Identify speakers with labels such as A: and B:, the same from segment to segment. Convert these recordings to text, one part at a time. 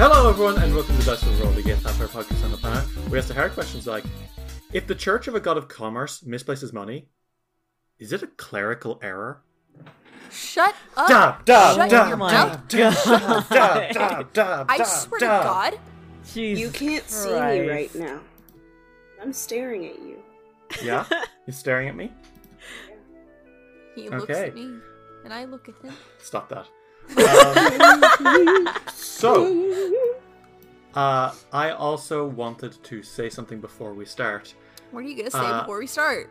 A: Hello, everyone, and welcome to Dice Will Roll, the Gate Empire podcast on the planet. We ask the hard questions like If the Church of a God of Commerce misplaces money, is it a clerical error?
B: Shut up.
A: Dab, dab,
B: Oh, Shut
A: dab, dab,
B: your mouth.
A: dab, dab, dab, dab,
B: I
A: dab,
B: swear
A: dab.
B: to God.
C: Jesus
D: You can't see
C: Christ.
D: me right now. I'm staring at you.
A: Yeah? He's staring at me?
B: He looks
A: Okay.
B: at me, and I look at him.
A: Stop that. Um, so, uh, I also wanted to say something before we start.
B: What are you gonna say
A: Uh,
B: before we start?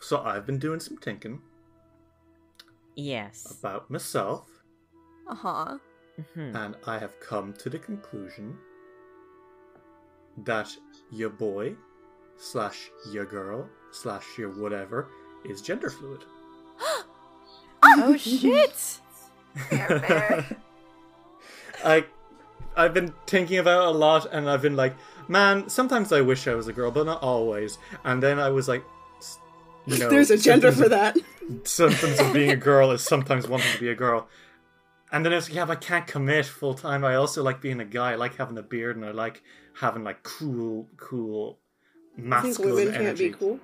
A: So, I've been doing some thinking
C: Yes.
A: about myself,
B: Uh huh.
C: Mhm.
A: and I have come to the conclusion that your boy slash your girl slash your whatever is gender fluid.
B: Oh shit!
A: I I've been thinking about it a lot and I've been like, man, sometimes I wish I was a girl, but not always. And then I was like, s- you know,
D: There's a gender for
A: symptoms
D: that.
A: of- Symptoms of being a girl is sometimes wanting to be a girl. And then it's like, yeah, but I can't commit full time. I also like being a guy. I like having a beard and I like having like cool, cool
D: I think
A: masculine
D: women can't
A: energy.
D: be cool.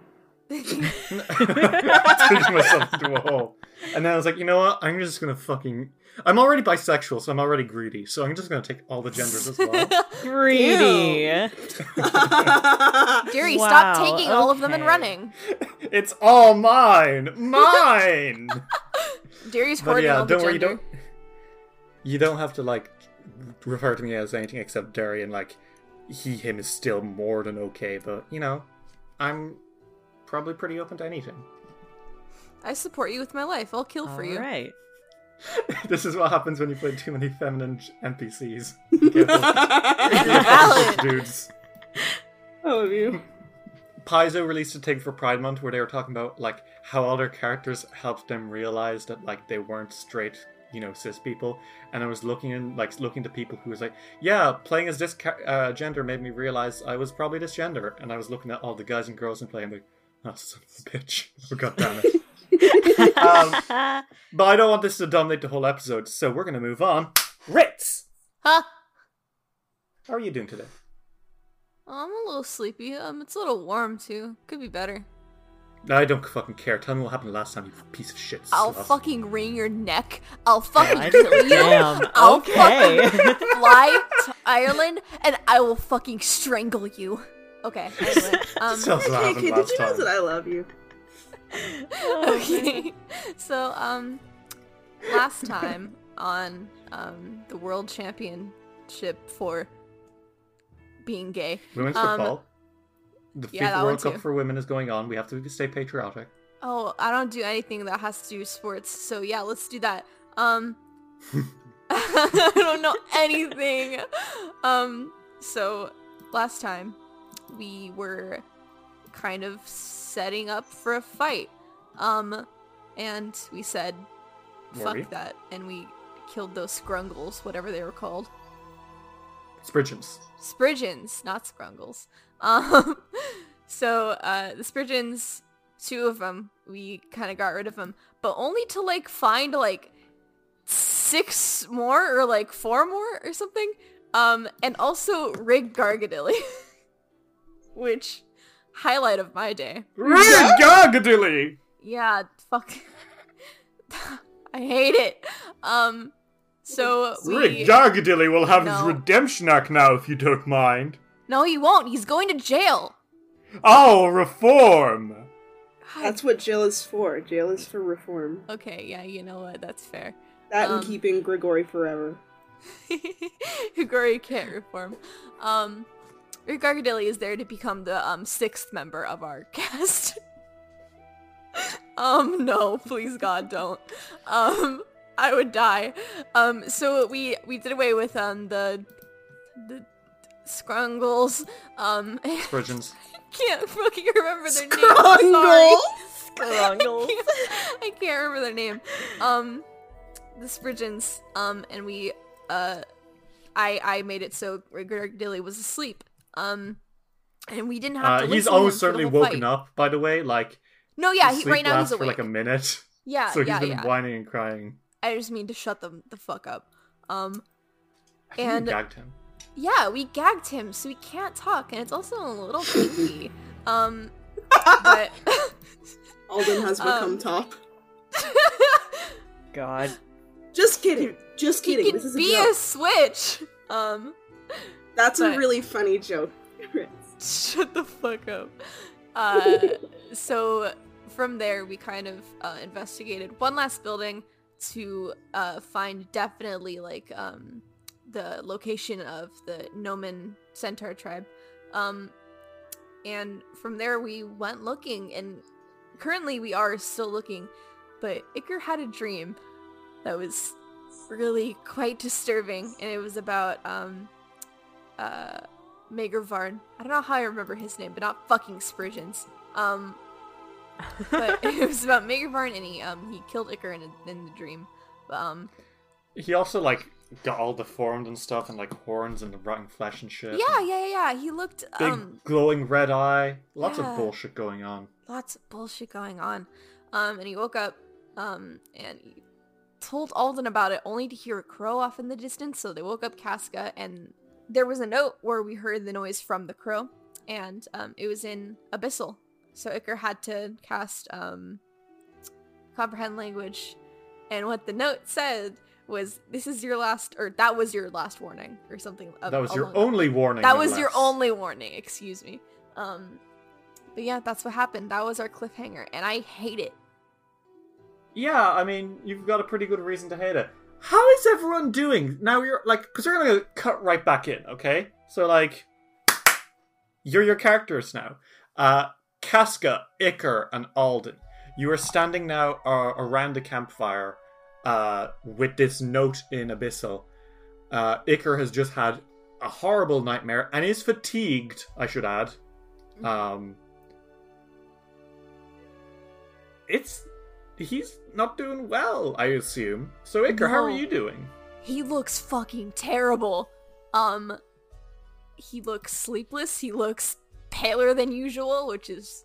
A: Digging myself into a hole. And then I was like, you know what? I'm just gonna fucking. I'm already bisexual, so I'm already greedy. So I'm just gonna take all the genders as well.
C: Greedy.
B: Jerry,
C: Wow,
B: stop taking all of them and
C: okay.
B: running.
A: it's all mine, mine.
B: Jerry's
A: but
B: hoarding
A: yeah,
B: all the
A: don't worry. You
B: gender.
A: don't. You don't have to like refer to me as anything except Derry, and like he, him is still more than okay. But you know, I'm probably pretty open to anything.
B: I support you with my life. I'll kill for you.
C: Alright.
A: this is what happens when you play too many feminine NPCs. You get those-
B: Valid.
A: dudes.
D: I love you.
A: Paizo released a thing for Pride Month where they were talking about like how all their characters helped them realize that like they weren't straight, you know, cis people. And I was looking in, like looking to people who was like, yeah, playing as this ca- uh, gender made me realize I was probably this gender. And I was looking at all the guys and girls and playing like, oh, son of a bitch. Oh, God damn it. um, but I don't want this to dominate the whole episode, so we're gonna move on. Ritz,
B: Huh?
A: how are you doing today?
B: Oh, I'm a little sleepy. Um, it's a little warm too. Could be better.
A: I don't fucking care. Tell me what happened last time, you piece of shit.
B: I'll
A: slut.
B: fucking wring your neck. I'll fucking
C: I-
B: kill you.
C: Damn.
B: I'll
C: Okay.
B: fucking fly to Ireland and I will fucking strangle you. Okay. anyway, um,
A: Sounds what
D: Hey,
A: happened
D: kid, did
A: last
D: you know
A: time.
D: that I love you?
B: okay. So, um, last time on um the world championship for being gay.
A: Women's
B: Um,
A: football. The
B: yeah,
A: FIFA
B: that one
A: World
B: too.
A: Cup for women is going on. We have to stay patriotic.
B: Oh, I don't do anything that has to do with sports. So yeah, let's do that. Um, I don't know anything. Um, so last time we were kind of setting up for a fight. Um, and we said,
A: Were
B: "Fuck
A: we?
B: that," and we killed those scrungles, whatever they were called.
A: Spridgeons.
B: Spridgens, not Scrungles. Um, so uh, the Spridgens, two of them, we kind of got rid of them, but only to like find like six more or like four more or something. Um, and also Rig Gargadilly, which highlight of my day.
A: Gargadilly!
B: Yeah, fuck. I hate it. Um, So
A: Rick
B: we
A: Dagadilly will have his
B: No.
A: redemption act now if you don't mind.
B: No, he won't. He's going to jail.
A: Oh, reform!
D: That's what jail is for. Jail is for reform.
B: Okay, yeah, you know what? That's fair.
D: That
B: Um,
D: and keeping Grigori forever.
B: Higori can't reform. Um, Rick Argadilli is there to become the um, sixth member of our cast. um, no, please God, don't. Um, I would die. Um, so we we did away with um the the scrungles. Um, I
A: Virgins.
B: can't fucking remember their name. I'm sorry.
C: Scrungles.
B: I can't remember their name. Um, the Spridgens. Um, and we, uh, I I made it so Dilly was asleep. Um, and we didn't have
A: Uh,
B: to.
A: he's
B: listen to him for
A: almost
B: the
A: certainly
B: whole
A: woken
B: fight.
A: up, by the way. Like,
B: No, yeah,
A: his
B: he,
A: sleep
B: right now he's
A: lasts
B: awake.
A: for like a minute.
B: yeah,
A: so he's
B: yeah,
A: been
B: yeah.
A: whining and crying.
B: I just mean to shut them the fuck up. Um,
A: I think we
B: And-
A: gagged him.
B: yeah, we gagged him, so he can't talk, and it's also a little creepy. um, but
D: Alden has become
B: Um,
D: top.
C: God.
D: Just kidding. Just
B: he
D: kidding.
B: can
D: this is a
B: be
D: joke.
B: a switch. Um.
D: That's
B: but-
D: a really funny joke.
B: Um,
D: Chris.
B: Shut the fuck up. Uh, so from there, we kind of uh, investigated one last building to uh, find definitely like um, the location of the Noman Centaur tribe. Um, and from there, we went looking, and currently we are still looking, but Iker had a dream that was really quite disturbing, and it was about um, uh, Mager Varn. I don't know how I remember his name, but not fucking Spurgeons. Um, but it was about Mager Varn, and he um he killed Icar in, in the dream. Um,
A: He also, like, got all deformed and stuff, and, like, horns and rotten flesh and shit.
B: yeah, yeah, yeah, yeah. He looked
A: Big
B: um
A: glowing red eye. Lots
B: yeah.
A: of bullshit going on.
B: lots of bullshit going on. Um, and he woke up, um, and he told Alden about it, only to hear a crow off in the distance. So they woke up Casca, and there was a note where we heard the noise from the crow, and um, it was in Abyssal. So Icar had to cast um, comprehend language, and what the note said was, "This is your last, or that was your last warning, or something." of-
A: That was your
B: along those
A: only warning.
B: that
A: no
B: was your
A: less.
B: only warning excuse me um but yeah that's what happened that was our cliffhanger and i hate it
A: Yeah, I mean, you've got a pretty good reason to hate it. How is everyone doing now? You're like, because we're gonna cut right back in, okay? So like, you're your characters now. Uh, Casca, Iker, and Alden. You are standing now uh, around the campfire, uh, with this note in Abyssal. Uh, Iker has just had a horrible nightmare and is fatigued. I should add.
B: Mm.
A: Um, it's he's not doing well, I assume. So Iker, how are
B: No.
A: you doing?
B: he looks fucking terrible um he looks sleepless he looks paler than usual which is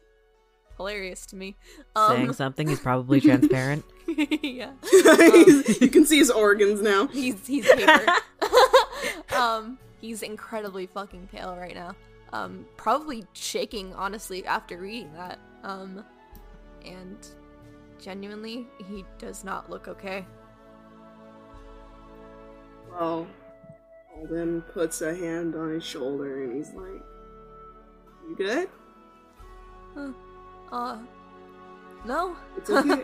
B: hilarious to me
C: Saying
B: um
C: something, he's probably transparent.
B: yeah Um,
D: you can see his organs now.
B: he's he's paper um he's incredibly fucking pale right now um probably shaking honestly after reading that um and genuinely he does not look okay
D: Well, Alden puts a hand on his shoulder and he's like, "You good?
B: uh no
D: It's okay."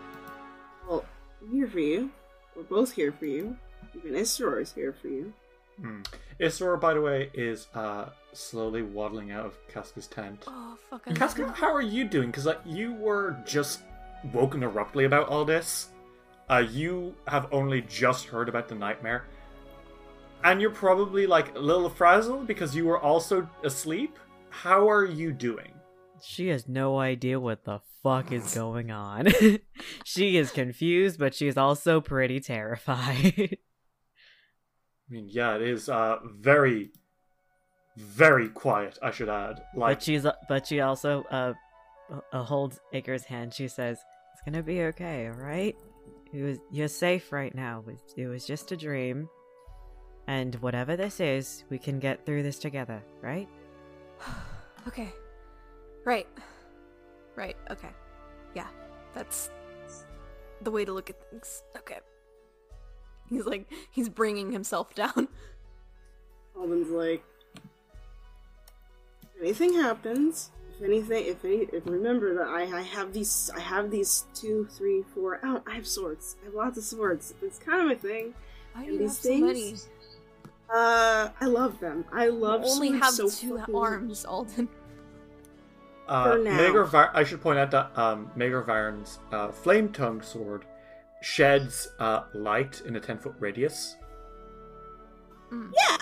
D: well, I'm here for you. We're both here for you. Even Isror is here for you.
A: Hmm. Isra, by the way, is uh, slowly waddling out of Casca's tent.
B: oh fucking
D: Uh-huh.
A: Casca, how are you doing? Because like you were just woken abruptly about all this. Uh, you have only just heard about the nightmare, and you're probably like a little frazzled because you were also asleep. How are you doing?
C: She has no idea what the fuck is going on. she is confused, but she's also pretty terrified.
A: I mean, yeah, it is uh, very, very quiet. I should add. Like,
C: but she's but she also uh, uh holds Icar's hand. She says, "It's gonna be okay, all right? It was, you're safe right now. It was- It was just a dream, and whatever this is, we can get through this together, right?"
B: okay right right okay yeah that's the way to look at things okay He's like, he's bringing himself down.
D: Alden's like, if anything happens, if anything, if any, if remember that I, I have these, I have these two, three, four. Oh, I have swords. I have lots of swords. It's kind of a thing.
B: Why do you
D: And
B: have
D: these
B: so many?
D: things Uh, I love them. I love
B: You only
D: swords
B: have
D: so
B: two
D: fucking-
B: arms, Alden.
A: Uh,
D: For now.
A: Maegor Vi- I should point out that um, Maegor Viren's uh, flame tongue sword sheds uh, light in a 10 foot radius.
B: Mm.
D: Yeah.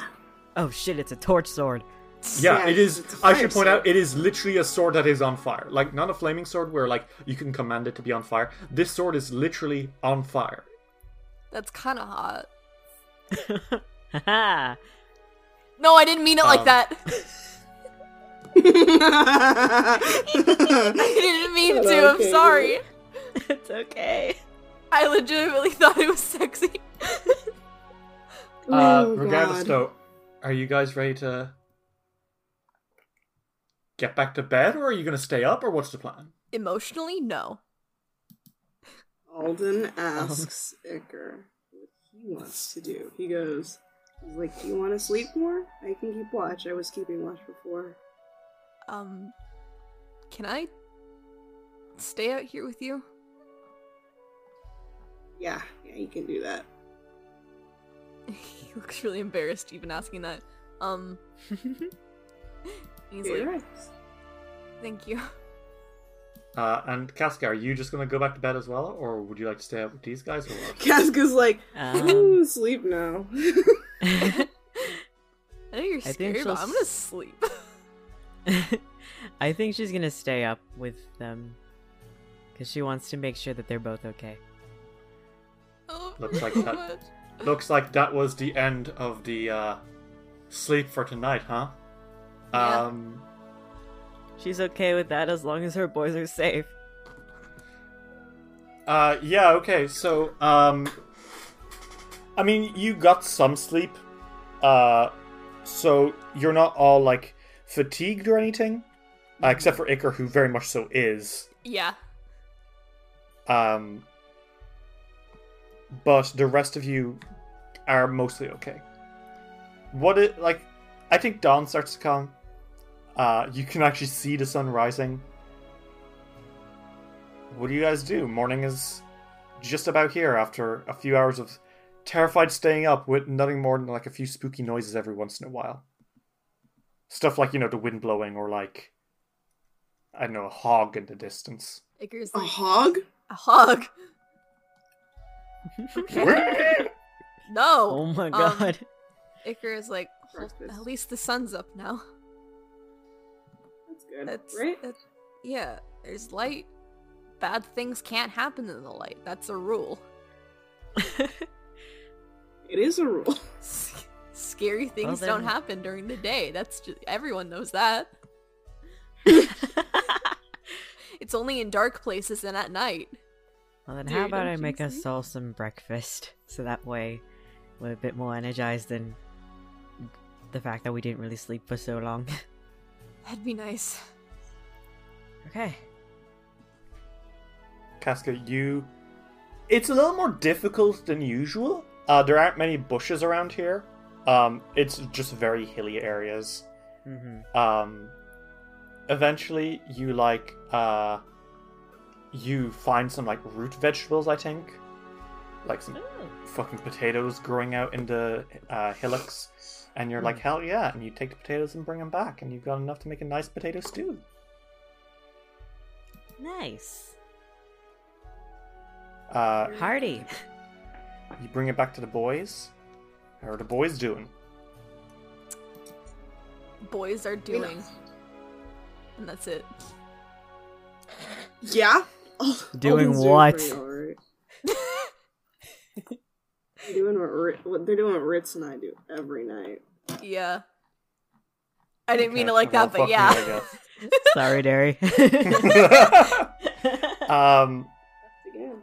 C: Oh shit, it's a torch sword.
A: Yeah,
D: Yeah,
A: it
D: it's-
A: is.
D: it's a
A: I
D: fire
A: should point out,
D: sword.
A: it is literally a sword that is on fire. Like, not a flaming sword where, like, you can command it to be on fire. This sword is literally on fire.
B: That's kind of hot.
C: Haha.
B: No, I didn't mean it like
A: Um,
B: that. I
D: I
B: didn't mean
D: Oh,
B: to. I'm
D: okay.
B: sorry.
C: it's okay.
B: I legitimately thought it was sexy.
A: uh,
D: Oh,
A: regardless,
D: God.
A: though, are you guys ready to get back to bed, or are you going to stay up, or what's the plan?
B: Emotionally, no.
D: Alden
B: Oh.
D: asks Icker what he wants to do. He goes, he's like, Do you want to sleep more? I can keep watch. I was keeping watch before.
B: Um, can I stay out here with you?
D: Yeah, yeah, you can do that.
B: he looks really embarrassed even asking that. Um, he's
D: Yeah,
B: like,
D: you're right.
B: thank you.
A: Uh, and Casca, are you just going to go back to bed as well, or would you like to stay out with these guys? Or what?
D: Casca's like,
C: Um,
D: "Mm, sleep now.
B: I know you're
C: think
B: scary,
C: she'll
B: but I'm gonna
C: s-
B: sleep.
C: I think she's gonna stay up with them because she wants to make sure that they're both okay.
B: Oh,
A: Looks like
B: so
A: that-
B: much.
A: Looks like that was the end of the uh, sleep for tonight, huh?
B: Yeah.
A: Um,
C: She's okay with that as long as her boys are safe.
A: Uh, yeah, okay, so, um, I mean, you got some sleep, uh, so you're not all, like, fatigued or anything, uh, except for Iker, who very much so is,
B: Yeah.
A: um, but the rest of you are mostly okay. What it, like, I think dawn starts to come, uh, you can actually see the sun rising. What do you guys do? Morning is just about here after a few hours of terrified staying up with nothing more than like a few spooky noises every once in a while. Stuff like, you know, the wind blowing or like I don't know, a hog in the distance.
B: Icarus
D: A
B: like
D: hog?
B: a hog. Okay.
C: Oh
B: no.
C: my
B: um,
C: god.
B: Icarus like "Well,
D: Breakfast.
B: at least the sun's up now.
D: That's good.
B: That's
D: right?
B: that- yeah. There's light. Bad things can't happen in the light. That's a rule.
D: It is a rule.
B: S- Scary things don't
C: then-
B: happen during the day. That's just everyone knows that. It's only in dark places and at night.
C: well, then
D: There
C: how
D: you go,
C: about I make us
D: Jason.
C: all some breakfast so that way we're a bit more energized than the fact that we didn't really sleep for so long.
B: That'd be nice.
C: okay.
A: Casca, you. It's a little more difficult than usual. Uh, there aren't many bushes around here. Um, it's just very hilly areas.
C: Mm-hmm.
A: Um, eventually, you like uh, you find some like root vegetables. I think, like some
C: Oh,
A: fucking potatoes growing out in the uh, hillocks, and you're like, hell yeah! And you take the potatoes and bring them back, and you've got enough to make a nice potato stew.
C: Nice.
A: Uh,
C: Hardy.
A: You bring it back to the boys. How are the boys doing?
B: Boys are doing. And that's it.
D: Yeah? Oh,
C: Doing
D: Alden's
C: what?
D: pretty alright. They're doing what, Ri- what they're doing what Ritz and I do every night.
B: Yeah. I didn't mean
A: Okay,
B: it like
A: well,
B: that, but
A: fuck me,
B: yeah.
C: Sorry, Derry.
A: I guess. um,
D: Again.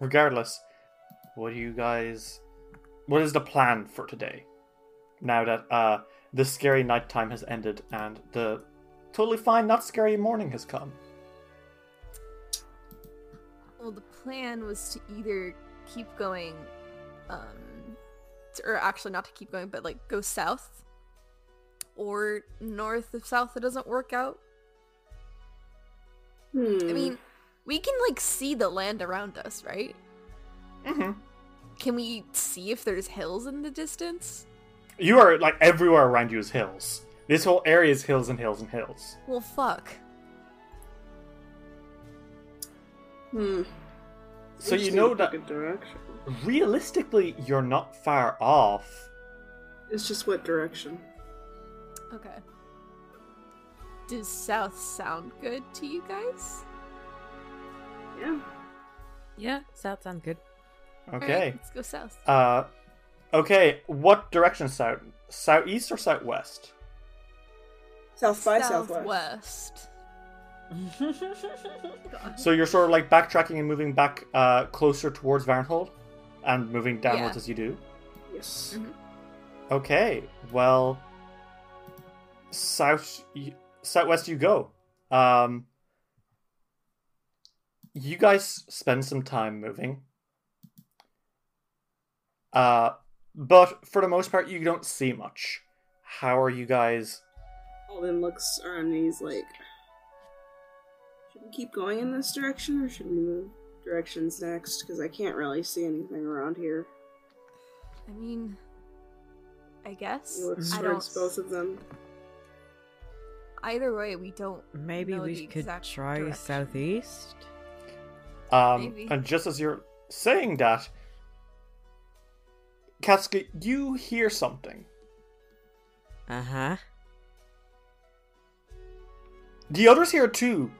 A: regardless, what do you guys? What is the plan for today? Now that uh, this scary nighttime has ended and the totally fine, not scary morning has come.
B: Well, the plan was to either keep going um, t- or actually not to keep going, but like go south or north of south. It doesn't work out.
D: Hmm.
B: I mean, we can like see the land around us, right?
A: hmm
B: Mm-hmm. Can we see if there's hills in the distance?
A: You are like everywhere around you is hills. This whole area is hills and hills and hills.
B: Well, fuck.
D: hmm.
A: So
D: I just
A: you
D: need
A: know
D: to
A: that
D: pick a direction.
A: realistically, you're not far off.
D: It's just what direction.
B: Okay. Does south sound good to you guys?
D: Yeah.
C: Yeah, south sounds good.
B: Alright,
A: Okay.
B: let's go south.
A: Uh, okay. What direction? South, southeast or southwest?
D: South by southwest.
B: Southwest. God.
A: So you're sort of like backtracking and moving back uh, closer towards Varnhold, and moving
B: Yeah.
A: downwards as you do.
D: Yes.
B: Mm-hmm.
A: Okay, well, south y- southwest you go. Um, you guys spend some time moving, uh, but for the most part, you don't see much. How are you guys?
D: Alden looks around and he's like, should we keep going in this direction or should we move directions next? Because I can't really see anything around here.
B: I mean, I guess.
D: He looks
B: I
D: towards
B: don't-
D: both of them.
B: Either way, we don't.
C: Maybe
B: know
C: we
B: the
C: could
B: exact
C: try
B: direction.
C: southeast.
A: Um,
B: Maybe.
A: and just as you're saying that, Katsuki, you hear something.
C: Uh huh.
A: The others hear it too,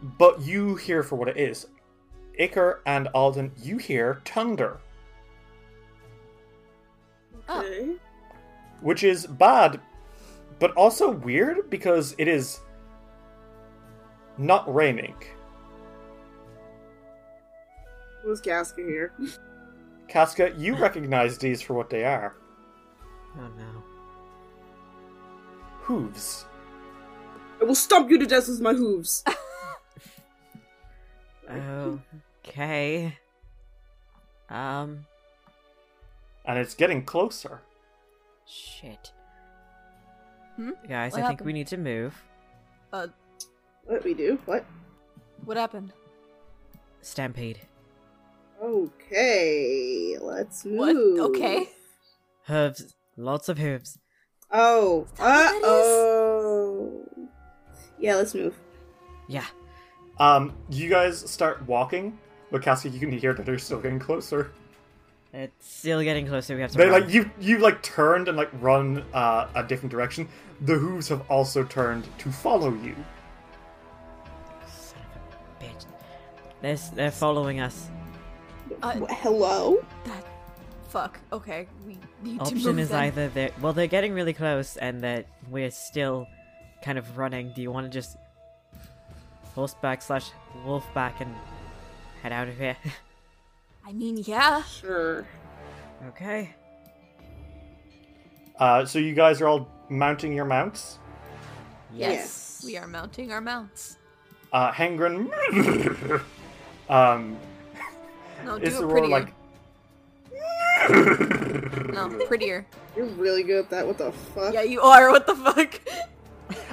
A: but you hear for what it is. Iker and Alden, you hear thunder,
B: Oh.
D: Okay.
A: which is bad, but also weird because it is not raining.
D: Was Gaska here?
A: Casca, you recognize these for what they are
C: Oh no.
A: hooves.
D: I will stomp you to death with my hooves.
C: Oh, okay. Um,
A: And it's getting closer.
C: shit.
B: Hmm?
C: Guys,
B: What
C: I think
B: happened?
C: we need to move.
B: Uh,
D: What we do? What?
B: what happened?
C: Stampede.
D: Okay, let's
B: What?
D: move.
B: Okay.
C: Hooves. Lots of hooves.
D: Oh.
B: Is
D: Uh
B: that what that is?
D: oh. Yeah, let's move.
C: Yeah.
A: Um, you guys start walking, but Casca, you can hear that they're still getting closer.
C: It's still getting closer. We have to.
A: They
C: run.
A: like you you like turned and like run uh, a different direction. The hooves have also turned to follow you.
C: Son of a bitch. They're, s- they're following us.
B: Uh,
D: Wh- Hello?
B: That. Fuck. Okay. We need to
C: Option
B: move.
C: is
B: then.
C: either they're well, they're getting really close, and that we're still kind of running. Do you want to just horseback slash wolfback and head out of here?
B: I mean, yeah.
D: Sure.
C: okay.
A: Uh, so you guys are all mounting your mounts.
D: Yes.
B: We are mounting our mounts.
A: Uh, Hengren um,
B: No, do
A: is the
B: it
A: roar
B: prettier.
A: like
B: No, prettier.
D: You're really good at that. What the fuck?
B: yeah, you are. What the fuck?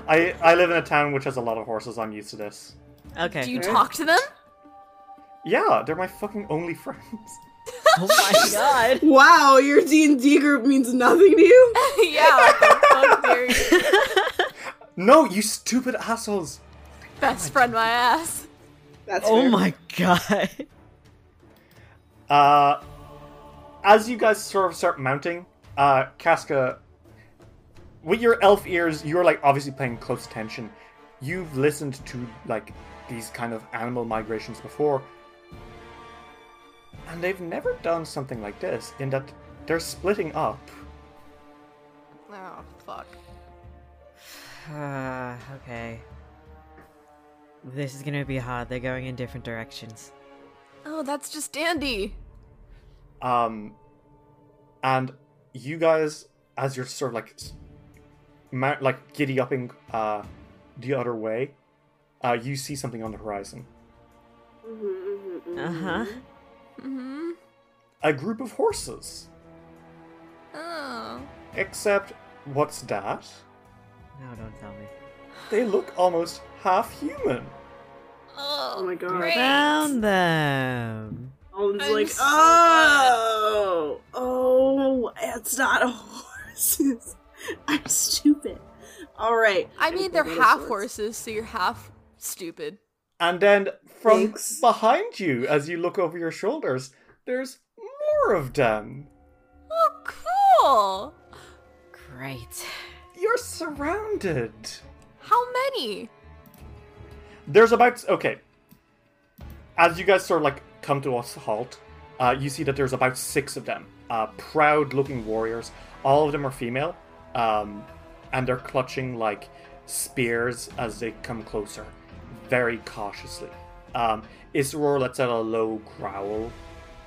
A: I I live in a town which has a lot of horses. I'm used to this.
C: Okay.
B: Do you
D: Okay.
B: talk to them?
A: Yeah, they're my fucking only friends.
C: oh my god.
D: Wow, your D and D group means nothing to you.
B: yeah. What the fuck, Barry?
A: No, you stupid assholes.
B: Best friend, my ass.
D: That's
C: Oh
D: fair.
C: my god.
A: Uh, as you guys sort of start mounting, uh, Casca, with your elf ears, you're like obviously paying close attention. You've listened to like these kind of animal migrations before, and they've never done something like this in that they're splitting up.
B: Oh fuck.
C: Uh, okay. This is gonna be hard. They're going in different directions.
B: Oh, that's just dandy.
A: Um, and you guys, as you're sort of like, s- mount, like giddy upping uh, the other way, uh, you see
D: Mm-hmm,
A: something on the horizon.
D: Mhm, mhm, mhm.
C: Uh huh.
B: Mm-hmm.
A: Uh, a group of horses.
B: Oh.
A: Except, what's that?
C: No, don't tell me.
A: They look almost half human.
B: Oh,
D: my god.
B: Great.
C: Found them.
D: Alden's
B: I'm
D: like,
B: so
D: oh, oh, it's not a horse. I'm stupid. All right.
B: I
D: And
B: mean,
D: they
B: they're
D: go to
B: half
D: swords.
B: horses, so you're half stupid.
A: And then from
D: Thanks.
A: behind you, as you look over your shoulders, there's more of them.
B: Oh, cool.
C: Great.
A: You're surrounded.
B: How many?
A: There's about okay. As you guys sort of like come to a halt, uh, you see that there's about six of them, uh, proud-looking warriors. All of them are female, um, and they're clutching like spears as they come closer, very cautiously. Um, Isror lets out a low growl,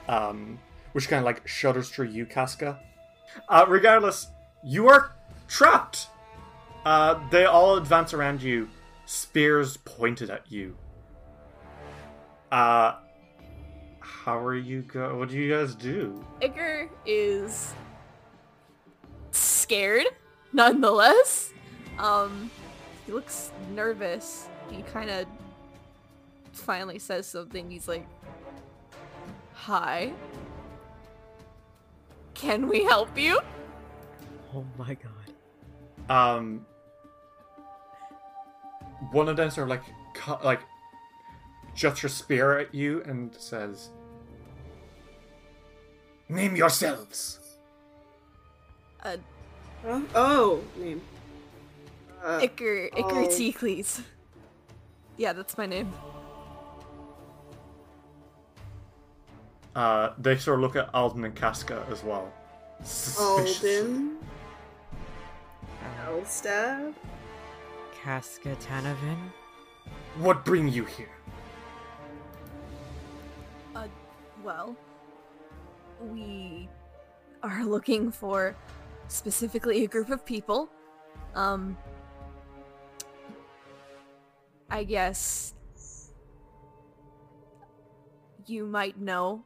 A: um, which kind of like shudders through you, Casca. Uh, regardless, you are trapped. Uh, they all advance around you, spears pointed at you. Uh, how are you go? What do you guys do?
B: Iker is scared, nonetheless. Um, he looks nervous. He kind of finally says something. He's like, "Hi, can we help you?"
C: Oh my god.
A: Um, one of them sort of like cu- like juts her spear at you and says, "Name yourselves."
B: Uh,
D: Huh? Oh, name. Uh,
B: Iker, Iker
D: Oh.
B: Teacles. Yeah, that's my name.
A: Uh, they sort of look at Alden and Casca as well. Suspiciously.
D: Alden.
C: Uh,
D: Elstab.
C: Casca Tanavin?
A: What bring you here?
B: Uh, well, we are looking for specifically a group of people. Um, I guess you might know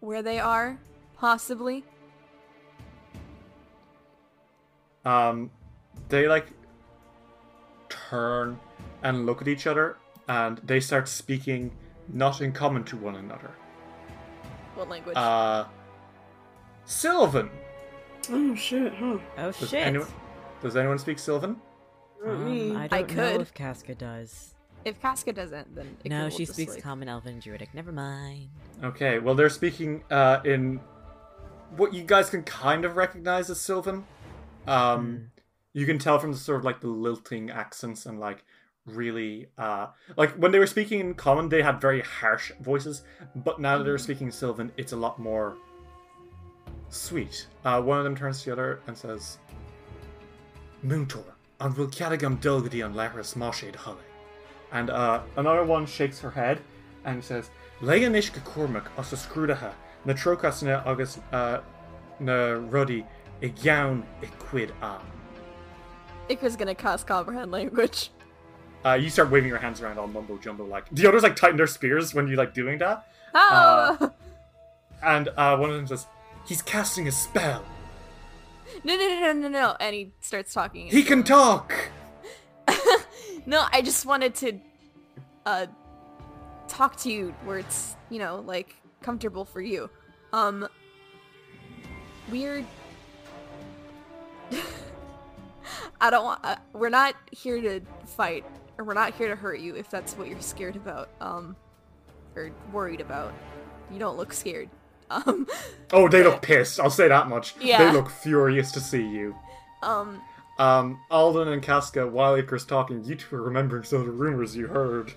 B: where they are, possibly.
A: um, they like turn and look at each other and they start speaking not in common to one another.
B: What language?
A: Uh, Sylvan.
D: Oh shit, huh?
C: Oh
A: Does
C: shit.
A: anyone does anyone speak Sylvan?
D: Not me.
C: Um, I
D: I,
C: don't know
B: could.
C: if Casca does.
B: if Casca doesn't, then Iker
C: no,
B: will
C: she
B: just,
C: speaks
B: like-
C: common elven druidic. Never mind.
A: Okay, well they're speaking uh, in what you guys can kind of recognize as Sylvan.
C: Hmm.
A: Um, You can tell from the sort of like the lilting accents and like really uh, like when they were speaking in common, they had very harsh voices, but now that they're speaking Sylvan, it's a lot more sweet. Uh, one of them turns to the other and says, "Moontor, and will Caragam Dulgadi on Laris Moshade Holly." And uh, another one shakes her head and says, Leonishka Kormak osa skrudaha, na trokas na agus uh, na rudi, a gown a quid a.
B: Iker's gonna cast comprehend language.
A: Uh, you start waving your hands around all mumbo jumbo like. The others like tighten their spears when you like doing that.
B: Ah!
A: And uh, one of them says, He's casting a spell.
B: no, no, no, no, no, no. And he starts talking. in
A: He can
B: Sylvan.
A: talk.
B: no, I just wanted to uh talk to you where it's, you know, like comfortable for you. Um we're I don't want uh, we're not here to fight or we're not here to hurt you if that's what you're scared about um or worried about. You don't look scared. Um
A: Oh, they look pissed. I'll say that much.
B: Yeah.
A: They look furious to see you.
B: um
A: Um, Alden and Casca, while Icar's talking, you two are remembering some of the rumors you heard.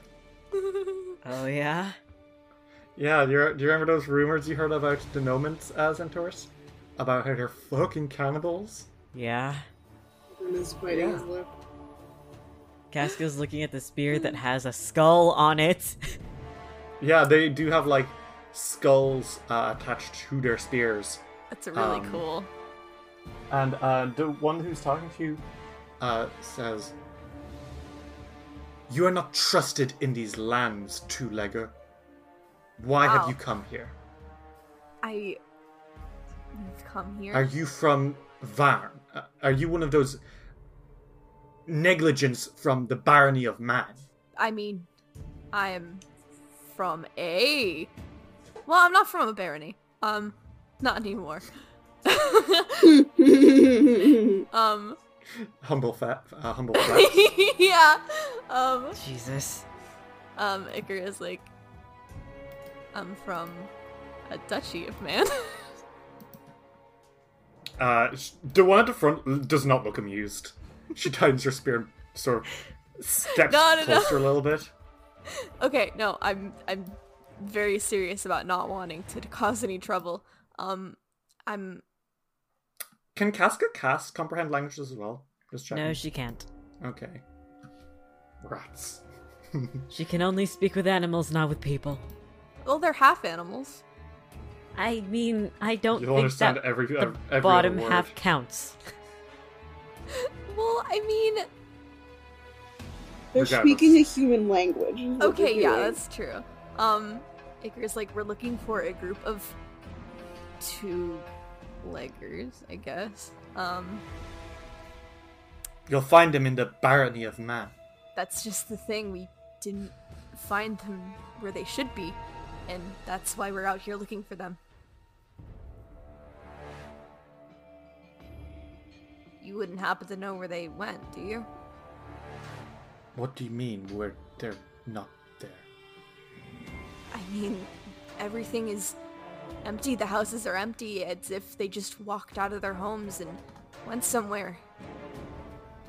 C: Oh yeah?
A: Yeah, do you, do you remember those rumors you heard about the Nomans uh, centaurs? About how they're fucking cannibals?
C: Yeah.
D: is biting his
A: Yeah.
D: lip.
C: Casca's looking at the spear that has a skull on it.
A: Yeah, they do have like skulls uh, attached to their spears.
B: that's really
A: Um,
B: cool.
A: And uh, the one who's talking to you uh, says, You are not trusted in these lands, two legger. Why have
B: Wow.
A: you come here?
B: I You've come here.
A: Are you from Varn? Uh, Are you one of those negligents from the barony of man?
B: I mean, I am from a. Well, I'm not from a barony. Um, not anymore. um,
A: Humble fat, uh, humble fat.
B: yeah. Um,
C: Jesus.
B: um, Icarus like, I'm from a duchy of man.
A: Uh, sh- the one at the front l- does not look amused. She tightens her spear and sort of steps
B: No, no, no.
A: closer a little bit.
B: okay, no, I'm I'm very serious about not wanting to cause any trouble. Um, I'm
A: Can Casca cast comprehend languages as well? Just checking.
C: No, she can't.
A: Okay. Rats.
C: She can only speak with animals, not with people.
B: well, they're half animals.
C: I mean, I don't
A: You'll
C: think
A: understand
C: that
A: every- uh,
C: the
A: every other
C: bottom
A: word.
C: half counts.
B: Well, I mean,
D: They're
A: Regardless.
D: speaking a human language. is what
B: okay,
D: they're
B: yeah,
D: doing.
B: that's true. Um, Icarus like we're looking for a group of two leggers, I guess. Um,
A: You'll find him in the barony of man.
B: that's just the thing we didn't find them where they should be, and that's why we're out here looking for them. You wouldn't happen to know where they went, do you?
A: What do you mean? Where they're not there?
B: I mean, everything is empty. The houses are empty. It's if they just walked out of their homes and went somewhere.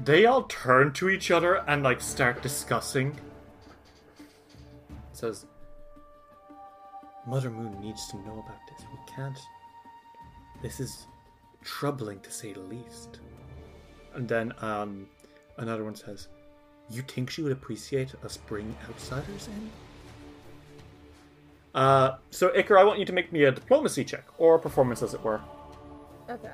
A: They all turn to each other and like start discussing. Says, Mother Moon needs to know about this. We can't. This is troubling to say the least. And then um, another one says, You think she would appreciate us bringing outsiders in? Uh, so Icar, I want you to make me a diplomacy check or performance, as it were.
B: Okay.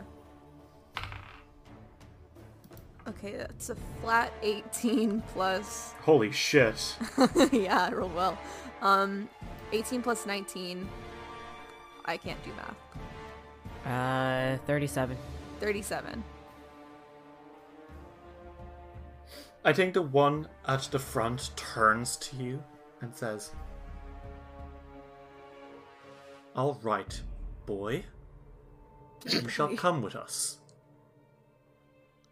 B: Okay, that's a flat 18 plus.
A: Holy shit!
B: yeah, I rolled well. Um, 18 plus 19. I can't do math.
C: Uh, 37.
B: 37.
A: I think the one at the front turns to you and says, All right, boy. You shall come with us.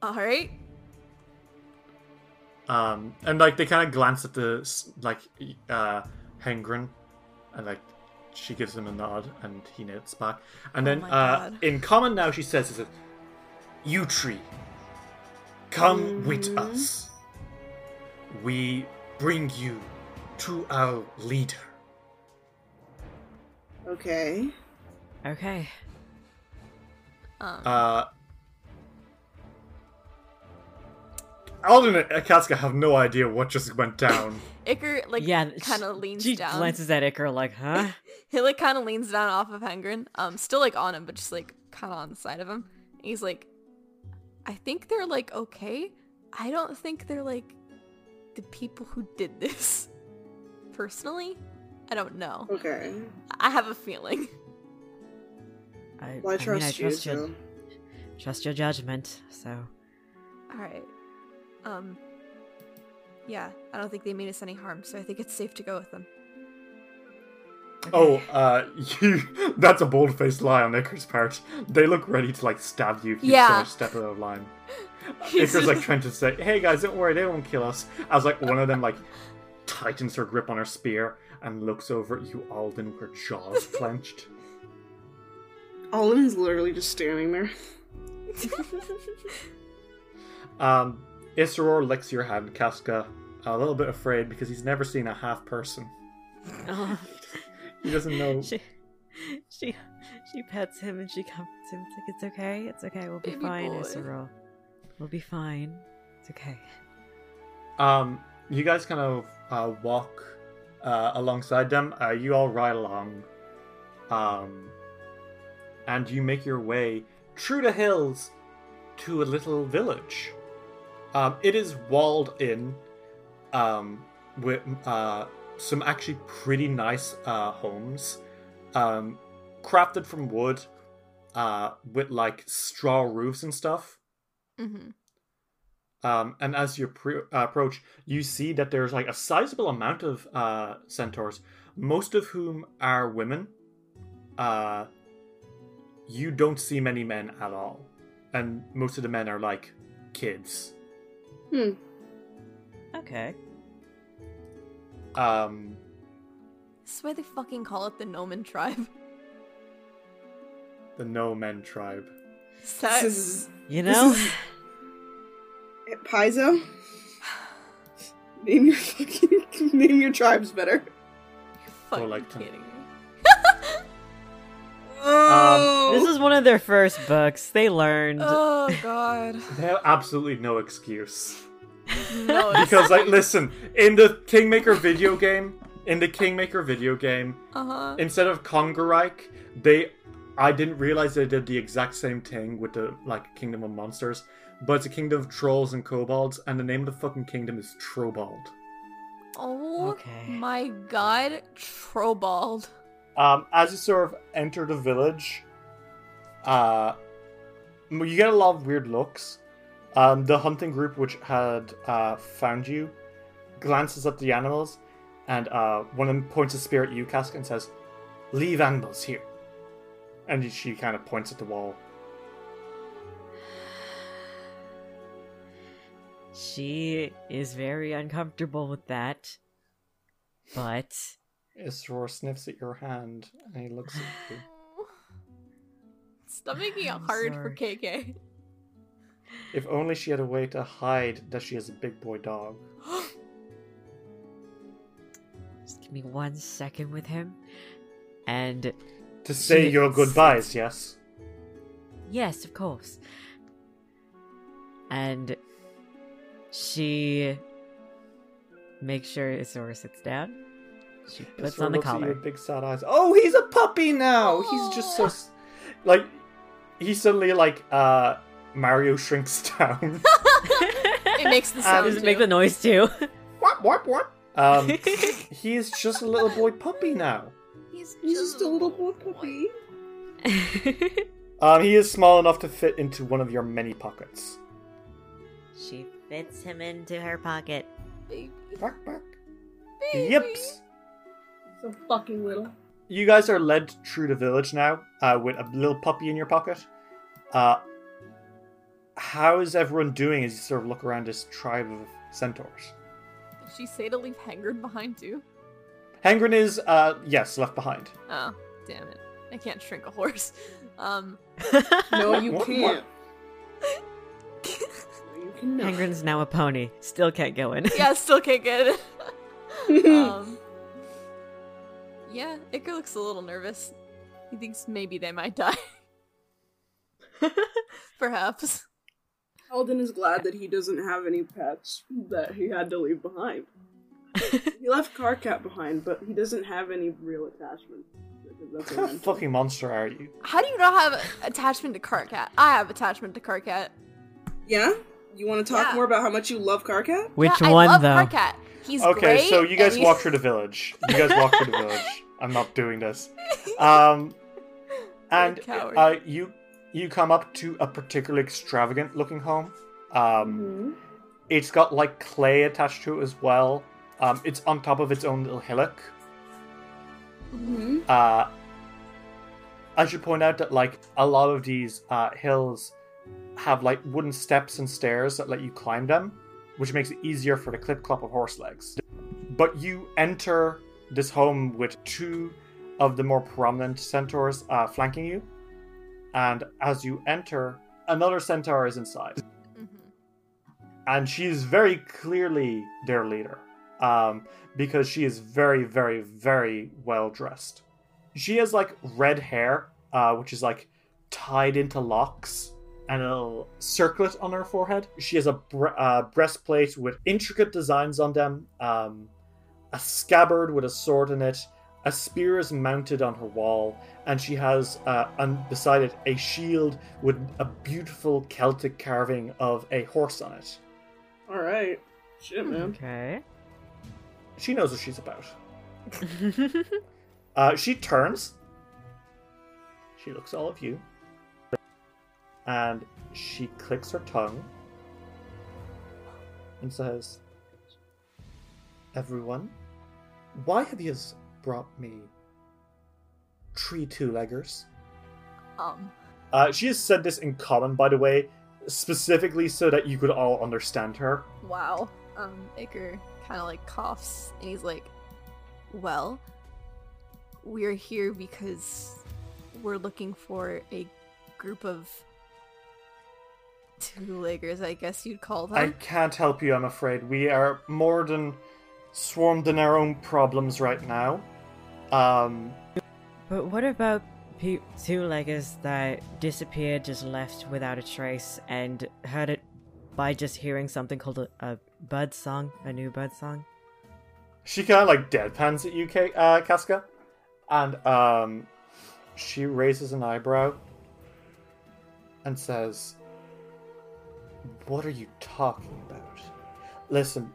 B: All right.
A: Um, and like they kind of glance at the s- like uh Hengrin, and like she gives him a nod, and he nods back. And then
B: Oh my
A: uh,
B: God.
A: in common now, she says, "Is it you tree? Come with
B: Mm-hmm.
A: us. We bring you to our leader."
D: Okay.
C: Okay.
B: Um,
A: Uh, Alden and Kaska have no idea what just went down.
B: Icar like
C: yeah,
B: kind of leans
C: she
B: down.
C: glances at Icar like, huh?
B: He like kind of leans down off of Hengrin, um, still like on him, but just like kind of on the side of him. And he's like, I think they're like okay. I don't think they're like the people who did this. Personally, I don't know.
D: Okay.
B: I have a feeling.
C: I,
D: Well, I
C: I mean,
D: trust
C: I trust
D: you.
C: your
D: so-
C: trust your judgment. So
B: All right. Um. Yeah, I don't think they mean us any harm, so I think it's safe to go with them.
A: Oh, uh, you, that's a bold faced lie on Icar's part. They look ready to, like, stab you if you
B: Yeah.
A: so much step out of line. Icar's, like, trying to say, hey guys, don't worry, they won't kill us. As, like, one of them, like, tightens her grip on her spear and looks over at you, Alden, with her jaws clenched.
D: Alden's literally just standing there.
A: Um, Isseror licks your hand, Casca, a little bit afraid because he's never seen a half person.
C: Oh,
A: He doesn't know.
C: she she she pets him and she comforts him. It's like it's okay, it's okay, we'll be
B: Baby
C: fine,
B: boy."
C: Isserol. We'll be fine. It's okay.
A: Um, you guys kind of uh, walk uh, alongside them. Uh, you all ride along, um, and you make your way through the hills to a little village. Um, it is walled in um, with uh, some actually pretty nice uh, homes, um, crafted from wood, uh, with like straw roofs and stuff.
B: Mm-hmm.
A: Um, and as you pre- uh, approach, you see that there's like a sizable amount of uh, centaurs, most of whom are women. Uh, you don't see many men at all, and most of the men are like kids.
D: Hmm.
C: Okay.
A: Um,
B: This is why they fucking call it the Noman tribe.
A: the no men tribe.
B: Is
D: This
B: that-
D: is
C: You
D: This
C: know,
D: is- Paizo. Name your fucking name your tribes better.
B: you're fucking
A: like to-
B: kidding me.
A: Um,
C: this is one of their first books. They learned.
B: Oh god.
A: They have absolutely no excuse.
B: No, it's-
A: Because like, listen, in the Kingmaker video game, in the Kingmaker video game,
B: uh-huh.
A: instead of Kongarike, they I didn't realize they did the exact same thing with the like Kingdom of Monsters, but it's a kingdom of trolls and kobolds, and the name of the fucking kingdom is Trobald.
B: Oh
C: Okay.
B: my god, Trobald.
A: Um, as you sort of enter the village, uh, you get a lot of weird looks. Um, the hunting group which had uh, found you glances at the animals, and uh, one of them points a spear at you, Kask, and says, "Leave animals here." And she kind of points at the wall.
C: She is very uncomfortable with that, but
A: Isror sniffs at your hand, and he looks at you.
B: Stop making it
C: I'm
B: hard for
C: sorry.
B: KK.
A: If only she had a way to hide that she is a big boy dog.
C: just give me one second with him. And
A: To say
C: She-
A: your goodbyes, yes.
C: yes, of course. And she makes sure Isora sits down. She puts
A: Isra
C: on the
A: looks at you
C: collar.
A: with big sad eyes. Oh, he's a puppy now. He's just so, s- like, he suddenly like uh Mario shrinks down.
B: it makes the
A: Um,
B: sound.
C: Does it make
B: too.
C: the noise too?
A: warp, warp, warp. Um, he is just a little boy puppy now.
B: He's
D: He's just a little boy puppy.
A: Um, he is small enough to fit into one of your many pockets.
C: she fits him into her pocket.
B: Baby.
A: Bark, bark.
B: Baby.
A: Yips.
D: So fucking little.
A: You guys are led through the village now uh, with a little puppy in your pocket. Uh, how is everyone doing as you sort of look around this tribe of centaurs?
B: Did she say to leave Hangard behind too?
A: Hengrin is, uh, yes, left behind.
B: Oh, damn it. I can't shrink a horse. Um,
D: No, you
A: What-
D: can't. No, you cannot.
C: Hangrin's now a pony. Still can't go in.
B: yeah, still can't get it. um, yeah, Iker looks a little nervous. He thinks maybe they might die. Perhaps.
D: Alden is glad that he doesn't have any pets that he had to leave behind. he left Carcat behind, but he doesn't have any real attachment.
A: What
D: That's
A: kind of fucking monster are you?
B: How do you not have attachment to Carcat? I have attachment to Carcat.
D: Yeah? You want to talk
B: Yeah.
D: more about how much you love Carcat?
C: Which
B: Yeah,
C: one
B: I love
C: though?
B: Carcat. He's
A: okay,
B: great
A: so you guys
B: and
A: walk
B: he's-
A: through the village. You guys walk through the village. I'm not doing this. Um, and
B: You're a coward.
A: uh, you you come up to a particularly extravagant looking home. Um,
D: Mm-hmm.
A: It's got like clay attached to it as well. Um, it's on top of its own little hillock.
D: Mm-hmm.
A: Uh, I should point out that like a lot of these uh, hills have like wooden steps and stairs that let you climb them, which makes it easier for the clip clop of horse legs. But you enter this home with two of the more prominent centaurs uh, flanking you, and as you enter, another centaur is inside,
B: Mhm.
A: and she is very clearly their leader, um, because she is very, very, very well dressed. She has like red hair, uh, which is like tied into locks and a little circlet on her forehead. She has a br- uh, breastplate with intricate designs on them, um, a scabbard with a sword in it, a spear is mounted on her wall, and she has uh, un- beside it a shield with a beautiful Celtic carving of a horse on it.
D: Alright. Shit, man.
C: Okay.
A: She knows what she's about. Uh, she turns. She looks at all of you. and she clicks her tongue and says, Everyone, why have you brought me tree two leggers?
B: Um,
A: Uh, she has said this in common, by the way, specifically so that you could all understand her.
B: wow. Um, Iker kind of like coughs and he's like, well, we're here because we're looking for a group of two-leggers, I guess you'd call them.
A: I can't help you, I'm afraid. We are more than swarmed in our own problems right now. Um,
C: But what about pe- two-leggers that disappeared, just left without a trace, and heard it by just hearing something called a, a bird song, a new bird song?
A: she kind of like deadpans at you, Ka- uh, Casca, and um, she raises an eyebrow and says, "What are you talking about? Listen,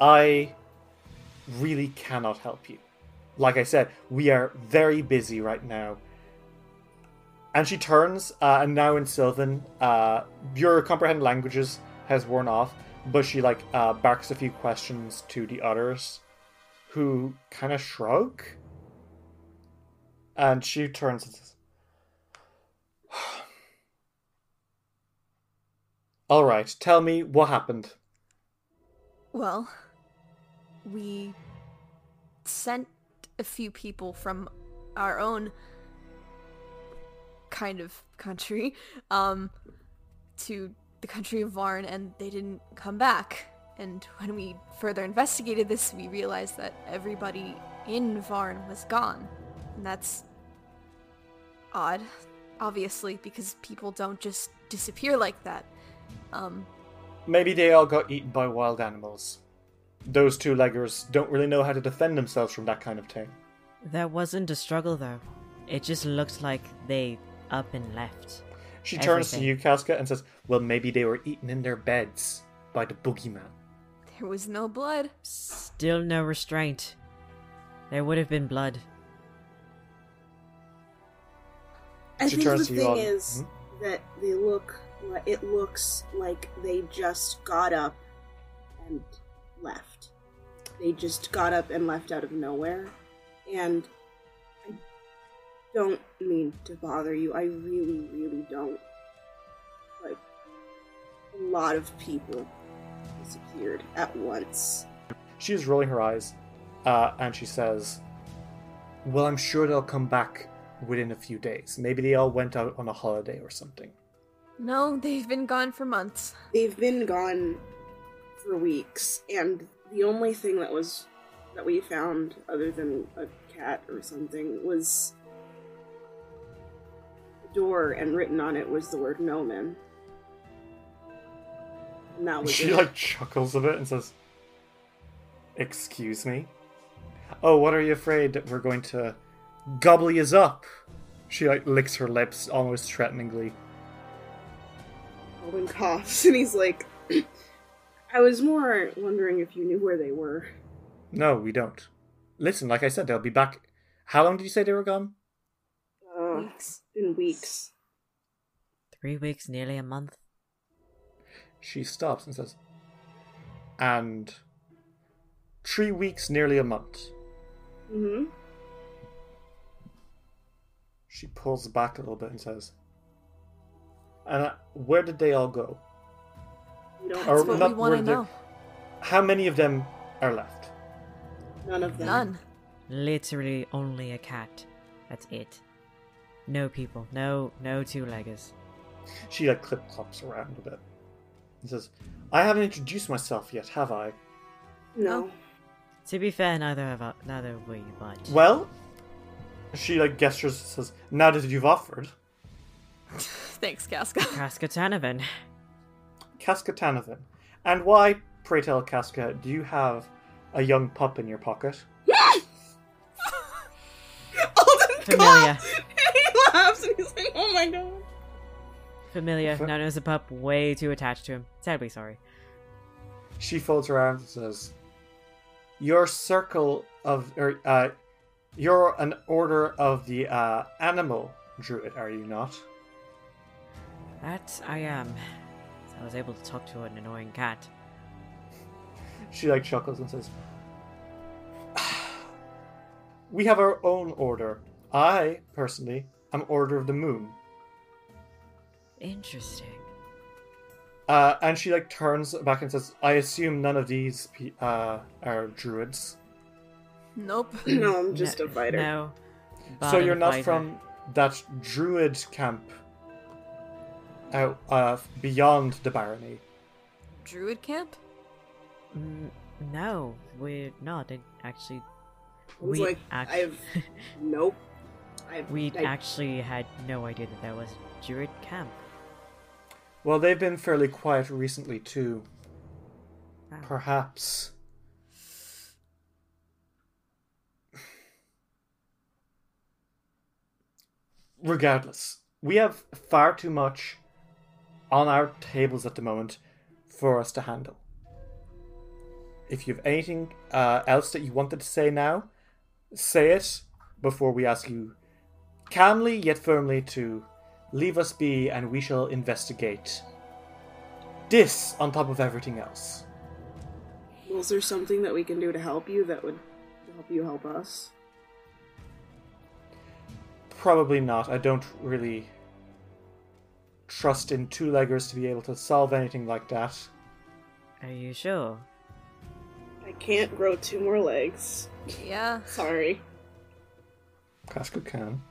A: I really cannot help you. Like I said, we are very busy right now." And she turns, uh, and now in Sylvan, uh, your comprehend languages has worn off, but she like uh, barks a few questions to the others, who kind of shrug. And she turns and says, "All right, tell me what happened."
B: Well, we sent a few people from our own kind of country um to the country of Varn and they didn't come back. And when we further investigated this, we realized that everybody in Varn was gone. And that's odd, obviously, because people don't just disappear like that. Um,
A: Maybe they all got eaten by wild animals. Those two leggers don't really know how to defend themselves from that kind of thing.
C: There wasn't a struggle though. It just looked like they up and left.
A: She turns to
C: Everything.
A: you, Casca, and says, Well, maybe they were eaten in their beds by the boogeyman.
B: there was no blood.
C: Still no restraint. There would have been blood.
D: I
A: She
D: think
A: turns
D: the
A: to you all- Mm-hmm.
D: thing is that they look. li- It looks like they just got up and left. They just got up and left out of nowhere, and I don't mean to bother you. I really, really don't. Like a lot of people disappeared at once.
A: She is rolling her eyes, uh, and she says, Well, I'm sure they'll come back within a few days. Maybe they all went out on a holiday or something.
B: No, they've been gone for months.
D: they've been gone for weeks and the only thing that was that we found other than a cat or something was a door and written on it was the word gnomon and that was
A: She
D: it.
A: like chuckles a bit and says, Excuse me? Oh, what are you afraid that we're going to gobble yous up? She like licks her lips almost threateningly.
D: Alden coughs and he's like i was more wondering if you knew where they were
A: No, we don't. Listen, like I said, they'll be back. How long did you say they were gone?
D: uh,
B: Weeks.
D: in weeks
C: Three weeks, nearly a month.
A: She stops and says, and three weeks, nearly a month.
D: mm-hmm
A: She pulls back a little bit and says, and uh, where did they all go?
D: you don't
B: That's
A: Or
B: what we
A: not
B: want
A: where
B: to
A: they-
B: know.
A: How many of them are left?
D: none of them
B: None.
C: Literally only a cat. That's it. No people. No, no two-leggers.
A: She like clip clops around a bit and says, I haven't introduced myself yet, have I?
D: no
C: To be fair, neither of us, neither were you, but
A: Well, she like gestures and says, now that you've offered,
B: Thanks, Casca.
C: Kraskatanovan.
A: Casca Tanovan. And why, pray tell Casca, do you have a young pup in your pocket?
D: Alden
C: Familiar.
D: coughs he laughs and he's like oh my god
C: Familiar,
A: Fa-
C: known as a pup, way too attached to him. Sadly sorry.
A: She folds her arms and says, "Your er, circle of, or uh, you're an order of the uh, animal druid, are you not?
C: That I am. I was able to talk to an annoying cat.
A: She like chuckles and says, "We have our own order. I personally am Order of the Moon."
C: Interesting.
A: Uh, and she like turns back and says, "I assume none of these pe- uh, are druids.
B: Nope.
D: no, I'm just a fighter.
C: No.
A: so
C: Bard
A: you're
C: and
A: not
C: fighter.
A: from that druid camp out uh, beyond the barony.
B: Druid camp?
C: Mm, no, we're not. It actually,
D: I was
C: we
D: like,
C: act-
D: I've nope. I've,
C: we
D: I,
C: actually had no idea that there was druid camp.
A: Well, they've been fairly quiet recently too.
C: Wow.
A: Perhaps regardless, we have far too much on our tables at the moment for us to handle. If you have anything uh, else that you wanted to say now, say it before we ask you calmly yet firmly to leave us be and we shall investigate. This on top of everything else.
D: Was there something that we can do to help you that would help you help us?
A: Probably not. I don't really trust in two leggers to be able to solve anything like that.
C: Are you sure?
D: I can't grow two more legs.
B: Yeah.
D: Sorry.
A: Casco can.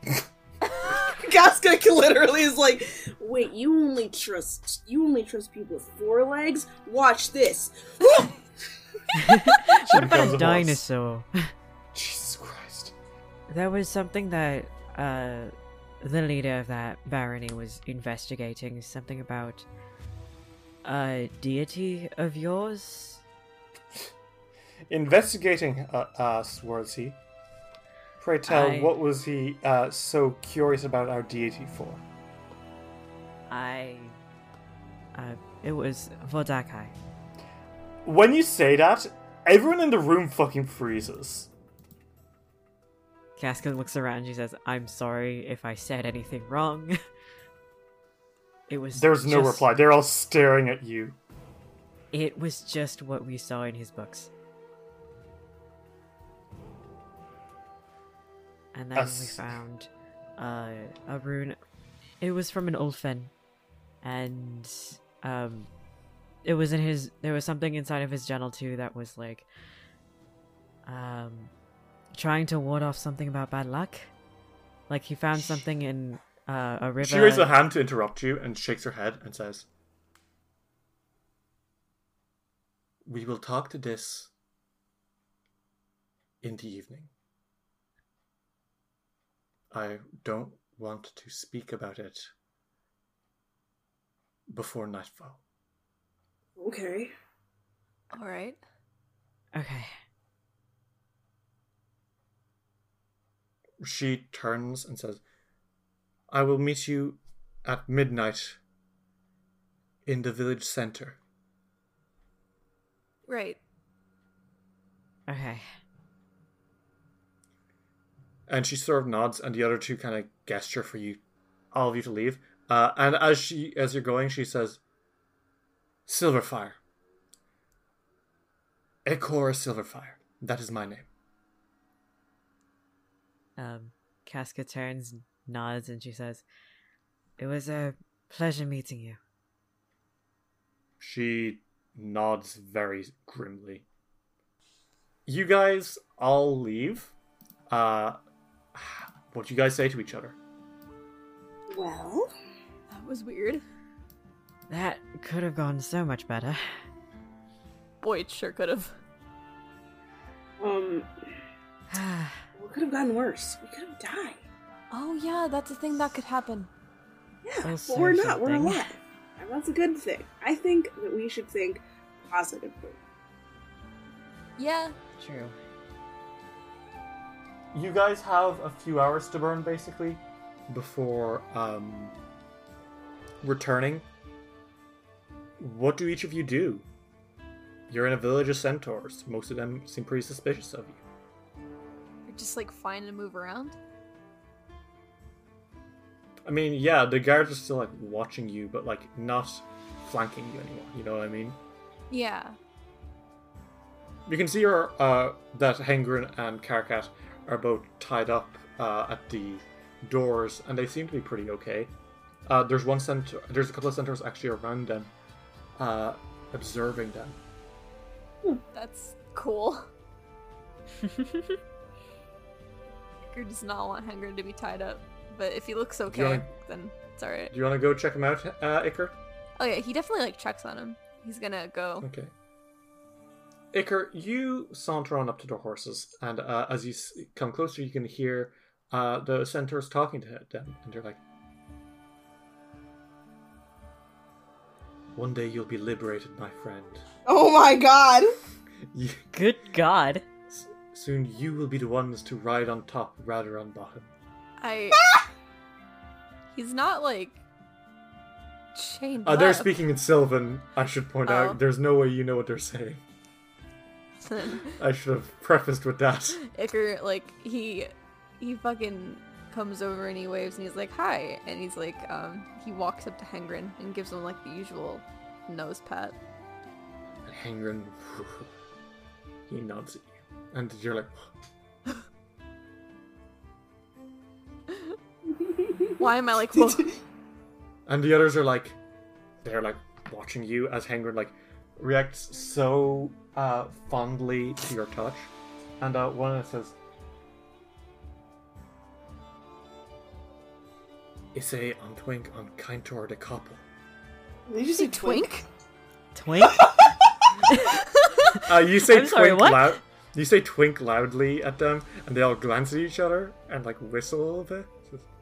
D: Casca literally is like, wait, you only trust you only trust people with four legs? Watch this.
C: What about a dinosaur?
A: Jesus Christ.
C: There was something that uh, the leader of that barony was investigating. Something about a deity of yours.
A: Investigating uh, us, was he? Pray tell,
C: I-
A: what was he uh, so curious about our deity for?
C: I. Uh, it was Vodakai.
A: When you say that, everyone in the room fucking freezes.
C: Casca looks around. She says, "I'm sorry if I said anything wrong." it was.
A: There's no
C: just-
A: reply. They're all staring at you.
C: It was just what we saw in his books. And then we
A: Us.
C: found uh, a rune. It was from an Ulfen, and um, it was in his. There was something inside of his journal too that was like, um, trying to ward off something about bad luck. Like he found something in uh, a river.
A: She raises a hand to interrupt you and shakes her head and says, We will talk to this in the evening. I don't want to speak about it before nightfall.
D: Okay.
B: Alright.
C: Okay.
A: She turns and says, I will meet you at midnight in the village center.
B: Right.
C: Okay.
A: and she sort of nods, and the other two kind of gesture for you, all of you to leave. Uh, and as she, as you're going, she says, "Silverfire, Ekora Silverfire. That is my name."
C: Um, Casca turns, nods, and she says, It was a pleasure meeting you.
A: She nods very grimly. You guys all leave. Uh, what do you guys say to each other?
D: Well,
B: That was weird.
C: That could have gone so much better.
B: Boy, it sure could have.
D: um, what could have gotten worse? We could have died.
B: Oh yeah, that's a thing that could happen.
D: Yeah,
C: I'll
D: but we're
C: say
D: not. We're
C: something.
D: alive, and that's a good thing. I think that we should think positively.
B: Yeah.
C: True.
A: you guys have a few hours to burn basically before um returning what do each of you do you're in a village of centaurs most of them seem pretty suspicious of you
B: Or just like find and move around.
A: I mean, yeah, the guards are still like watching you, but like not flanking you anymore. You know what I mean?
B: Yeah.
A: You can see her, uh, that Hengrin and Karkat are both tied up uh, at the doors, and they seem to be pretty okay. Uh, there's one center. There's a couple of centers actually around them, uh, observing them.
B: That's cool. Edgar does not want Hengrin to be tied up, but if he looks okay,
A: wanna-
B: then it's alright.
A: Do you want to go check them out, uh, Iker?
B: Oh yeah, he definitely like checks on him. He's gonna go.
A: Okay. Iker, you saunter on up to the horses, and uh, as you s- come closer, you can hear uh, the centaurs talking to them, and they're like, "One day you'll be liberated, my friend.
D: Oh my god!
A: You-
C: Good God.
A: s- soon you will be the ones to ride on top rather on bottom."
B: I. He's not like chained
A: Uh, they're
B: up.
A: speaking in Sylvan. I should point
B: Oh.
A: out, there's no way you know what they're saying. I should have prefaced with that.
B: Icker, like he he fucking comes over and he waves and he's like hi and he's like um he walks up to Hengrin and gives him like the usual nose pat.
A: And Hengrin, he nods at you. And you're like,
B: Why am I like whoa?
A: and the others are like, they're like watching you as Hengrin like reacts so uh, fondly to your touch. And uh, one of them says, Issei on twink on Kaintor de couple.
D: Did you
B: Is
D: say
B: he
D: twink?
B: twink?
C: Twink?
A: Uh, you say
C: I'm
A: twink
C: sorry, what?
A: loud. You say twink loudly at them, and they all glance at each other and like whistle a little bit.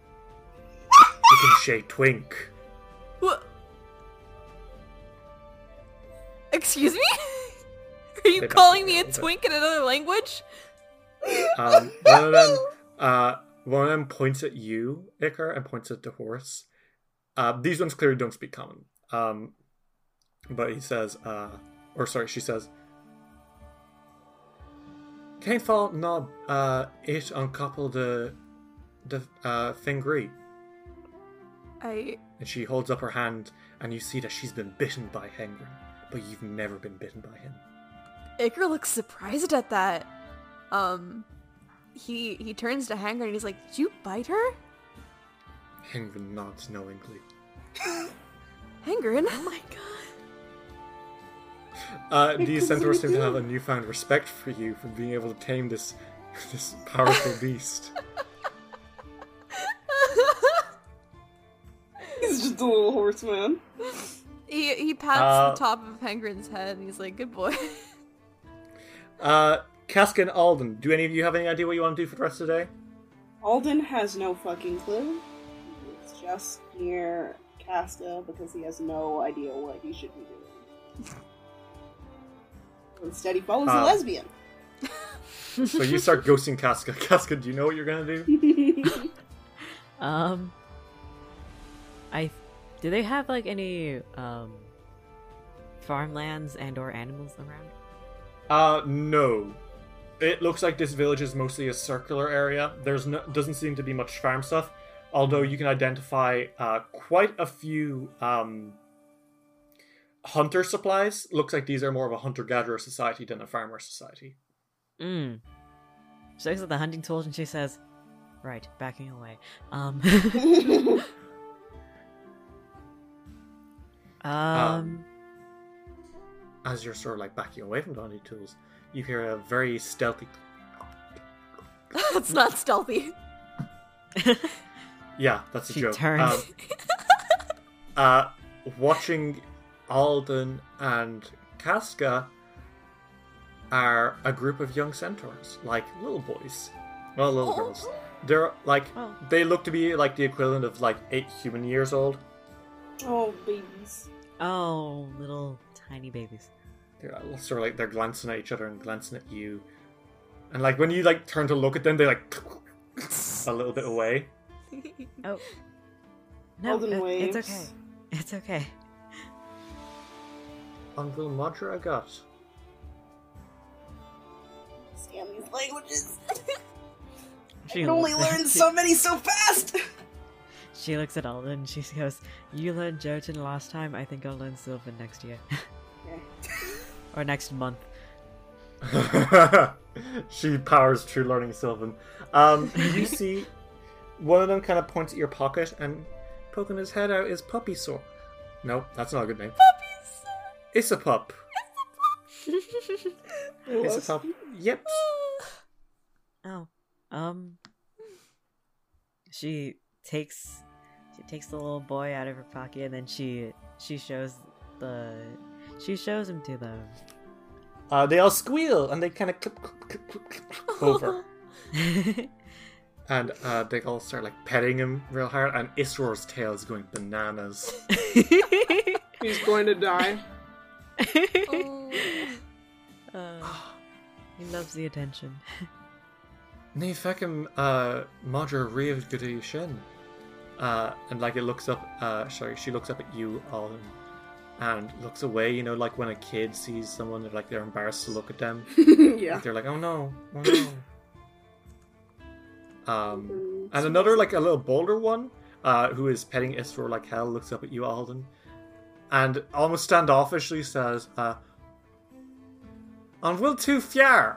A: you can say twink.
B: Wha- Excuse me? Are you
A: They
B: calling me a
A: definitely
B: twink in another language?
A: Um, one of them, uh, one of them points at you, Icar, and points at the horse. Uh, these ones clearly don't speak common. Um, but he says, uh, or sorry, she says, "Can't fall knob uh, it on couple the the uh, fingri."
B: I
A: and she holds up her hand, and you see that she's been bitten by Hengrin, but you've never been bitten by him.
B: Iker looks surprised at that. Um he he turns to Hangren and he's like, Did you bite her?
A: Hengrin nods knowingly.
B: Hangren? Oh my god.
A: Uh, these centaurs seem to have a newfound respect for you for being able to tame this this powerful beast.
D: He's just a little horseman.
B: He he pats
A: Uh,
B: the top of Hangren's head and he's like, Good boy.
A: Uh, Casca and Alden, do any of you have any idea what you want to do for the rest of the day?
D: Alden has no fucking clue. It's just near Casca because he has no idea what he should be doing. Instead, he follows a
A: Uh,
D: lesbian.
A: So you start ghosting Casca. Casca, do you know what you're gonna do?
C: Um, I do they have like any um farmlands and or animals around?
A: Uh, no. It looks like this village is mostly a circular area. There's no doesn't seem to be much farm stuff, although you can identify uh, quite a few um, hunter supplies. Looks like these are more of a hunter gatherer society than a farmer society.
C: Mm. She looks at the hunting tools and she says, "Right, backing away." Um, um,
A: As you're sort of like backing away from the hunting tools, you hear a very stealthy.
B: That's not stealthy.
A: Yeah, that's a
C: She
A: joke.
C: turns.
A: Um, uh, watching Alden and Casca are a group of young centaurs, like little boys. Well, little
B: Oh.
A: girls. They're like,
C: Oh.
A: they look to be like the equivalent of like eight human years old.
D: oh, babies.
C: oh, little tiny babies.
A: They're uh, sort of like, they're glancing at each other and glancing at you. And like, when you like turn to look at them, they like a little bit away.
C: Oh, no,
D: Alden
C: it-
D: waves.
C: it's okay. It's okay.
A: Uncle Madra got.
D: Scan these languages.
C: She
D: I can only
C: looks-
D: learn
C: she-
D: so many so fast.
C: She, she looks at Alden and she goes, You learned Jotun last time, I think I'll learn Sylvan next year.
D: Okay.
C: or next month.
A: she powers through learning Sylvan. Um, you see, one of them kind of points at your pocket and poking his head out is Puppy Sore. No, that's not a good name. Puppy It's a pup. It's a pup. Yep.
C: Oh. Um She takes she takes the little boy out of her pocket and then she she shows the she shows him to them.
A: Uh, they all squeal and they kind of clip, clip, clip, clip, clip over. And uh, they all start like petting him real hard, and Isror's tail is going bananas.
D: He's going to die.
C: Oh. Uh, he loves the attention.
A: Ní fecum uh, Madra riamh go dtí sin. Uh, and like it looks up, uh, sorry, she looks up at you, Alden, and looks away. You know, like when a kid sees someone, they're like they're embarrassed to look at them.
D: yeah.
A: They're like, oh no, oh no. um, and another like a little bolder one, uh, who is petting Isror like hell, looks up at you, Alden, and almost standoffishly says, uh, "On will too fiar."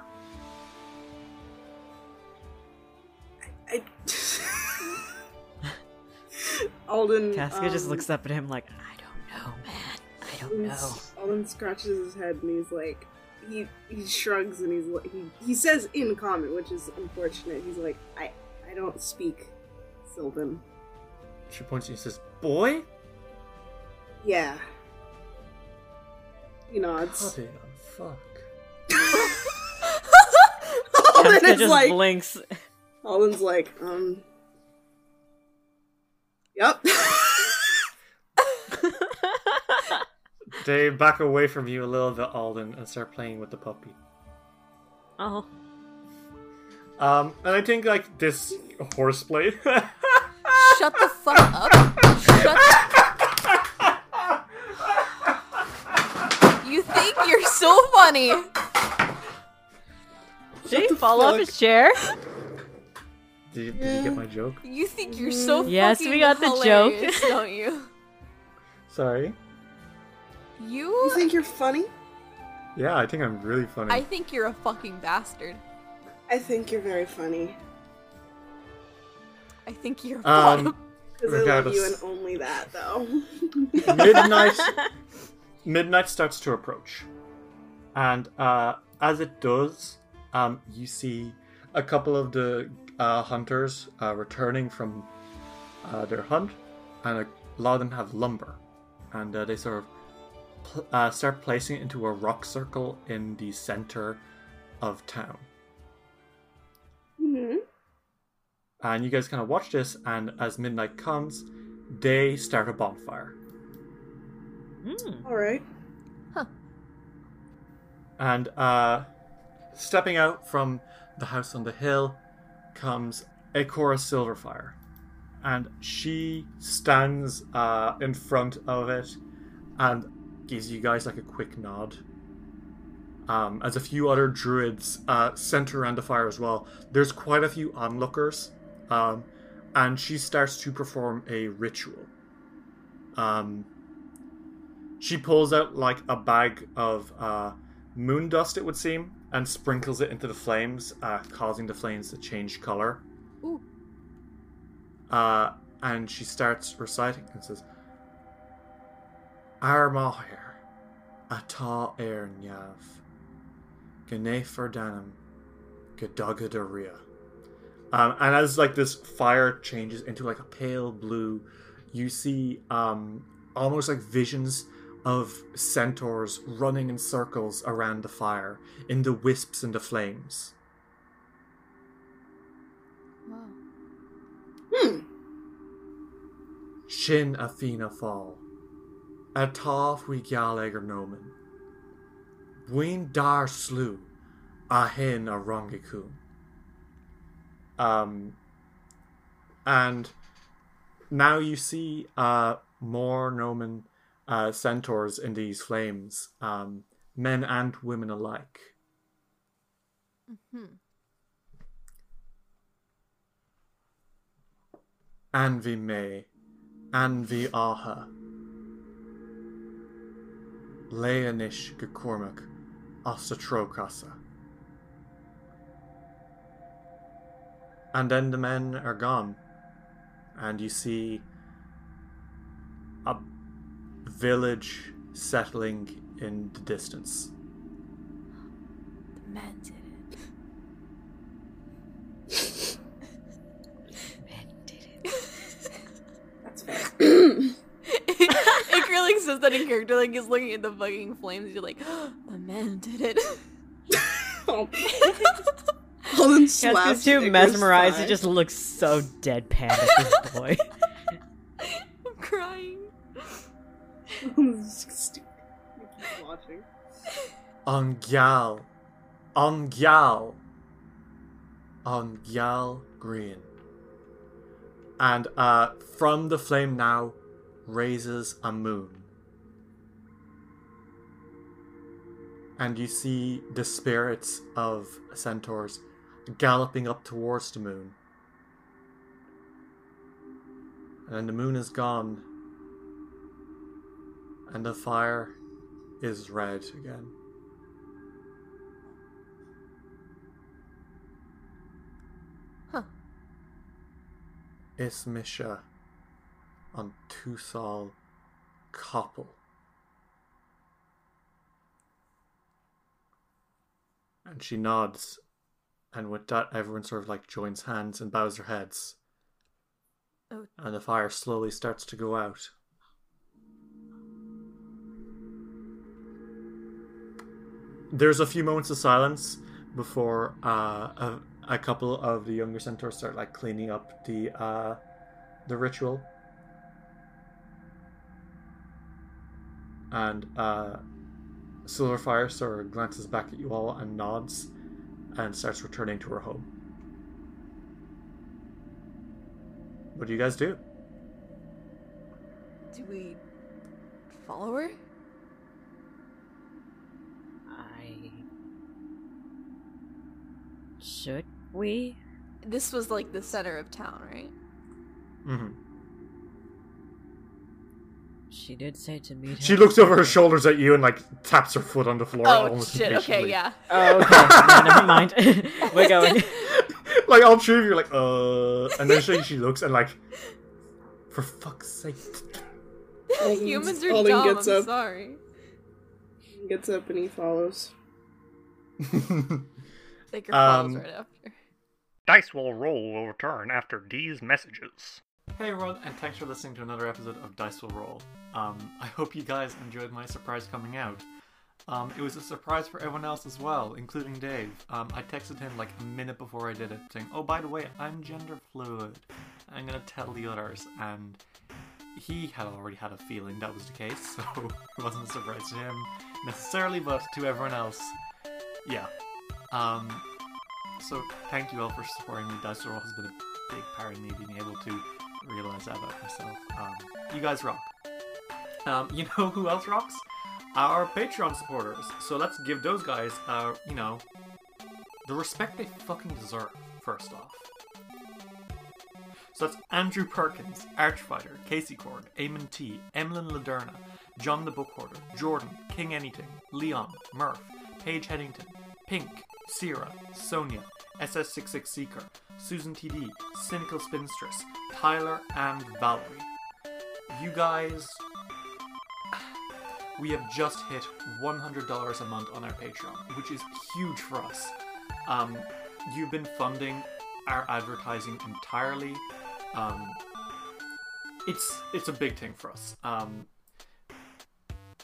D: I... Alden.
C: Casca just
D: um,
C: looks up at him like, I don't know, man. I don't
D: Alden,
C: know.
D: Alden scratches his head and he's like, he he shrugs and he's like, he, he says in common, which is unfortunate. He's like, I I don't speak Sylvan.
A: She points at you and says, "Boy."
D: Yeah. He nods.
A: Cutting on oh, fuck.
D: Alden
C: Casca
D: is
C: just
D: like,
C: blinks.
D: Alden's like, um. Yep.
A: They back away from you a little bit, Alden, and start playing with the puppy.
C: Oh.
A: Um, and I think like this horseplay.
B: Shut the fuck up. Shut You think you're so funny.
C: Did he fall off his chair?
A: did, you, did you get my joke?
B: You think you're so
C: Yes,
B: fucking
C: we got the joke.
B: hilarious, don't you?
A: Sorry.
B: You
D: you think you're funny?
A: Yeah, I think I'm really funny. Um,
B: I think you're a fucking bastard.
D: I think you're very funny.
B: I think you're a
A: Um,
B: bottom.
D: Because I love you and
A: Regardless.
D: only that, though.
A: midnight. midnight starts to approach, and uh, as it does, um, you see a couple of the uh, hunters uh, returning from uh, their hunt, and a lot of them have lumber, and uh, they sort of pl- uh, start placing it into a rock circle in the center of town.
D: hmm
A: And you guys kind of watch this, and as midnight comes, they start a bonfire.
C: Mm.
D: All right.
A: And uh, stepping out from the house on the hill comes Akora Silverfire. And she stands uh, in front of it and gives you guys like a quick nod. Um, as a few other druids uh, center around the fire as well, there's quite a few onlookers. Um, and she starts to perform a ritual. Um, she pulls out like a bag of uh, moon dust, it would seem, and sprinkles it into the flames, uh, causing the flames to change color.
B: Ooh.
A: Uh, and she starts reciting and says, Armahir, Ata Air Nyav, Gane Ferdanum, Gadagadaria. Um, and as like this fire changes into like a pale blue, you see um, almost like visions of centaurs running in circles around the fire in the wisps and the flames.
B: Wow.
D: Hmm.
A: Shin Athena fall. Ataf we galager er nomen. Wien dar slew. Ahin a rongikum. Um, and now you see uh, more Noman uh, centaurs in these flames, um, men and women alike.
B: Mhm.
A: Envy me, and the Aha. Leonish Gekormak Osatrokasa. And then the men are gone, and you see a village settling in the distance.
B: The men did it.
D: That's fair.
B: Iker like says that in character, like he's looking at the fucking flames. You're like, the men did it.
D: Oh. Holden
C: Casca's
D: slaps
C: too
D: Icarus'
C: mesmerized.
D: thigh.
C: It just looks so deadpan at this point.
B: I'm crying.
D: This is stupid. You keep watching.
A: Ongyal. Ongyal. Ongyal Green. And uh, from the flame now raises a moon. And you see the spirits of centaurs galloping up towards the moon. And then the moon is gone. And the fire is red again.
B: Huh.
A: Ismisha on Tusal Koppel. And she nods, and with that, everyone sort of like joins hands and bows their heads.
B: Oh.
A: And the fire slowly starts to go out. There's a few moments of silence before uh, a, a couple of the younger centaurs start like cleaning up the uh, the ritual. And uh, Silverfire sort of glances back at you all and nods and starts returning to her home. What do you guys do?
B: Do we follow her?
C: I... Should we?
B: This was like the center of town, right?
A: Mm-hmm.
C: She did say to meet him.
A: She looks over her shoulders at you and like taps her foot on the floor.
B: Oh
A: almost
B: shit! Okay,
A: impatiently.
B: yeah.
C: Oh, okay. No, never mind. We're going.
A: like all three of you are like, uh, and then she, she looks and like, for fuck's sake.
D: Holden's-
B: Humans are
D: Holden
B: dumb.
D: Gets
B: I'm
D: up,
B: sorry.
D: gets up and he follows.
B: Iker
A: Um,
B: follows right after.
E: Dice will roll will return after these messages.
A: Hey everyone, and thanks for listening to another episode of Dice Will Roll. Um, I hope you guys enjoyed my surprise coming out. Um, it was a surprise for everyone else as well, including Dave. Um, I texted him like a minute before I did it, saying, "Oh, by the way, I'm gender fluid. I'm gonna tell the others." And he had already had a feeling that was the case, so it wasn't a surprise to him necessarily, but to everyone else, yeah. Um, so thank you all for supporting me. Dice Roll has been a big part in me being able to realize that about myself. Um, you guys rock. Um, you know who else rocks? Our Patreon supporters. So let's give those guys, uh, you know, the respect they fucking deserve. First off. So that's Andrew Perkins, Archfighter, Casey Cord, Eamon T, Emlyn Laderna, John the Book Hoarder, Jordan, King Anything, Leon, Murph, Paige Headington, Pink, Sierra, Sonia, SS66 Seeker, Susan TD, Cynical Spinstress, Tyler, and Valerie. You guys. We have just hit $100 a month on our Patreon, which is huge for us. Um, you've been funding our advertising entirely. Um, it's it's a big thing for us. Um,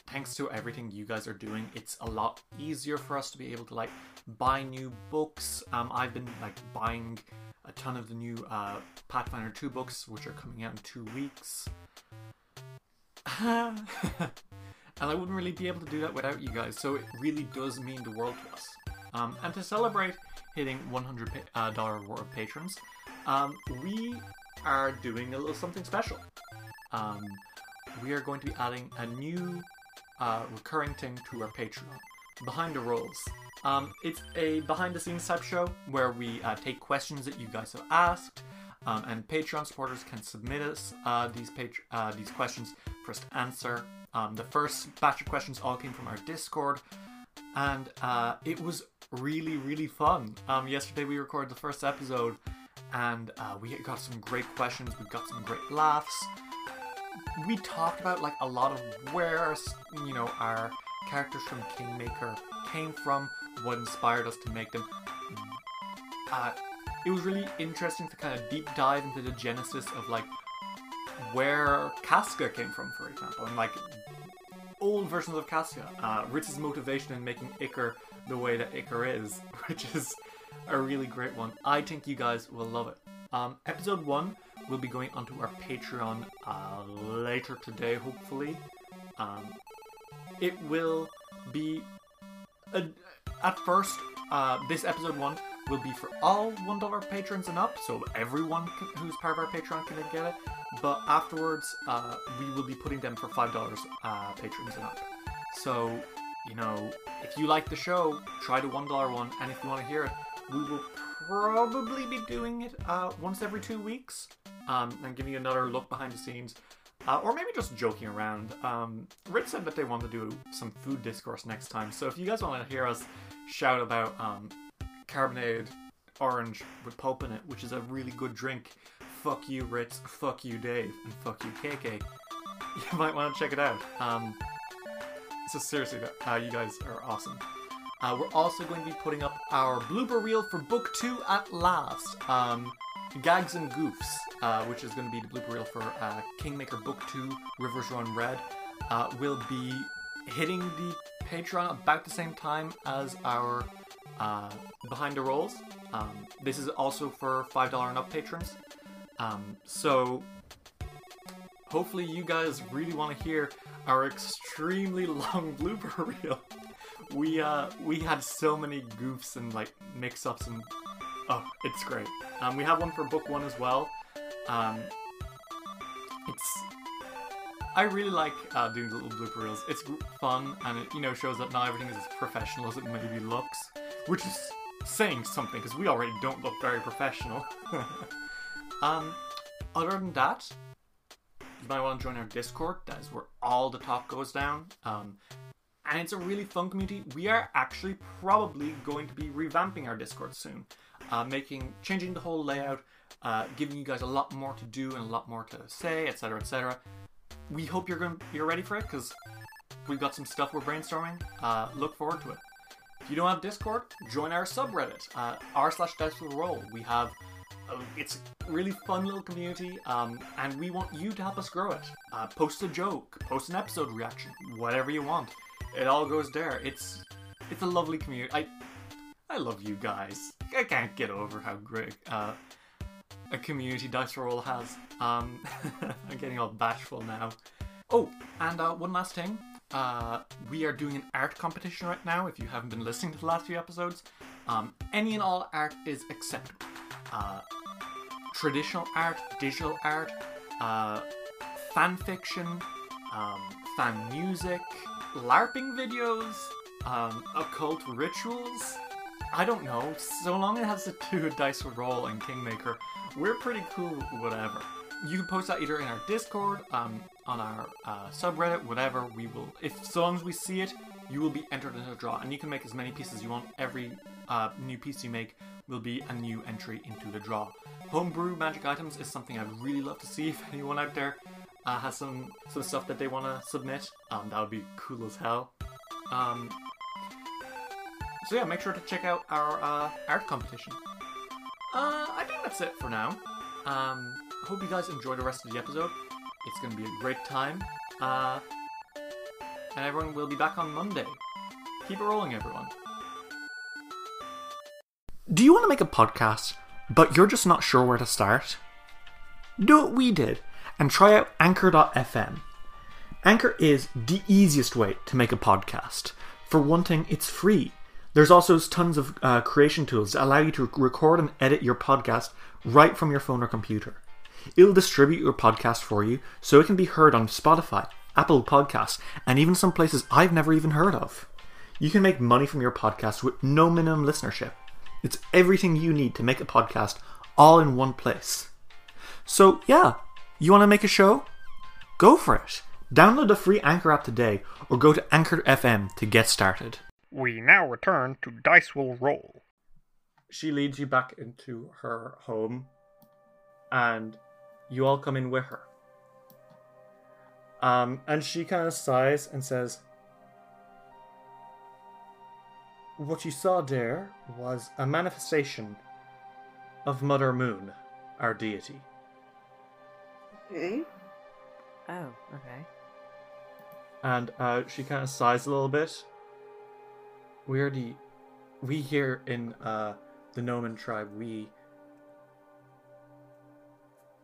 A: thanks to everything you guys are doing, it's a lot easier for us to be able to like buy new books. Um, I've been like buying a ton of the new uh, Pathfinder 2 books, which are coming out in two weeks. and I wouldn't really be able to do that without you guys, so it really does mean the world to us. Um, and to celebrate hitting $100 pa- uh, dollar reward of patrons, um, we are doing a little something special. Um, we are going to be adding a new uh, recurring thing to our Patreon, Behind the Rolls. Um, it's a behind the scenes type show where we uh, take questions that you guys have asked Um, and Patreon supporters can submit us uh, these patr uh, these questions for us to answer. Um, the first batch of questions all came from our Discord, and uh, it was really really fun. Um, yesterday we recorded the first episode, and uh, we got some great questions. We got some great laughs we talked about like a lot of where you know our characters from Kingmaker came from, what inspired us to make them. Uh, it was really interesting to kind of deep dive into the genesis of like where Casca came from, for example, and like old versions of Casca. Uh, Ritz's motivation in making Icar the way that Icar is, which is a really great one. I think you guys will love it. Um, episode one will be going onto our Patreon uh, later today, hopefully. Um, it will be uh, at first. Uh, this episode one will be for all one dollar patrons and up, so everyone c- who's part of our Patreon can get it. But afterwards, uh, we will be putting them for five dollars uh, patrons and up. So, you know, if you like the show, try the one dollar one, and if you want to hear it, we will probably be doing it uh, once every two weeks, um, and giving you another look behind the scenes. Uh, or maybe just joking around. Um, Rit said that they want to do some food discourse next time. So if you guys want to hear us shout about um, carbonated orange with pulp in it, which is a really good drink, fuck you, Ritz, fuck you, Dave, and fuck you, KK, you might want to check it out. Um, so seriously, th- uh, you guys are awesome. Uh, we're also going to be putting up our blooper reel for book two at last. Um, Gags and Goofs, uh, which is going to be the blooper reel for uh, Kingmaker Book 2, Rivers Run Red, uh, will be hitting the Patreon about the same time as our uh, Behind the Rolls. Um, this is also for $5 and up patrons. Um, so hopefully you guys really want to hear our extremely long blooper reel. We uh we had so many goofs and like mix-ups and oh it's great. Um, we have one for book one as well. Um, it's I really like uh, doing little blooper reels. It's fun and it you know shows that not everything is as professional as it maybe looks, which is saying something because we already don't look very professional. um, other than that, you might want to join our Discord. That is where all the talk goes down. Um, and it's a really fun community. We are actually probably going to be revamping our Discord soon, uh, making changing the whole layout, uh, giving you guys a lot more to do and a lot more to say, etc., etc. We hope you're going you're ready for it because we've got some stuff we're brainstorming. Uh, look forward to it. If you don't have Discord, join our subreddit, uh, r slash dice with roll. We have uh, it's a really fun little community, um, and we want you to help us grow it. Uh, post a joke, post an episode reaction, whatever you want. It all goes there. It's it's a lovely community. I I love you guys. I can't get over how great uh, a community Dice Roll has. Um, I'm getting all bashful now. Oh, and uh, one last thing. Uh, we are doing an art competition right now. If you haven't been listening to the last few episodes, um, any and all art is acceptable. Uh, traditional art, digital art, uh, fan fiction, um, fan music, LARPing videos, um, occult rituals. I don't know. So long it has to do with Dice with Roll and Kingmaker, we're pretty cool with whatever. You can post that either in our Discord, um, on our uh, subreddit, whatever. We will, if so long as we see it, you will be entered into a draw, and you can make as many pieces you want. Every uh, new piece you make will be a new entry into the draw. Homebrew magic items is something I'd really love to see if anyone out there uh, has some some stuff that they want to submit. Um, that would be cool as hell. Um, so yeah, make sure to check out our uh, art competition. Uh, I think that's it for now. Um, hope you guys enjoy the rest of the episode. It's going to be a great time. Uh, and everyone will be back on Monday. Keep it rolling, everyone. Do you want to make a podcast, but you're just not sure where to start? Do what we did and try out Anchor.fm. Anchor is the easiest way to make a podcast. For one thing, it's free. There's also tons of uh, creation tools that allow you to record and edit your podcast right from your phone or computer. It'll distribute your podcast for you so it can be heard on Spotify, Apple Podcasts, and even some places I've never even heard of. You can make money from your podcast with no minimum listenership. It's everything you need to make a podcast all in one place. So yeah, you want to make a show? Go for it. Download the free Anchor app today, or go to Anchor FM to get started.
E: We now return to Dice Will Roll.
A: She leads you back into her home, and you all come in with her. Um, and she kind of sighs and says, What you saw there was a manifestation of Mother Moon, our deity.
D: Okay.
C: Oh, okay.
A: and uh, she kind of sighs a little bit. We're the, we here in uh, the Noman tribe, we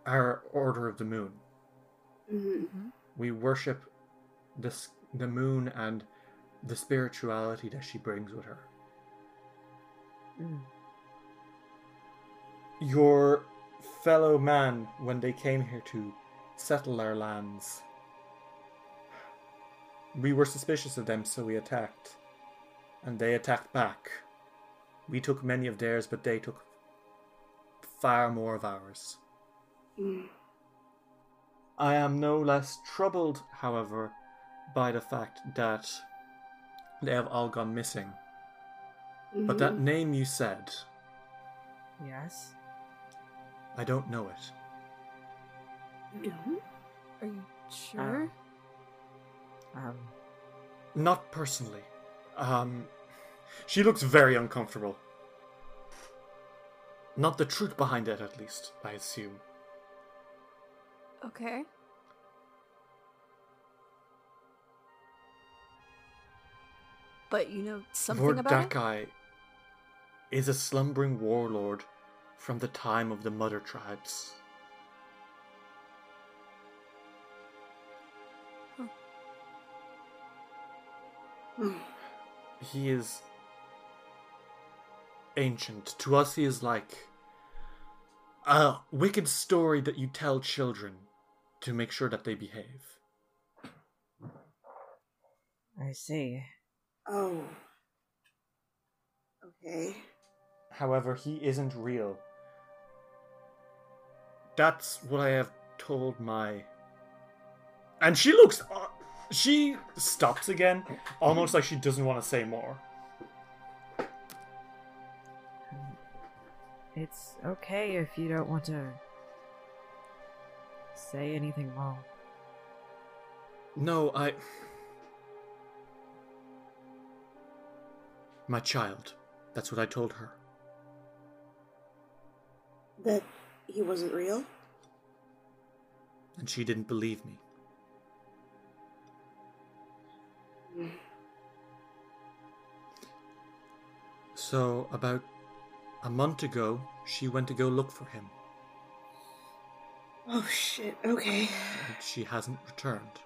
A: are Order of the Moon.
D: hmm
A: We worship the s- the moon and the spirituality that she brings with her.
C: Mm.
A: Your fellow man, when they came here to settle our lands, we were suspicious of them, so we attacked. And they attacked back. We took many of theirs, but they took far more of ours.
D: Mm-hmm.
A: I am no less troubled, however, by the fact that they have all gone missing. But
D: Mm-hmm.
A: that name you said,
C: Yes.
A: I don't know it.
D: Mm-hmm.
B: Are you
D: uh,
B: sure?
C: Uh, Um.
A: Not personally. Um, she looks very uncomfortable. Not the truth behind it, at least, I assume.
B: Okay. But you know something
A: Lord
B: about it?
A: Dakai is a slumbering warlord from the time of the Mother Tribes.
B: Hmm.
A: He is ancient. To us, he is like a wicked story that you tell children to make sure that they behave.
C: I see.
D: Oh. Okay.
A: However, he isn't real. That's what I have told my. And she looks. Uh, she stops again, almost like she doesn't want to say more.
C: It's okay if you don't want to say anything more.
A: No, I. My child. That's what I told her.
D: That he wasn't real?
A: And she didn't believe me. So, about a month ago, she went to go look for him.
D: Oh shit. Okay.
A: and she hasn't returned.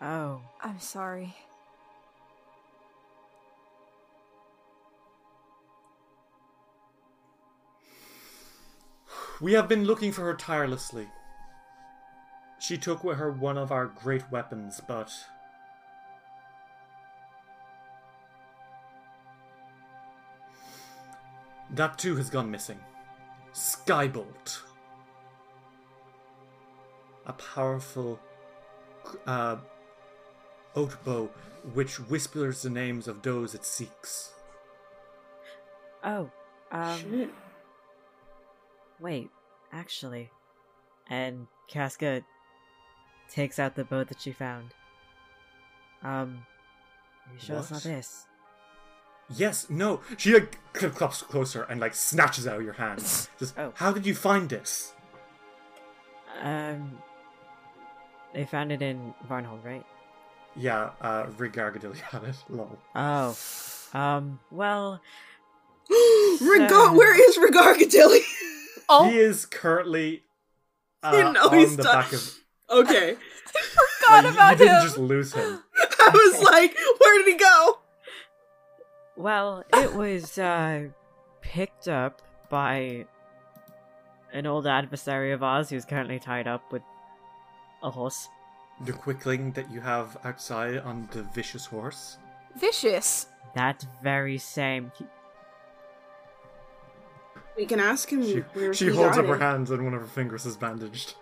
C: Oh,
B: I'm sorry.
A: We have been looking for her tirelessly. She took with her one of our great weapons, but. That too has gone missing. Skybolt. A powerful uh, oat bow which whispers the names of those it seeks.
C: oh, um,
D: shit.
C: wait, actually. And Casca takes out the boat that she found. Um, are you sure it's not
A: What?
C: this?
A: Yes, no. She like clip clops closer and like snatches out of your hand. Just,
C: Oh.
A: How did you find this?
C: Um, they found it in Varnhold, right?
A: Yeah, uh, Rigargadil had it. Lol.
C: Oh, um, well,
D: Regar- where is Regargadilly?
B: Oh,
A: He is currently uh,
D: No,
A: on
D: he's
A: the
D: done.
A: back of.
D: okay.
A: like,
B: God
A: you-
B: about
A: you didn't
B: him.
A: just lose him.
D: I was like, where did he go?
C: Well, it was uh, picked up by an old adversary of ours who's currently tied up with a horse.
A: The quickling that you have outside on the vicious horse.
B: Vicious.
C: That very same.
D: We can ask him
A: She,
D: Hmm, where
A: she
D: he
A: holds
D: got
A: up her
D: it.
A: hands and one of her fingers is bandaged.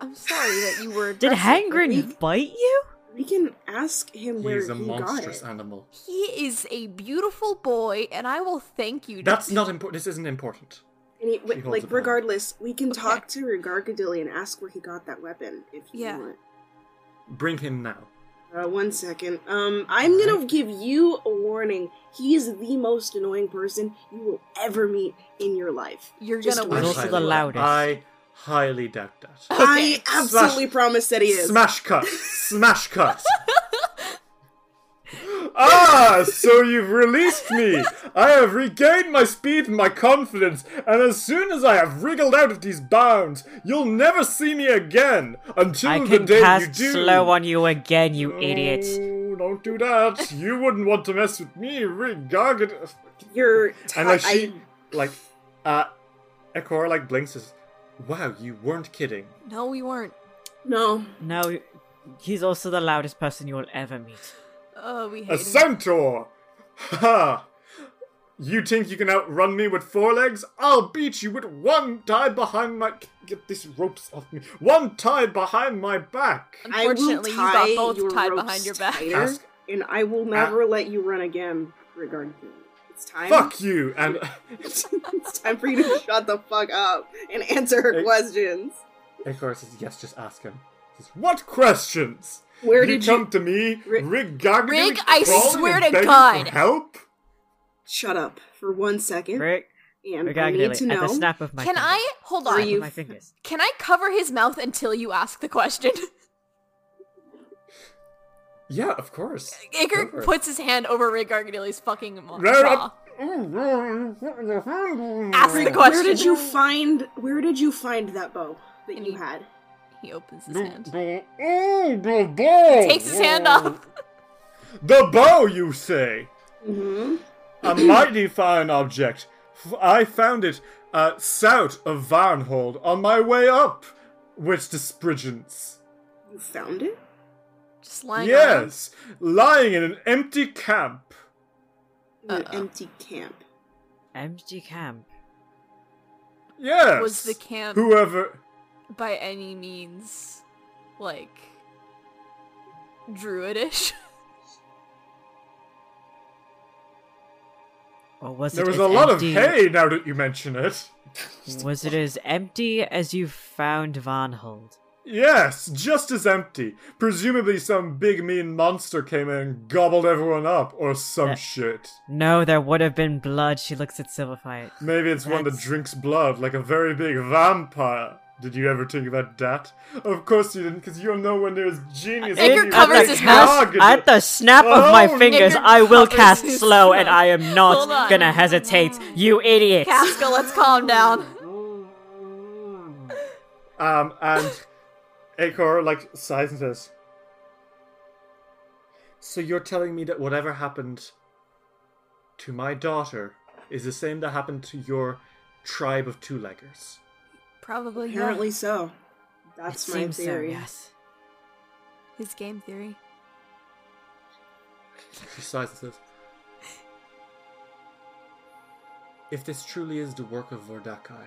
B: I'm sorry that you were.
C: Did
B: aggressive with me.
C: Hangrid bite you?
D: We can ask him where
A: He's a
D: he
A: monstrous
D: got it.
A: animal.
B: He is a beautiful boy, and I will thank you.
A: That's not important. This isn't important.
D: And he,
A: holds
D: like,
A: up her
D: regardless, we can
B: Okay.
D: talk to Regargadilly and ask where he got that weapon if you
B: Yeah.
D: want.
A: Bring him now.
D: Uh, one second. Um, I'm gonna give you a warning. He is the most annoying person you will ever meet in your life.
B: You're
D: Just
B: gonna
D: wait.
C: But also
A: highly-
C: the loudest.
A: I highly doubt that.
D: I absolutely
A: Smash-
D: promise that he is.
A: Smash cut! Smash cut! ah, so you've released me! I have regained my speed and my confidence, and as soon as I have wriggled out of these bounds, you'll never see me again until
C: I
A: the
C: can
A: day
C: cast
A: you do.
C: slow on you again, you idiot.
A: Oh, don't do that. You wouldn't want to mess with me, regardless.
D: You're. T-
A: And like she,
D: I-
A: like, uh, Ikora like blinks. and Says, "Wow, you weren't kidding."
B: No, we weren't.
D: no.
C: No, he's also the loudest person you will ever meet.
B: Oh, we
A: A
B: hate him.
A: centaur! Ha! You think you can outrun me with four legs? I'll beat you with one tied behind my. Get these ropes off me. One tied behind my back!
D: I will
B: Unfortunately, you
D: tie
B: got both
D: your
B: tied
D: ropes
B: behind your back.
D: tighter,
A: Ask-
D: and I will never let you run again, Regargadilly. It's time.
A: Fuck you! And
D: it's time for you to shut the fuck up and answer her
A: Hey.
D: questions.
A: Ikora says, yes, just ask him. He says, what questions?
D: Where
A: you
D: did
A: come
D: you
A: to me,
D: Rig-
A: Rig Gagarin,
B: Rig, I
A: crawling
B: swear
A: and
B: to
A: begging
B: God.
A: For help?
D: shut up for one second?
C: Rick,
D: and I need to
C: Regagnilly, at
D: know.
C: the snap of my
B: Can
C: fingers.
B: I hold
D: Are
B: on?
C: Snap of
D: you-
C: my fingers.
B: Can I cover his mouth until you ask the question?
A: Yeah, of course. Go for
B: Iker
A: it.
B: puts his hand over Ray Gargadilli's fucking mo-
A: Right
B: jaw.
A: up- Ask
B: Ask the question.
D: Where did you find? Where did you find that bow that
B: And
D: you
B: he-
D: had?
B: He opens his hand.
A: The bow.
B: Takes his hand off.
A: The bow, you say?
D: Mm-hmm.
A: A mighty fine object. F- I found it uh, south of Varnhold on my way up with the Spridgens.
D: You found it.
B: Just lying. around.
A: yes, lying in an empty camp.
D: In an
B: Uh-uh.
D: empty camp.
C: MG Camp.
A: Yes.
B: Was the camp-
A: Whoever.
B: By any means, like druidish.
C: Or was
A: There
C: it
A: was
C: as
A: a lot
C: empty-
A: of hay now that you mention it.
C: Was it as empty as you found Varnhold?
A: Yes, just as empty. Presumably, some big mean monster came in and gobbled everyone up, or some
C: Yeah.
A: shit.
C: No, there would have been blood. She looks at Silverfire.
A: Maybe it's one that
C: That's-
A: drinks blood, like a very big vampire. Did you ever think about that? Of course you didn't, because you're nowhere near as genius.
B: Edgar
A: as you
B: covers
A: are.
B: his
C: cast-
A: Gargadin.
C: at the snap of
A: Oh,
C: my fingers,
B: Edgar
C: I will
B: covers
C: cast
B: his
C: slow,
B: mouth.
C: and I am
B: Hold on.
C: not gonna hesitate. You idiot!
B: Casca, let's calm down.
A: Um, and Acor like sighs and says, "So you're telling me that whatever happened to my daughter is the same that happened to your tribe of two-leggers?"
B: Probably. yeah.
D: Apparently so. That's
C: it
D: my
C: seems
D: theory.
C: so. Yes.
B: His game theory.
A: She sighs and says, "If this truly is the work of Vordakai."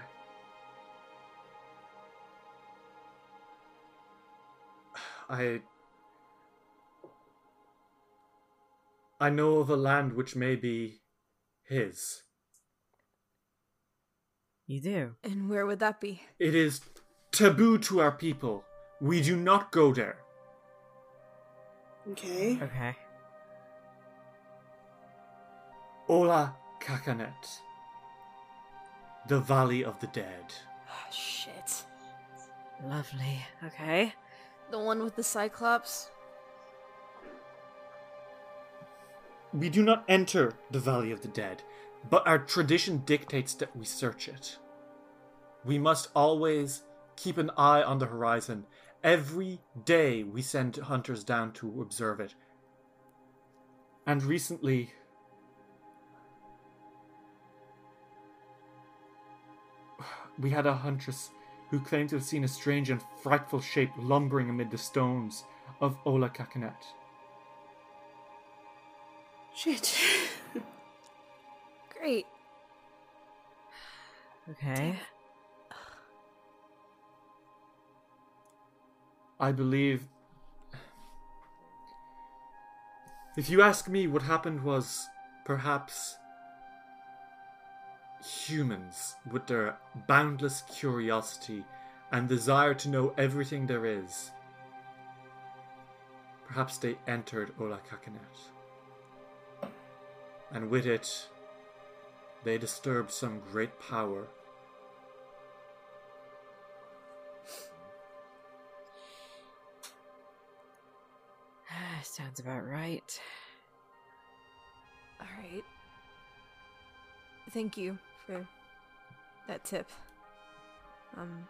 A: I I know of a land which may be his.
C: You do.
B: And where would that be?
A: It is taboo to our people. We do not go there.
D: Okay.
C: Okay.
A: Ola Kakanet. The Valley of the Dead.
B: Ah, shit.
C: Lovely. Okay.
B: The one with the cyclops.
A: We do not enter the Valley of the Dead, but our tradition dictates that we search it. We must always keep an eye on the horizon. Every day we send hunters down to observe it. And recently. We had a huntress who claimed to have seen a strange and frightful shape lumbering amid the stones of Ola Kakanet.
D: Shit.
B: Great.
C: Okay.
A: I believe. If you ask me, what happened was perhaps humans, with their boundless curiosity and desire to know everything there is, perhaps they entered Olakakinet. And with it, they disturbed some great power
C: Sounds about right.
B: All right. Thank you for that tip. Um.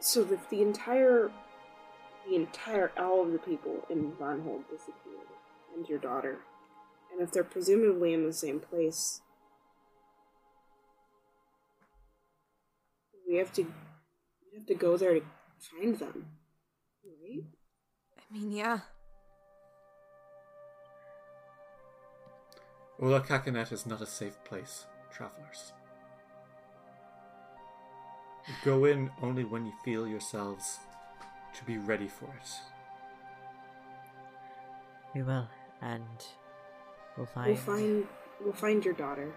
D: So the, the entire, the entire, all of the people in Vonhold disappeared, and your daughter, and if they're presumably in the same place, we have to, we have to go there to find them, right?
B: I mean, yeah.
A: Ula Kakanet is not a safe place, travelers. Go in only when you feel yourselves to be ready for it.
C: We will, and we'll find
D: We'll find, we'll find your daughter.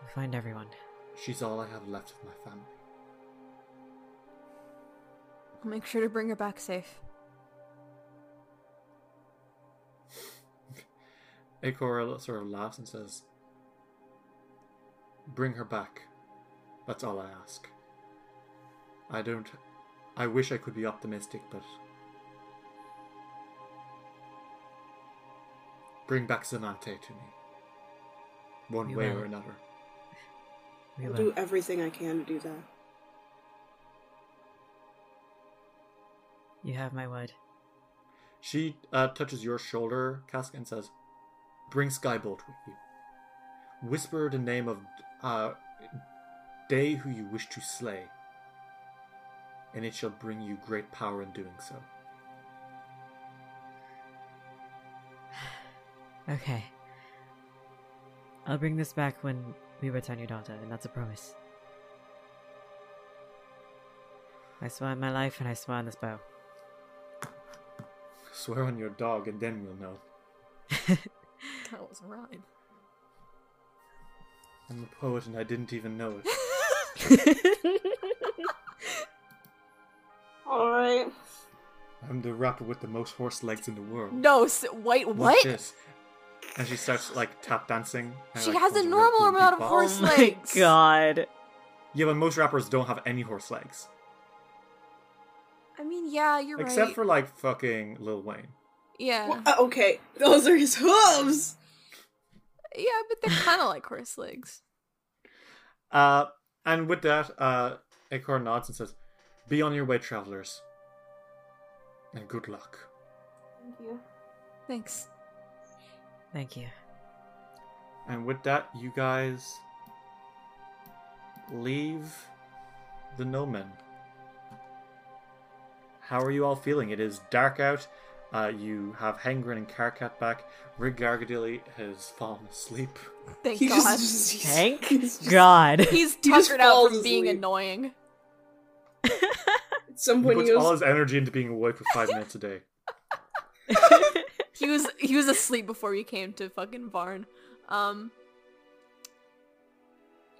C: we'll find everyone.
A: She's all I have left of my family.
B: I'll make sure to bring her back safe.
A: Akor sort of laughs and says, Bring her back. That's all I ask. I don't. I wish I could be optimistic, but. Bring back Zamante to me. One
C: We
A: way
C: will.
A: or another.
C: We
D: I'll
C: will.
D: do everything I can to do that.
C: You have my word.
A: She uh, touches your shoulder, Kask, and says, Bring Skybolt with you. Whisper the name of uh, they who you wish to slay, and it shall bring you great power in doing so.
C: Okay. I'll bring this back when we return your daughter, and that's a promise. I swear on my life, and I swear on this bow.
A: Swear on your dog, and then we'll know.
B: That was a rhyme.
A: I'm a poet, and I didn't even know it.
D: All right.
A: I'm the rapper with the most horse legs in the world.
B: No, s- wait,
A: Watch
B: what?
A: this. And she starts like tap dancing. and,
B: She
A: like,
B: has a
A: pulls real
B: normal
A: cool
B: amount of
A: beatbox.
B: horse
D: Oh.
B: legs.
C: God.
A: Yeah, but most rappers don't have any horse legs,
B: I mean, yeah, you're
A: except
B: right.
A: for like fucking Lil Wayne.
B: yeah,
D: Well, uh, okay, those are his hooves.
B: yeah, but they're kind of like horse legs.
A: Uh, and with that, uh, Akor nods and says, "Be on your way, travelers, and good luck."
D: Thank you.
B: Thanks.
C: Thank you.
A: And with that, you guys leave the Nomen. How are you all feeling? It is dark out. Uh, you have Hengrin and Karkat back. Rig Gargadilly has fallen asleep.
B: Thank
D: He
B: God.
D: just- just- he's- he's
C: Thank
D: just-
C: God.
B: He's
D: He just
B: tuckered out
D: falls
B: from being
D: asleep.
B: annoying.
D: At some
A: He
D: point, he
A: puts all
D: goes,
A: his energy into being awake for five minutes a day.
B: He was he was asleep before we came to fucking Varn. Um,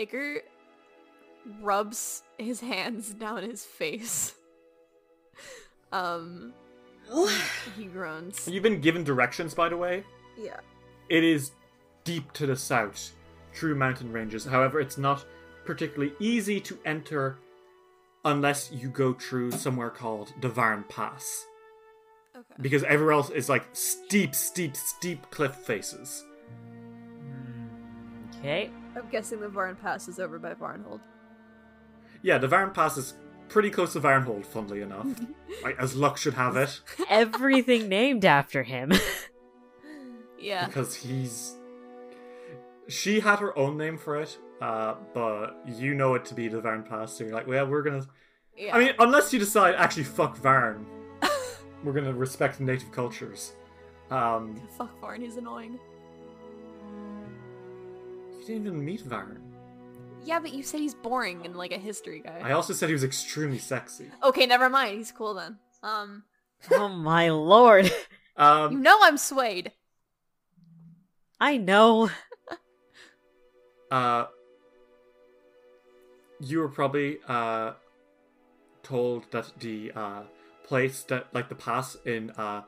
B: Iker rubs his hands down his face. Um,
D: "Well,
B: he groans.
A: You've been given directions, by the way.
B: Yeah.
A: It is deep to the south, true mountain ranges. However, it's not particularly easy to enter unless you go through somewhere called the Varn Pass.
B: Okay.
A: because everywhere else is like steep, steep, steep cliff faces.
C: okay.
B: I'm guessing the Varn Pass is over by Varnhold.
A: Yeah, the Varn Pass is pretty close to Varnhold, funnily enough. like, as luck should have it,
C: Everything named after him.
B: Yeah.
A: because he's. She had her own name for it, uh, but you know it to be the Varn Pass, so you're like, well, we're gonna.
B: Yeah.
A: I mean, unless you decide, actually, fuck Varn. We're gonna respect native cultures. Um,
B: Fuck Varn, he's annoying.
A: you didn't even meet Varn.
B: Yeah, but you said he's boring and like a history guy.
A: I also said he was extremely sexy.
B: Okay, never mind. He's cool then. Um,
C: oh my lord.
A: Um,
B: you know I'm swayed.
C: I know.
A: uh, you were probably uh, told that the uh, place that, like the pass in uh,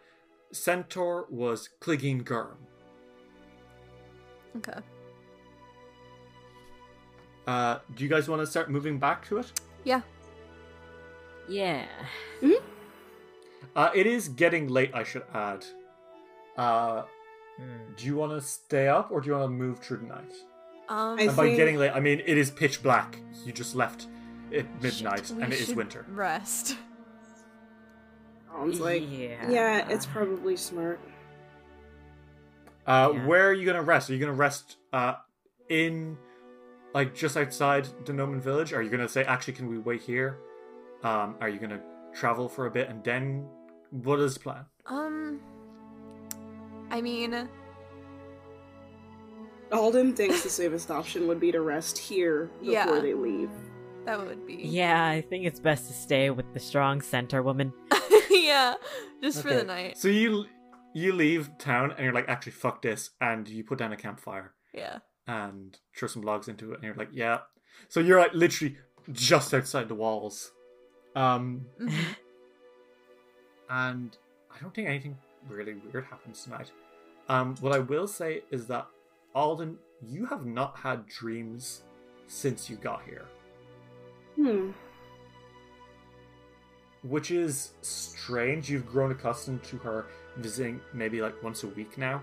A: Centaur, was Cligeen Gurm.
B: Okay.
A: Uh, do you guys want to start moving back to it?
B: Yeah.
C: Yeah.
A: Uh, it is getting late, I should add. Uh,
C: Hmm.
A: do you want to stay up or do you want to move through the night?
B: Um,
D: I
A: and by
D: think-
A: getting late, I mean it is pitch black. You just left at midnight,
B: we
A: and it is
B: should
A: winter.
B: Rest.
D: Sounds like
C: yeah.
D: yeah, it's probably smart.
A: Uh,
C: Yeah.
A: Where are you gonna rest? Are you gonna rest uh, in, like, just outside the Noman village? Are you gonna say, actually, can we wait here? Um, are you gonna travel for a bit and then? What is the plan?
B: Um, I mean,
D: Alden thinks the safest option would be to rest here before
B: Yeah.
D: they leave.
B: that would be
C: Yeah, I think it's best to stay with the strong center woman.
B: yeah, just for the
A: Okay.
B: night.
A: So you you leave town and you're like, actually, fuck this, and you put down a campfire
B: Yeah.
A: and throw some logs into it, and you're like, yeah. So you're like literally just outside the walls. Um,
B: Mhm.
A: and I don't think anything really weird happens tonight. Um, what I will say is that Alden, you have not had dreams since you got here,
D: Hmm.
A: which is strange. You've grown accustomed to her visiting maybe like once a week now.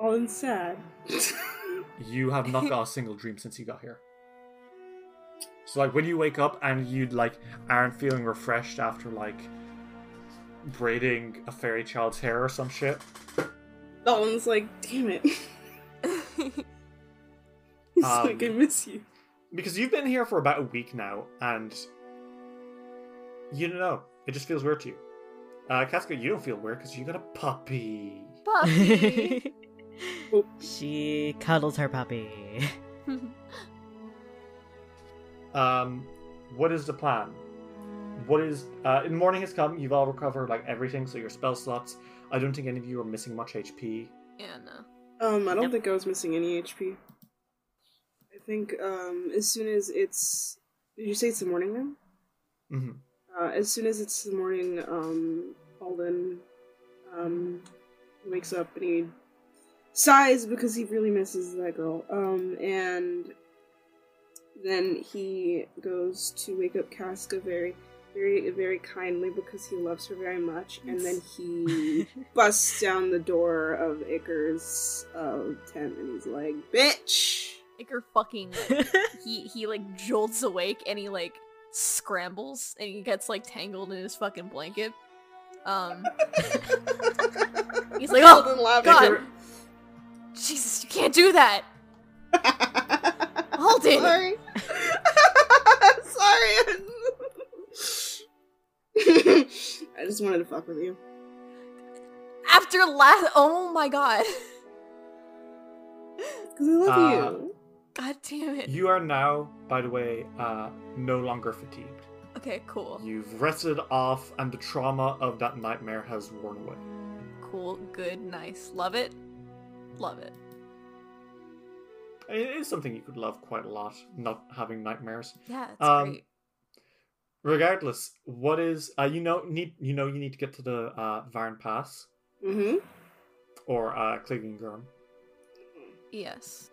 D: Alden's sad.
A: You have not got a single dream since you got here. So like when you wake up and you like aren't feeling refreshed after like braiding a fairy child's hair or some shit.
D: Alden's like, damn it. He's
A: Um,
D: like, I miss you.
A: because you've been here for about a week now, and you don't know. It just feels weird to you. Uh, Casca, you don't feel weird because you got a puppy.
B: Puppy.
C: she cuddles her puppy.
A: Um, what is the plan? What is uh, the morning has come. You've all recovered like everything, so your spell slots. I don't think any of you are missing much HP.
B: yeah, no.
D: Um, I don't
C: Yep.
D: think I was missing any HP. I think um, as soon as it's, did you say it's the morning then?
A: Mm-hmm.
D: Uh, as soon as it's the morning, um, Alden um, wakes up and he sighs because he really misses that girl. Um, and then he goes to wake up Casca very, very, very kindly because he loves her very much. And then he busts down the door of Icar's uh, tent and he's like, "Bitch!"
B: Iker fucking like, he he like jolts awake and he like scrambles and he gets like tangled in his fucking blanket. Um, he's like, oh
D: Alden laughs.
B: God, Jesus, you can't do that. Alden!
D: Sorry. Sorry. I just wanted to fuck with you.
B: After last, oh my God,
D: Because I love
A: Uh,
D: you.
B: God damn it.
A: You are now, by the way, uh, no longer fatigued.
B: Okay, cool,
A: You've rested off, and the trauma of that nightmare has worn away.
B: cool, good, nice, love it, love it.
A: It is something you could love quite a lot, not having nightmares.
B: Yeah, it's
A: Um,
B: great.
A: Regardless, what is uh, you know need you know you need to get to the uh, Varn Pass
D: Mm-hmm.
A: or uh, Klingengerm.
B: Yes.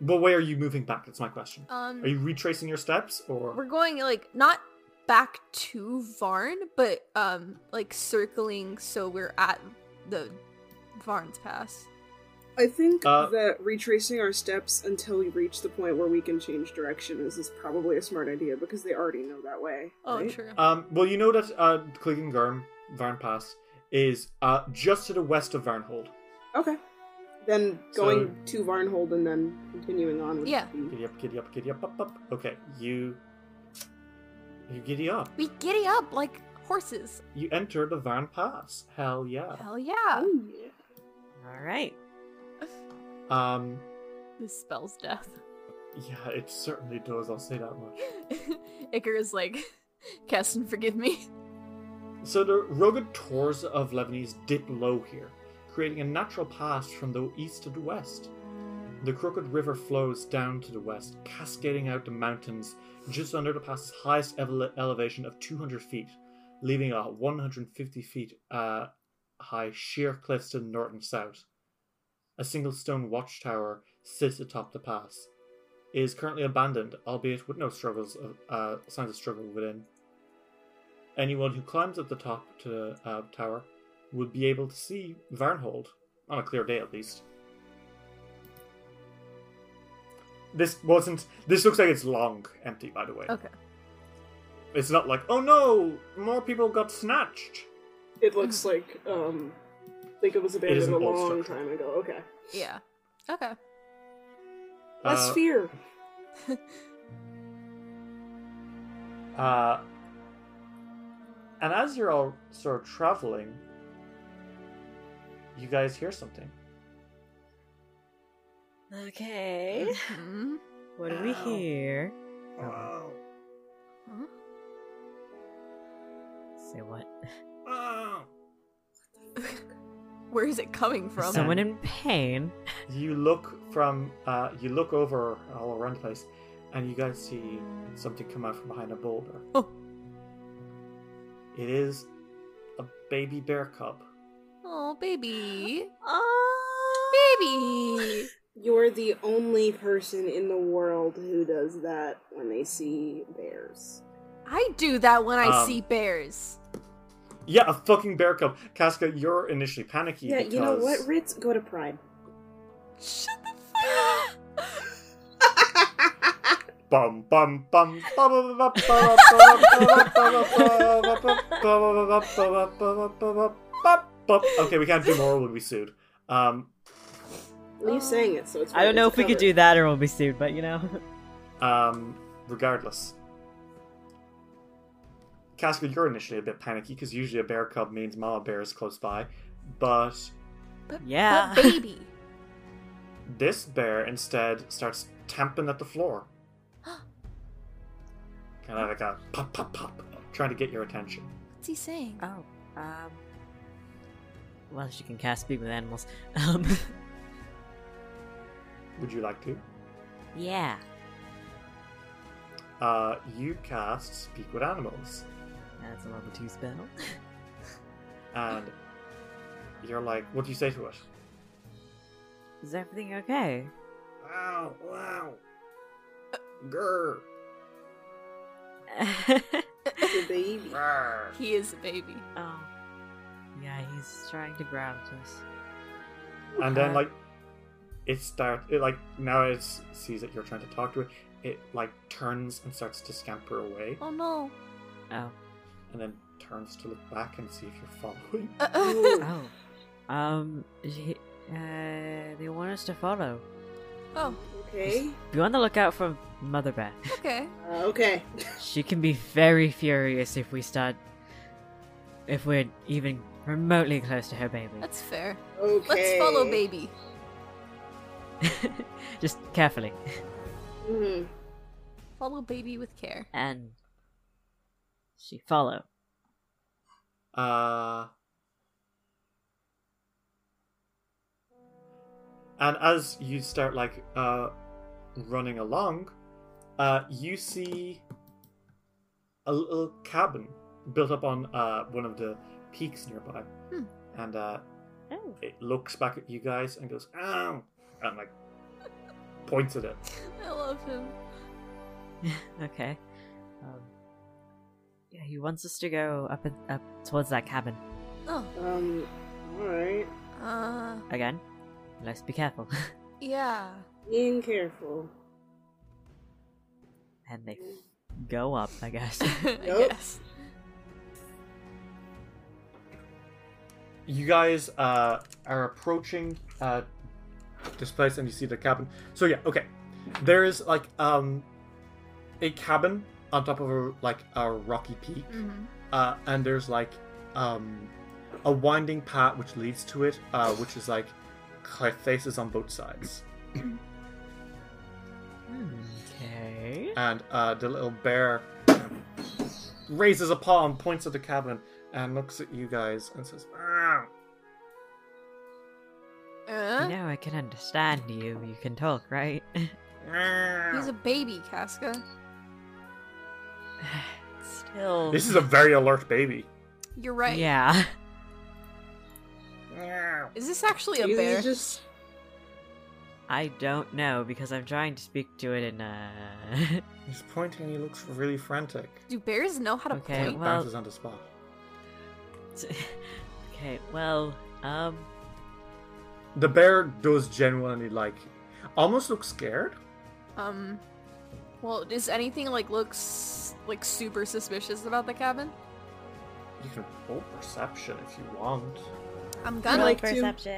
A: But where are you moving back? That's my question.
B: Um,
A: Are you retracing your steps or?
B: we're going like not back to Varn, but um like circling so we're at the Varn's pass.
D: I think
A: Uh,
D: that retracing our steps until we reach the point where we can change direction is, is probably a smart idea because they already know that way.
B: Oh,
D: right?
B: true.
A: Um, well, you know that uh, Klingengerm Varn Pass is uh, just to the west of Varnhold.
D: Okay. Then
A: So-
D: going to Varnhold and then continuing on. With
B: Yeah.
D: The...
A: Giddy up, giddy up, giddy up, up, up. Okay, you, you giddy up.
B: we giddy up like horses.
A: You enter the Van Pass. Hell yeah.
B: Hell yeah.
D: Oh, yeah.
C: All right.
A: Um,
B: This spells death.
A: yeah, it certainly does. I'll say that much.
B: Icar is like, Keston, forgive me.
A: So the rugged tors of Lebanese dip low here, creating a natural pass from the east to the west. The crooked river flows down to the west, cascading out the mountains just under the pass's highest ele- elevation of 200 feet, leaving a 150 feet uh, high sheer cliffs to the north and south. A single stone watchtower sits atop the pass. It is currently abandoned, albeit with no struggles of, uh, signs of struggle within. Anyone who climbs up the top to the uh, tower would be able to see Varnhold, on a clear day at least. This wasn't. This looks like it's long empty, by the way.
B: Okay.
A: It's not like, oh no, more people got snatched.
F: It looks like um, I think it was abandoned
A: an
F: a
A: old
F: long
A: structure.
F: time ago. Okay,
B: Yeah. Okay.
F: less
A: Uh,
F: fear.
A: Uh, and as you're all sort of traveling, you guys hear something.
C: Okay.
B: Mhm.
C: What do we
D: Ow.
C: hear?
D: Wow.
A: Oh,
B: Huh?
C: Say what?
A: oh.
B: Where is it coming from?
C: Someone in pain.
A: You look from uh, you look over all around the place, and you guys see something come out from behind a boulder.
B: Oh.
A: It is a baby bear cub.
B: Oh, baby.
A: Ah.
D: Oh.
B: Baby.
D: You're the only person in the world who does that when they see bears.
B: I do that when I
A: Um,
B: see bears.
A: Yeah, a fucking bear cub. Casca, you're initially panicky.
D: Yeah, you know what,
A: because-
D: Ritz? Go to Pride.
B: Shut the fuck up.
A: Bum bum bum bum bum bum bum bum Okay, we can't do more, we'll be sued. Um
D: Well, you sang it, so it's.
C: I don't know if we could do
D: that.
C: that or we'll be sued, but you know.
A: um regardless. Casca, you're initially a bit panicky because usually a bear cub means mama bear is close by, but
B: But,
C: Yeah.
B: But baby.
A: this bear instead starts tamping at the floor. kind of like a pop pop pop, trying to get your attention.
B: What's he saying?
C: Oh. Um. Well, she can cast speak with animals. Um.
A: Would you like to?
C: Yeah.
A: Uh, you cast Speak with Animals,
C: That's a level two spell.
A: and you're like, what do you say to it?
C: Is everything okay?
A: Wow, wow, grr,
D: The baby.
A: grr.
B: He is a baby.
C: oh. Yeah, he's trying to ground us. Uh,
A: And then like, it starts. It like now it s- sees that you're trying to talk to it. It like turns and starts to scamper away,
B: Oh no.
C: Oh.
A: and then turns to look back and see if you're following.
B: oh.
C: Oh. Um. he- uh, they want us to follow.
B: Oh,
D: Okay.
C: Be on the lookout for Mother Bear.
B: Okay.
D: Uh, okay.
C: She can be very furious if we start. if we're even remotely close to her baby.
B: That's fair.
D: Okay.
B: Let's follow baby.
C: Just carefully.
D: Mhm.
B: Follow baby with care.
C: And. she follow.
A: Uh, and as you start like uh, running along, uh, you see a little cabin built up on uh, one of the peaks nearby,
B: Hmm.
A: and uh,
C: Oh.
A: it looks back at you guys and goes, "Ow!" and like points at it.
B: I love him.
C: okay. Um, yeah, he wants us to go up and up towards that cabin
B: Oh.
D: Um. All right.
B: Uh.
C: again. Let's be careful.
B: Yeah.
D: Being careful.
C: and they go up, I guess.
B: I
D: Nope.
B: guess.
A: you guys uh, are approaching uh, this place and you see the cabin so yeah okay there is like um a cabin on top of a like a rocky peak
B: Mm-hmm.
A: uh, and there's like um, a winding path which leads to it, uh, which is like faces on both sides.
C: Okay.
A: And uh, the little bear raises a paw and points at the cabin and looks at you guys and says, "Meow."
B: Uh,
C: Now I can understand you. You can talk, right?
B: He's a baby, Casca.
C: Still.
A: "This is a very alert baby."
B: You're right.
C: Yeah.
B: Is this actually a
F: He's
B: bear?
F: just
C: I don't know because I'm trying to speak to it in uh
A: He's pointing. He looks really frantic.
B: Do bears know how to
C: Okay,
B: point?
C: well-
A: Bounces on the spot.
C: Okay, well, um
A: The bear does genuinely like, almost look scared.
B: Um, well, does anything like looks like super suspicious about the cabin?
A: You can roll perception if you want.
B: I'm gonna.
F: like- to-
C: perception.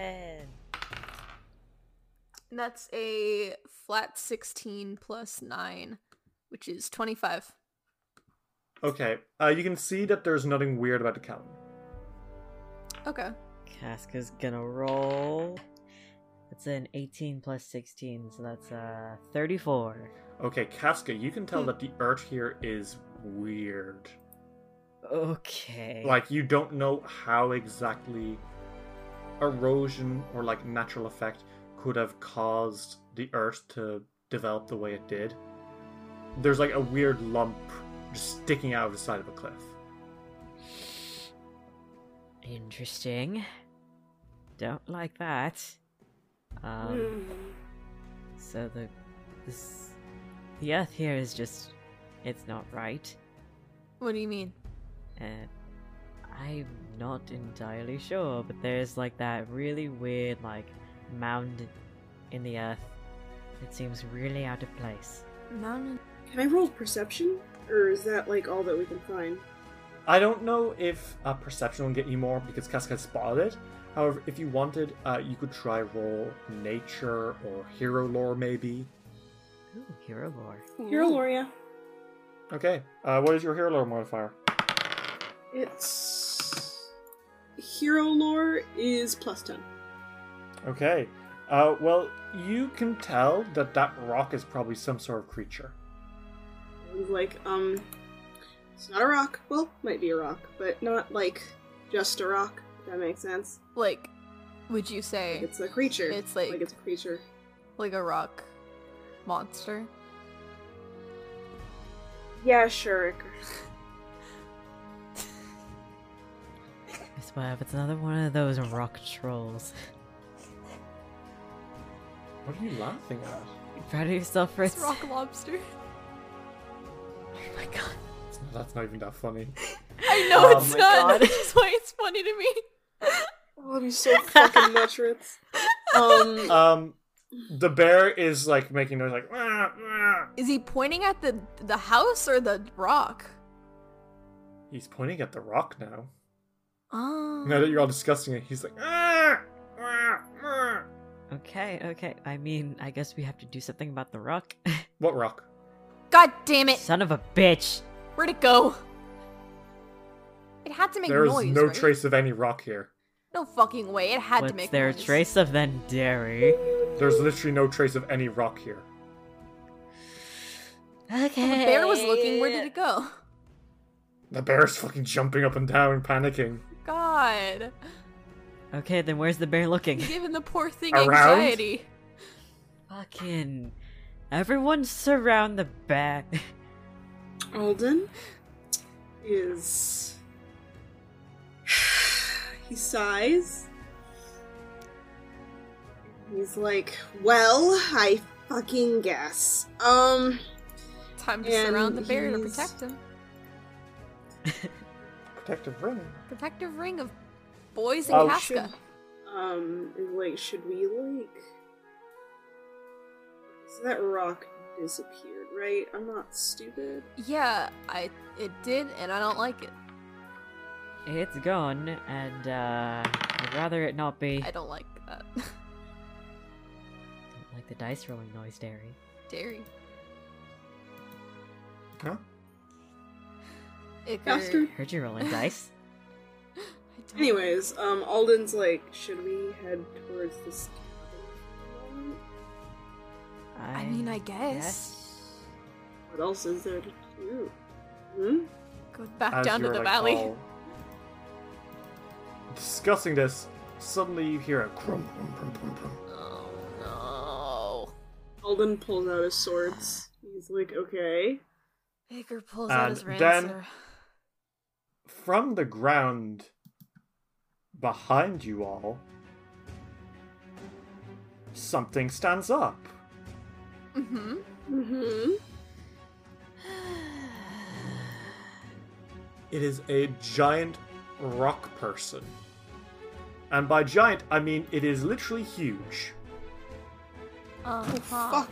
B: And that's a flat 16 plus 9, which is 25.
A: Okay, uh, you can see that there's nothing weird about the cabin.
B: Okay.
C: Casca's gonna roll. It's an 18 plus 16, so that's uh 34.
A: Okay, Casca, you can tell that the earth here is weird.
C: Okay.
A: Like you don't know how exactly erosion or like natural effect could have caused the earth to develop the way it did. There's like a weird lump just sticking out of the side of a cliff.
C: Interesting. Don't like that. Um, so the this the earth here is just it's not right.
B: What do you mean?
C: And I'm not entirely sure, but there's like that really weird like mound in the earth. It seems really out of place.
B: Mountain.
D: Can I roll perception, or is that like all that we can find?
A: I don't know if uh, perception will get you more because Casca spotted it. However, if you wanted, uh, you could try roll nature or hero lore maybe.
C: Ooh, hero lore.
D: Hero Loria.
A: Okay, uh, what is your hero lore modifier?
D: It's hero lore is plus ten.
A: Okay. Uh, well, you can tell that that rock is probably some sort of creature.
D: It was like, um, it's not a rock. Well, might be a rock, but not like just a rock. If that makes sense.
B: Like, would you
D: Like
B: say
D: it's a creature.
B: It's like-
D: like it's a creature.
B: like a rock monster?
D: Yeah, sure.
C: I swear, if it's another one of those rock trolls,
A: What are you laughing at?
C: proud of yourself for
B: It's rock lobster.
C: Oh my god.
A: It's not- That's not even that funny.
B: I know
A: Oh
B: it's
A: my
B: not.
C: God.
B: That's why it's funny to me.
D: I love you Oh, so fucking much, Ritz. Um,
A: Um, the bear is like making noise, like "Ah, "Wah, wah."
B: Is he pointing at the the house or the rock?
A: he's pointing at the rock now.
B: Oh.
A: Now that you're all discussing it, he's like, "Ah, wah, wah."
C: Okay, okay. I mean, I guess we have to do something about the rock.
A: what rock?
B: God damn it!
C: Son of a bitch!
B: Where'd it go? It had to make
A: There is
B: noise.
A: no
B: right?
A: trace of any rock here.
B: No fucking way. It had
C: What's
B: to make
C: there
B: noise.
C: a trace of then, dairy?
A: There's literally no trace of any rock here.
B: The
C: Okay.
B: bear was looking. Where did it go?
A: The bear's fucking jumping up and down, panicking.
B: God.
C: Okay, then where's the bear looking?
B: Giving the poor thing
A: Around?
B: anxiety.
C: Fucking. Everyone surround the bear.
D: Alden is. he sighs. He's like, well, I fucking guess. Um,
B: Time to
D: And
B: surround the bear to
D: he's-
B: protect him.
A: Protective ring.
B: Protective ring of boys in
A: Oh,
B: Casca.
D: um, is like, should we like? So that rock disappeared, right? I'm not stupid.
B: Yeah, I it did, and I don't like it.
C: It's gone, and uh, I'd rather it not be.
B: I don't like uh, that.
C: Don't like the dice rolling noise, Derry.
B: Dairy.
A: Huh?
B: Icker.
D: Bastard.
C: Heard you rolling dice.
B: I don't-
D: Anyways, um, Alden's like, should we head towards this cabin?
B: I, mean, I guess.
D: What else is there to do? Hmm?
B: Go back
A: As
B: down to
A: you're,
B: the
A: like,
B: valley.
A: all Discussing this, suddenly you hear a crum, crum, crum, crum, crum.
B: Oh
D: Alden pulls out his swords. He's like, okay.
B: no. Icker pulls out his
A: And then-
B: rancer.
A: From the ground behind you all, something stands up.
B: Mm-hmm.
D: Mm-hmm.
A: It is a giant rock person. And by giant, I mean it is literally huge.
B: Uh-huh.
D: Oh, Fuck.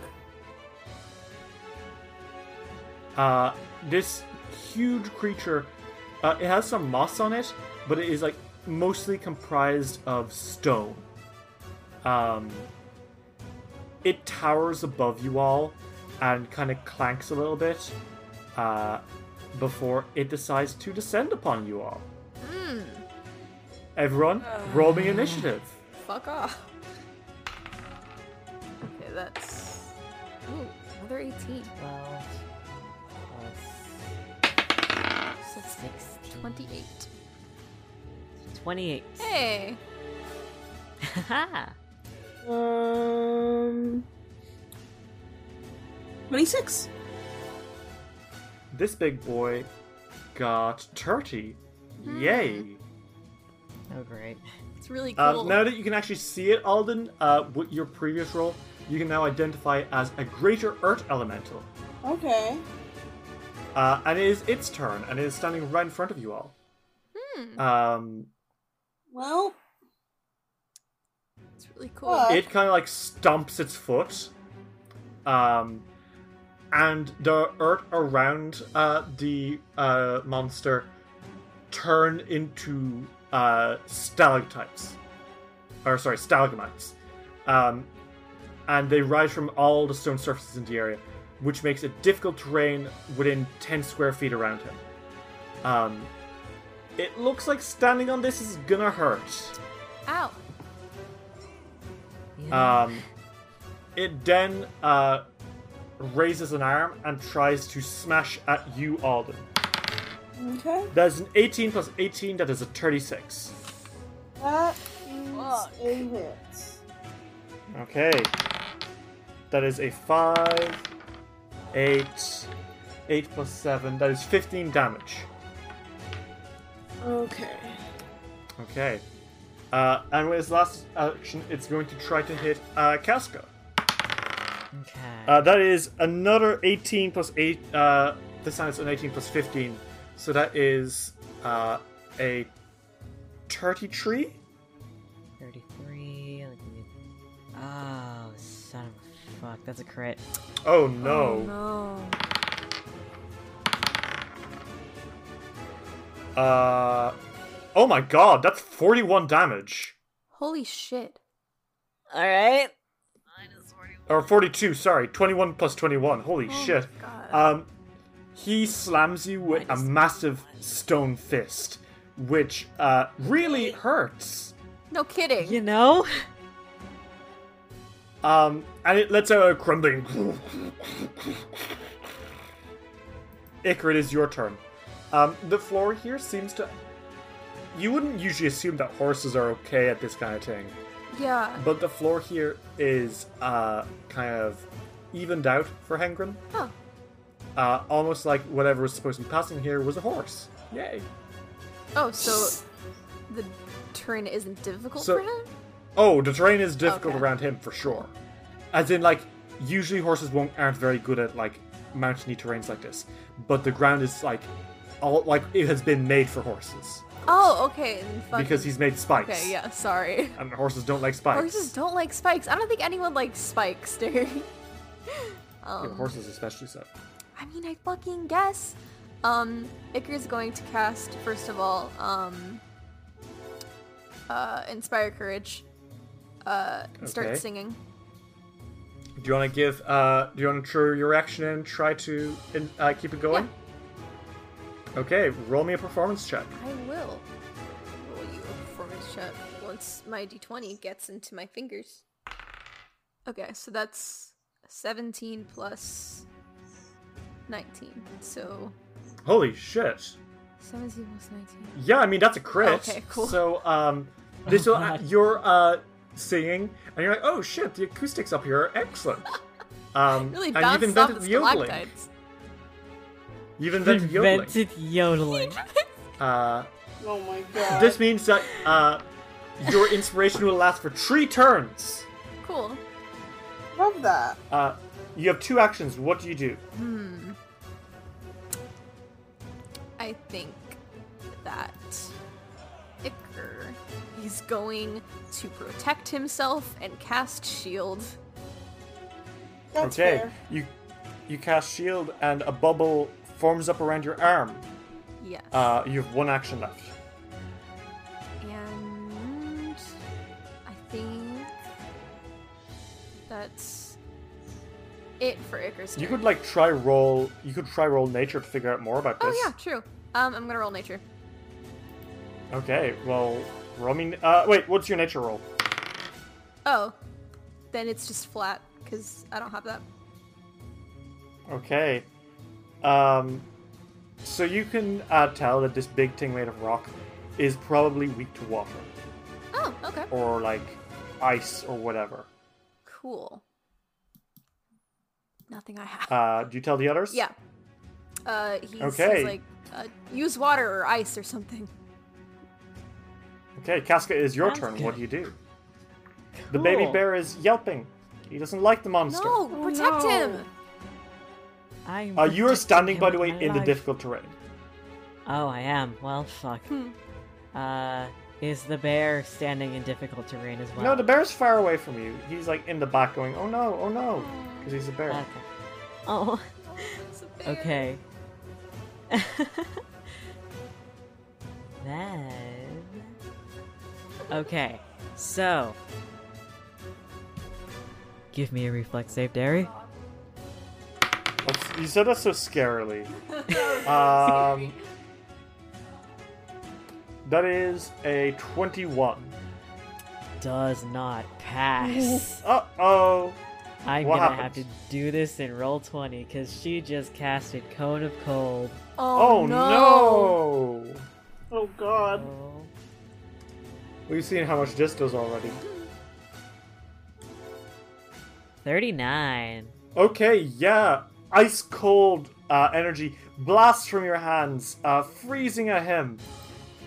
A: Uh, this huge creature, uh, it has some moss on it, but it is like mostly comprised of stone. Um, it towers above you all and kind of clanks a little bit uh, before it decides to descend upon you all.
B: Mm,
A: Everyone, roll me initiative.
B: fuck off. Okay, that's ooh another eighteen.
C: Twelve
B: So
C: plus
B: that's
C: sixteen.
B: twenty-eight.
C: Twenty-eight.
B: Hey.
C: Haha.
D: Um. 26.
A: This big boy got 30. Yay!
C: oh great.
B: It's really cool.
A: Uh, now that you can actually see it, Alden, uh, with your previous role, you can now identify it as a greater Earth elemental.
D: Okay.
A: Uh, and it is its turn, and it is standing right in front of you all. Um,
D: Well,
B: it's really cool.
D: Fuck.
A: it kind of like stomps its foot. Um, and the earth around uh, the uh, monster turn into uh, stalactites. Or, sorry, stalagmites. Um, and they rise from all the stone surfaces in the area, which makes it difficult terrain within 10 square feet around him. Um, it looks like standing on this is gonna hurt.
B: Ow.
C: Yeah.
A: Um, it then uh, raises an arm and tries to smash at you, Alden.
D: okay.
A: That's an 18 plus 18, that is a 36.
D: That is
B: Fuck.
D: a hit.
A: Okay. That is a 5, 8, 8 plus 7, that is 15 damage.
D: Okay.
A: Okay. Uh, and with its last action, it's going to try to hit uh, Casca.
C: okay.
A: Uh, that is another 18 plus 8. Uh, this time it's an 18 plus 15. So that is uh, a 33?
C: Thirty-three. Like, oh, son of a fuck! That's a crit.
A: Oh
B: Oh,
A: no.
B: no.
A: Uh, oh my god, that's 41 damage.
B: Holy shit.
C: All right.
A: Or 42, sorry. 21 plus 21. Holy
B: Oh my
A: shit.
B: God.
A: Um, he slams you with a
C: Minus
A: massive stone fist, which uh, really hurts.
B: No kidding.
C: You know.
A: Um, and it lets out a crumbling. Icar, it is your turn. Um, the floor here seems to. You wouldn't usually assume that horses are okay at this kind of thing,
B: Yeah.
A: but the floor here is uh, kind of evened out for Hengrin.
B: Huh.
A: Uh, almost like whatever was supposed to be passing here was a horse. Yay.
B: Oh, so the turn isn't difficult
A: So-
B: for him?
A: Oh, the terrain is difficult
B: Okay.
A: around him for sure. As in, like, usually horses won't aren't very good at like mountainy terrains like this, but the ground is like all like it has been made for horses
B: Oh, okay. Then fuck
A: because he's made spikes.
B: Okay, yeah, sorry.
A: And horses don't like spikes.
B: Horses don't like spikes. I don't think anyone likes spikes, dude.
A: Yeah,
B: um,
A: horses especially so.
B: I mean, I fucking guess. Um, Icar's going to cast, first of all, um, uh, Inspire Courage. Uh, and start
A: Okay.
B: singing.
A: Do you want to give? uh Do you want to throw your action and try to in, uh, keep it going? Okay, roll me a performance check.
B: I will roll you a performance check once my d20 gets into my fingers. Okay, so that's 17 plus 19. So
A: Holy shit!
B: 17 plus 19.
A: Yeah, I mean that's a crit.
B: Okay, cool.
A: So um, this will
C: God.
A: you're uh singing and you're like, oh shit, the acoustics up here are excellent. Um,
B: Really
A: and you've
B: bounced off
A: invented
B: the
A: yodeling.
B: stalactites.
A: You've invented yodeling.
C: Invented yodeling.
A: Uh,
F: Oh my god.
A: this means that uh, your inspiration will last for three turns.
B: Cool.
D: Love that.
A: Uh, you have two actions. What do you do?
B: Hmm. I think that Icker is going to protect himself and cast shield.
D: That's
A: okay,
D: fair.
A: you you cast shield and a bubble forms up around your arm.
B: Yes.
A: Uh, you have one action left.
B: And I think that's it for Icarus.
A: You could like try roll. You could try roll nature to figure out more about this.
B: Oh yeah, true. Um, I'm gonna roll nature.
A: yeah. Okay. Well, roll me. Uh, wait. What's your nature roll?
B: Oh, then it's just flat because I don't have that.
A: Okay. Um. So you can uh, tell that this big thing made of rock is probably weak to water
B: Oh, okay.
A: or like ice or whatever.
B: Cool. Nothing I have.
A: Uh, do you tell the others?
B: Yeah. Uh, he's, he's
A: Okay.
B: like, uh, use water or ice or something.
A: Okay, Casca, it is your
C: Sounds
A: turn.
C: good.
A: What do you do? The baby
C: Cool.
A: bear is yelping. He doesn't like the monster.
B: No,
C: Oh,
B: protect
C: no.
B: him.
C: I'm
A: Uh, you are
C: protecting
A: standing,
C: him
A: by the way,
C: with my
A: in the
C: life.
A: difficult terrain.
C: Oh, I am. Well, fuck.
B: Hmm.
C: Uh, is the bear standing in difficult terrain as well?
A: No, the bear's far away from you. He's like in the back going, oh no, oh no, because he's a bear.
C: Okay. Oh,
B: It's a bear.
C: okay. then. Okay, so. Give me a reflex save, Derry.
A: That's- you said that so scarily. um, that is a 21.
C: Does not pass.
A: Uh oh.
C: I'm
A: What
C: gonna have
A: happens?
C: to do this in roll 20 because she just casted Cone of Cold.
B: Oh,
A: Oh
B: no.
A: no.
F: Oh god.
C: Oh.
A: We've seen how much this does already.
C: 39.
A: Okay, yeah. Ice cold uh, energy blasts from your hands, uh, freezing at him.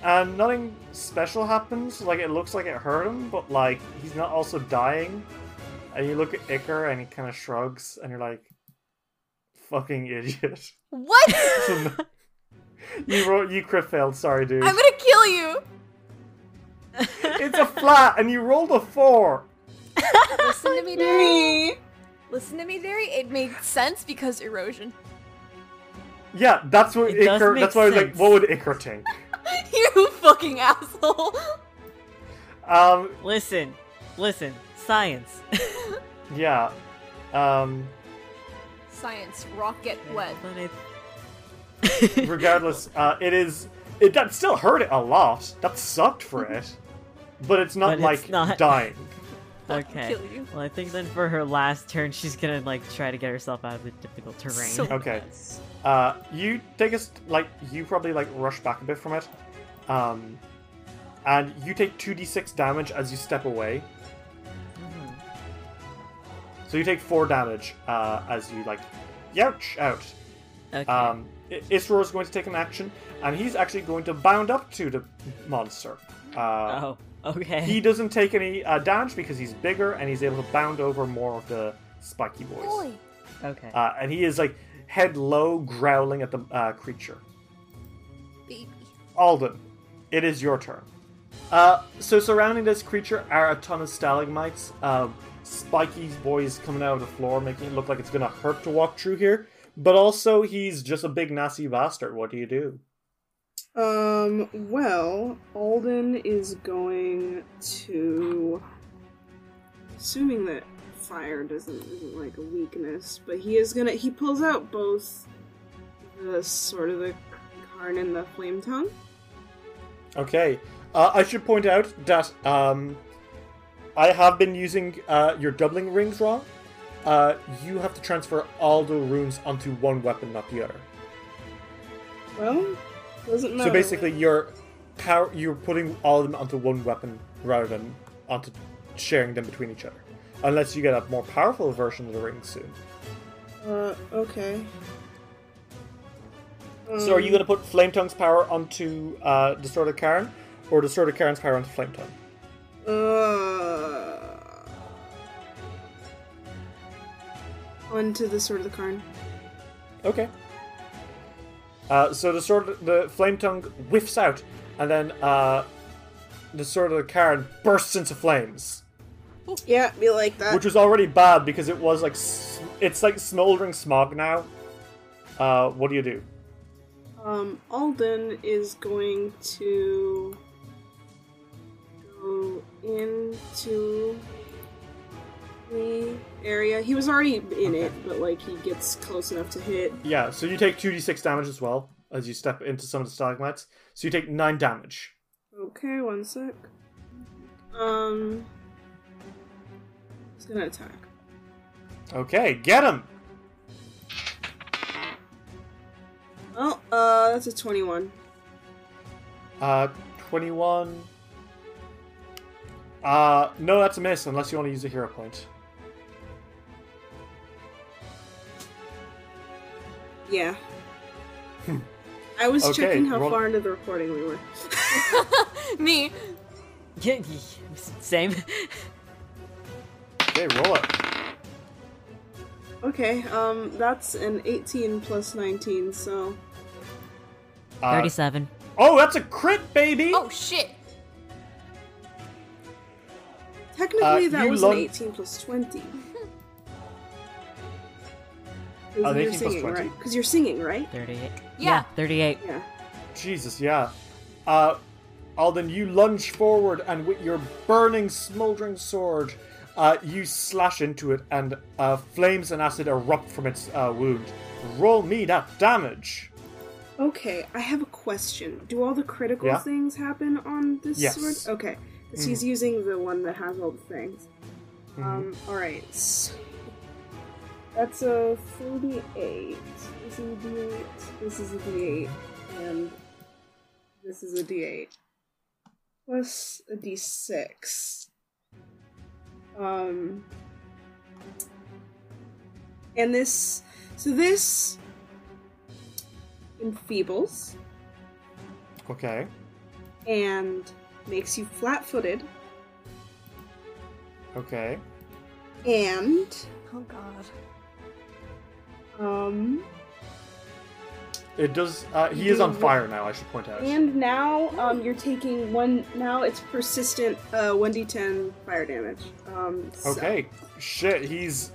A: And nothing special happens. Like, it looks like it hurt him, but, like, he's not also dying. And you look at Icar and he kind of shrugs, and you're like, fucking idiot.
B: What?
A: you wrote, you crit failed, sorry, dude.
B: I'm gonna kill you.
A: It's a flat, and you rolled a four.
B: Listen to me, Derry. Listen to me, Derry. It made sense because erosion.
A: Yeah, that's what
C: It does
A: Icar,
C: make
A: that's why I was like,
C: sense.
A: what would Icar think?
B: you fucking asshole.
A: Um,
C: Listen, listen, science.
A: yeah. Um,
B: Science, rock get wet.
C: But it-
A: regardless, uh, it is it that still hurt it a lot. That sucked for it, but it's not
C: But it's
A: like
C: not-
A: dying.
C: okay.
B: Kill you.
C: Well, I think then for her last turn, she's gonna like try to get herself out of the difficult terrain.
B: So-
A: Okay, uh, you take us like you probably like rush back a bit from it, um, and you take two d six damage as you step away.
C: Mhm.
A: So you take four damage uh, as you like youch out.
C: Okay.
A: Um, I- Isror is going to take an action, and he's actually going to bound up to the monster. Uh,
C: oh, okay.
A: He doesn't take any uh, damage because he's bigger and he's able to bound over more of the spiky boys.
B: Boy.
C: okay.
A: Uh, and he is like head low, growling at the uh, creature.
B: Baby.
A: Alden, it is your turn. Uh, so surrounding this creature are a ton of stalagmites, um, spiky boys coming out of the floor, making it look like it's gonna hurt to walk through here. But also, he's just a big nasty bastard. What do you do?
F: Um, well, Alden is going to. Assuming that fire doesn't isn't like a weakness, but he is gonna. He pulls out both the sort of the Arn and the flame tongue.
A: Okay. Uh, I should point out that um, I have been using uh, your doubling rings wrong. Uh, you have to transfer all the runes onto one weapon, not the other.
F: Well, doesn't matter.
A: so basically, you're power- you're putting all of them onto one weapon rather than onto sharing them between each other, unless you get a more powerful version of the ring soon.
F: Uh, okay.
A: So, are you going to put Flame Tongue's power onto uh, the Sword of Karen, or the Sword of Karen's power onto Flame Tongue?
F: Uh, onto the sword of the Karn.
A: Okay. Uh, so the sword, the flame tongue whiffs out, and then uh, the sword of the Karen bursts into flames,
F: Yeah, be like that.
A: which was already bad because it was like s- it's like smoldering smog now. Uh, what do you do?
F: Um, Alden is going to go into the area. He was already in it, but like he gets close enough to hit.
A: Yeah, so you take two d six damage as well as you step into some of the stalagmites. So you take nine damage.
F: Okay, one sec. Um, he's gonna attack.
A: Okay, get him.
F: Well, uh, that's a twenty-one.
A: Uh, twenty one. Uh, no, that's a miss unless you want to use a hero point.
F: Yeah. I was
A: Hmm. Okay,
F: checking how
A: roll-
F: far into the recording we were.
B: Me.
C: Yeah, yeah, Same.
A: Okay, roll it.
F: Okay, um, that's an 18 plus 19, so
A: Uh,
C: 37.
A: Oh, that's a crit, baby!
B: Oh shit.
F: technically
A: Uh,
F: that
A: you
F: was
A: lung-
F: an 18 plus 20. Because
A: Oh, the
F: you're
A: 18 plus
F: singing,
A: 20.
F: right? Because you're singing, right?
C: 38.
B: Yeah.
C: 38.
F: Yeah.
A: Jesus, yeah. Uh, Alden, you lunge forward, and with your burning, smoldering sword, uh, you slash into it, and uh, flames and acid erupt from its uh, wound. Roll me that damage.
F: Okay, I have a question. Do all the critical
A: Yeah?
F: things happen on this
A: Yes. Mm-hmm.
F: sword? Okay, because he's using the one that has all the things.
A: Hmm,
F: Um, alright. s- That's a 38. This is a d8. This is a d8. And this is a d8. Plus a d6. Um. And this. So this enfeebles
A: Okay.
F: and makes you flat footed
A: Okay.
F: and
B: Oh god.
F: um
A: It does. Uh, he is on fire now. I should point out.
F: and now um you're taking one now it's persistent uh 1d10 fire damage um so-
A: Okay. Shit. He's.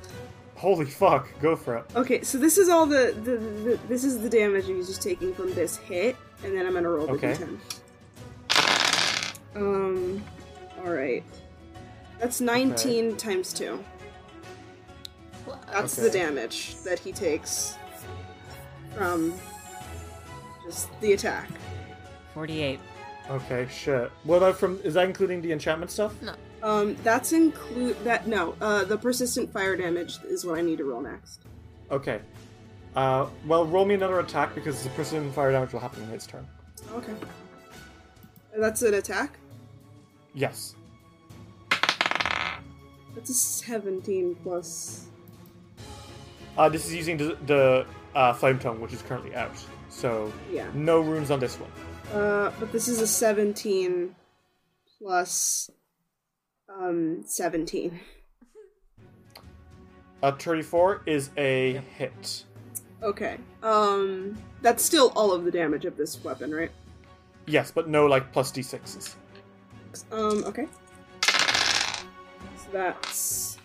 A: Holy fuck! Go for it.
F: okay so this is all the, the, the this is the damage he's just taking from this hit and then i'm gonna roll the
A: Okay.
F: d10 um all right that's 19 times 2 That's the
A: Okay.
F: damage that he takes from just the attack.
C: 48.
A: Okay. Shit. What about from? Is that including the enchantment stuff?
F: Um, that's include that no, uh, the persistent fire damage is what I need to roll next.
A: Okay. Uh, well, roll me another attack because the precision fire damage will happen in his turn.
F: Okay, that's an attack.
A: Yes.
F: That's a seventeen plus.
A: Uh, this is using the, the uh, flame tongue, which is currently out. So
F: Yeah.
A: no runes on this one.
F: Uh, but this is a seventeen plus um seventeen.
A: A 34 Uh, is a hit.
F: Okay. Um, that's still all of the damage of this weapon, right?
A: Yes, but no like plus d6s.
F: Um, okay. So that's.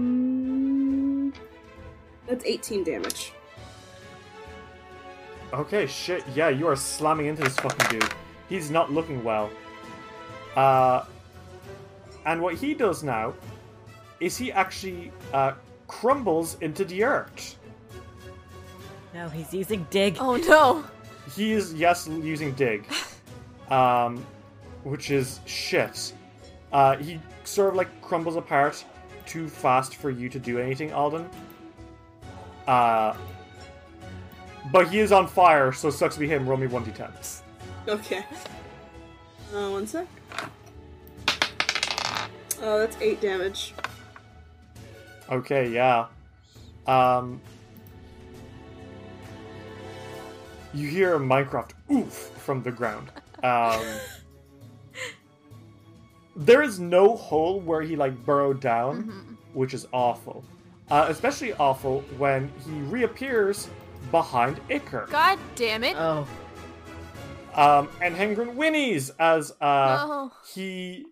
F: Um. That's 18 damage.
A: Okay, shit. Yeah, you are slamming into this fucking dude. He's not looking well. Uh, and what he does now is he actually uh, crumbles into the earth.
C: No, he's using dig.
B: Oh no.
A: He is yes using dig, um, which is shit. Uh, he sort of like crumbles apart, too fast for you to do anything, Alden. Uh, but he is on fire, so sucks to be him. Roll me one d10.
D: Okay. Uh, one sec. Oh, that's eight damage.
A: Okay, yeah. Um, you hear a Minecraft oof from the ground. Um, there is no hole where he like burrowed down, which is awful. Uh, especially awful when he reappears behind Iker.
B: God damn it.
C: Oh,
A: Um, and Hengrin whinnies as uh,
B: No.
A: he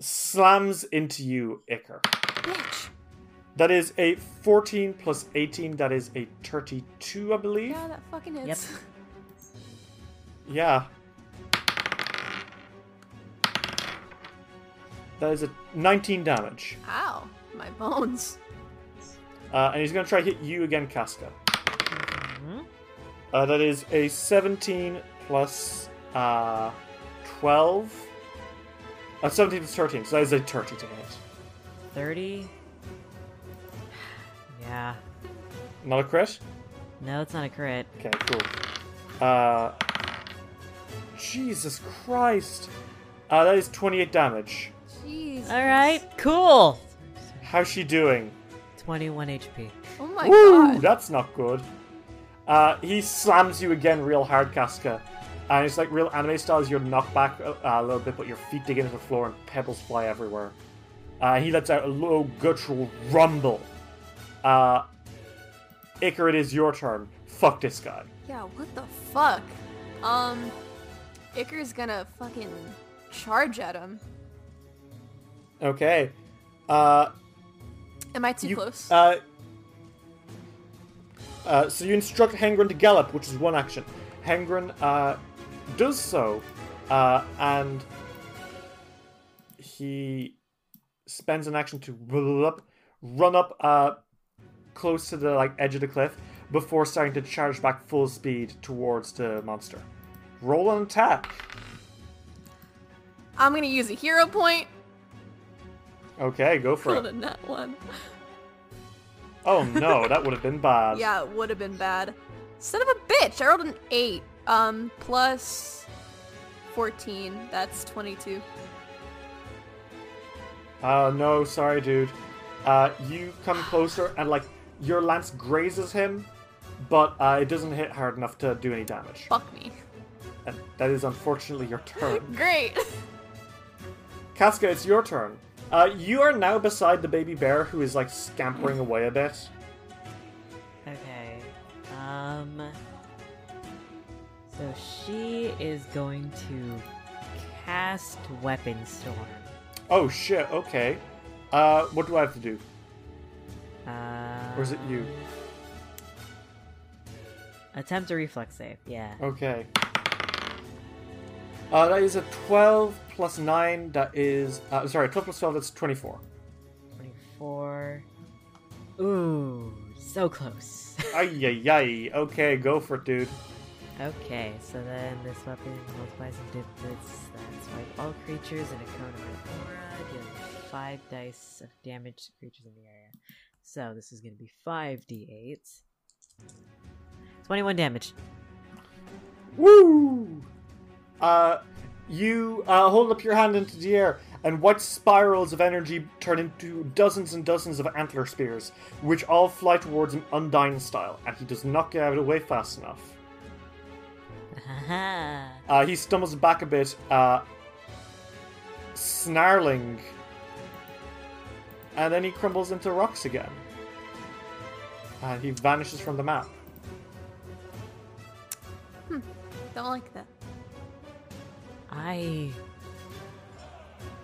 A: slams into you, Iker.
B: Bitch.
A: That is a 14 plus 18. That is a 32, I believe.
B: Yeah, that fucking hits.
A: Yeah. That is a 19 damage.
B: Ow. My bones.
A: Uh, and he's going to try to hit you again, Casca.
C: mm-hmm.
A: Uh, that is a 17 plus uh, 12. Uh, 17 plus 13, so that is a 30 to hit.
C: 30. Yeah.
A: Not a crit?
C: No, it's not a crit.
A: Okay, cool. Uh, Jesus Christ! Uh, that is 28 damage.
B: Jeez.
C: All right, cool.
A: How's she doing?
C: 21 HP.
B: Oh my
A: Woo!
B: god.
A: That's not good. Uh, he slams you again real hard, Casca. And it's like real anime styles, you're knocked back a, uh, a little bit, but your feet dig into the floor and pebbles fly everywhere. Uh, he lets out a low guttural rumble. Uh, Icar, it is your turn. Fuck this guy.
B: Yeah, what the fuck? Um, Icar's gonna fucking charge at him.
A: Okay. Uh,
B: Am I too
A: you,
B: close?
A: Uh, uh, so you instruct Hengren to gallop, which is one action. Hengren uh, does so, uh, and he spends an action to run up, run up uh, close to the like edge of the cliff before starting to charge back full speed towards the monster. Roll an attack.
B: I'm gonna use a hero point.
A: Okay, go for
B: Rolled
A: it.
B: a nat one.
A: Oh no, that would have been bad.
B: Yeah, it would have been bad. Son of a bitch! I rolled an eight. Um, plus fourteen. That's twenty-two.
A: Uh, no, sorry, dude. Uh, you come closer and like your lance grazes him, but uh, it doesn't hit hard enough to do any damage.
B: Fuck me.
A: And that is unfortunately your turn.
B: Great.
A: Casca, it's your turn. Uh, you are now beside the baby bear who is like scampering away a bit.
C: Okay. Um. So she is going to cast Weapon Storm.
A: Oh shit. Okay. Uh, what do I have to do?
C: Uh,
A: Or is it you?
C: Um, Attempt a reflex save. Yeah.
A: Okay. Uh, that is a twelve plus nine. That is uh, sorry, twelve plus twelve. That's twenty-four.
C: 24. Ooh, so close.
A: Ay yay yay. Okay, go for it, dude.
C: Okay, so then this weapon multiplies in digits. That's five all creatures in a cone of my aura, dealing five dice of damage to creatures in the area. So this is going to be five d8s. Twenty-one damage.
A: Woo! Uh, you uh, hold up your hand into the air, and white spirals of energy turn into dozens and dozens of antler spears, which all fly towards him undying style, and he does not get out of the way fast enough.
C: Haha.
A: Uh, he stumbles back a bit, uh, snarling, and then he crumbles into rocks again. And he vanishes from the map.
B: Don't like that.
C: I.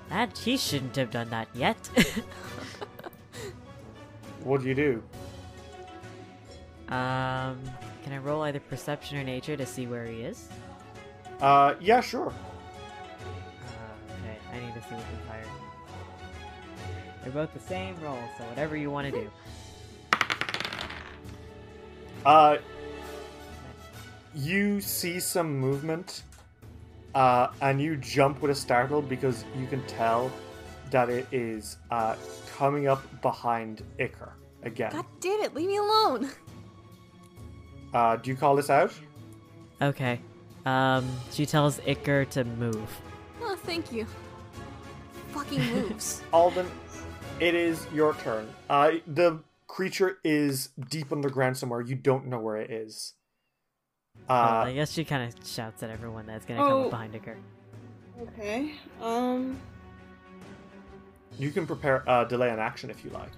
C: That he shouldn't have done that yet.
A: What do you do?
C: um, can I roll either perception or nature to see where he is?
A: Uh, yeah, sure.
C: Uh, Okay, I need to see what's in fire. They're both the same roll, so whatever you want to do.
A: Uh, you see some movement, uh, and you jump with a startle because you can tell that it is uh, coming up behind Icar again.
B: God damn it, leave me alone.
A: Uh, do you call this out?
C: Okay. Um, she tells Icker to move.
B: Oh, thank you. Fucking moves.
A: Alden, it is your turn. Uh, the creature is deep underground somewhere. You don't know where it is.
C: Well,
A: Uh,
C: I guess she kind of shouts at everyone that's gonna come
G: Oh.
C: up behind Icker.
F: Okay. Um.
A: you can prepare uh, delay an action if you like.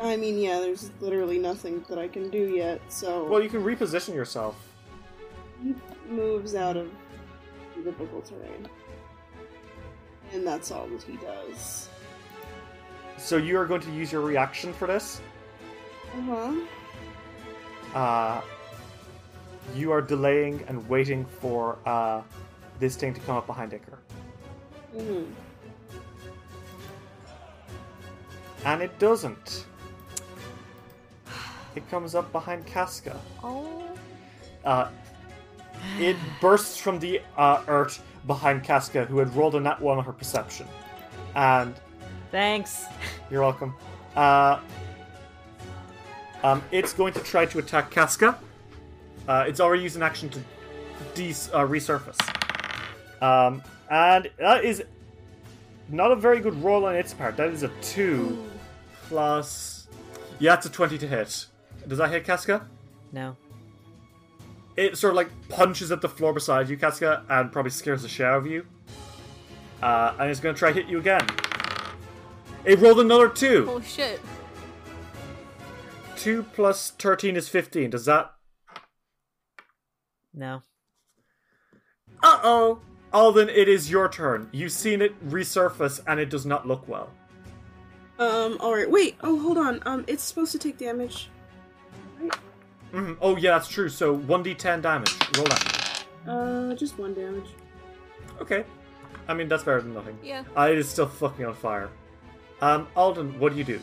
F: I mean, yeah. There's literally nothing that I can do yet. So
A: Well, you can reposition yourself.
F: he moves out of the difficult terrain, and that's all that he does.
A: So you are going to use your reaction for this.
F: Uh huh.
A: Uh, you are delaying and waiting for uh, this thing to come up behind Icar.
F: hmm
A: And it doesn't. It comes up behind Casca.
B: oh,
A: Uh, it bursts from the uh, earth behind Casca, who had rolled a nat one on her perception. And
C: Thanks.
A: you're welcome. Uh, um, it's going to try to attack Casca. Uh, it's already used an action to de- uh, resurface. Um, and that is not a very good roll on its part. That is a 2 plus. Yeah, it's a 20 to hit. Does that hit Casca?
C: No.
A: it sort of like punches at the floor beside you, Casca, and probably scares the shit out of you. Uh, and it's going to try hit you again. It rolled another two.
B: oh shit.
A: Two plus thirteen is fifteen. Does that?
C: No.
A: Uh oh. Alden, it is your turn. You've seen it resurface, and it does not look well.
F: Um. All right. Wait. Oh, hold on. Um. It's supposed to take damage.
A: Mhm. Oh yeah, that's true. So one d10 damage. Roll that.
F: Uh. Just one damage.
A: Okay. I mean that's better than nothing.
B: Yeah.
A: Uh, it is still fucking on fire. Um, Alden, what do you do?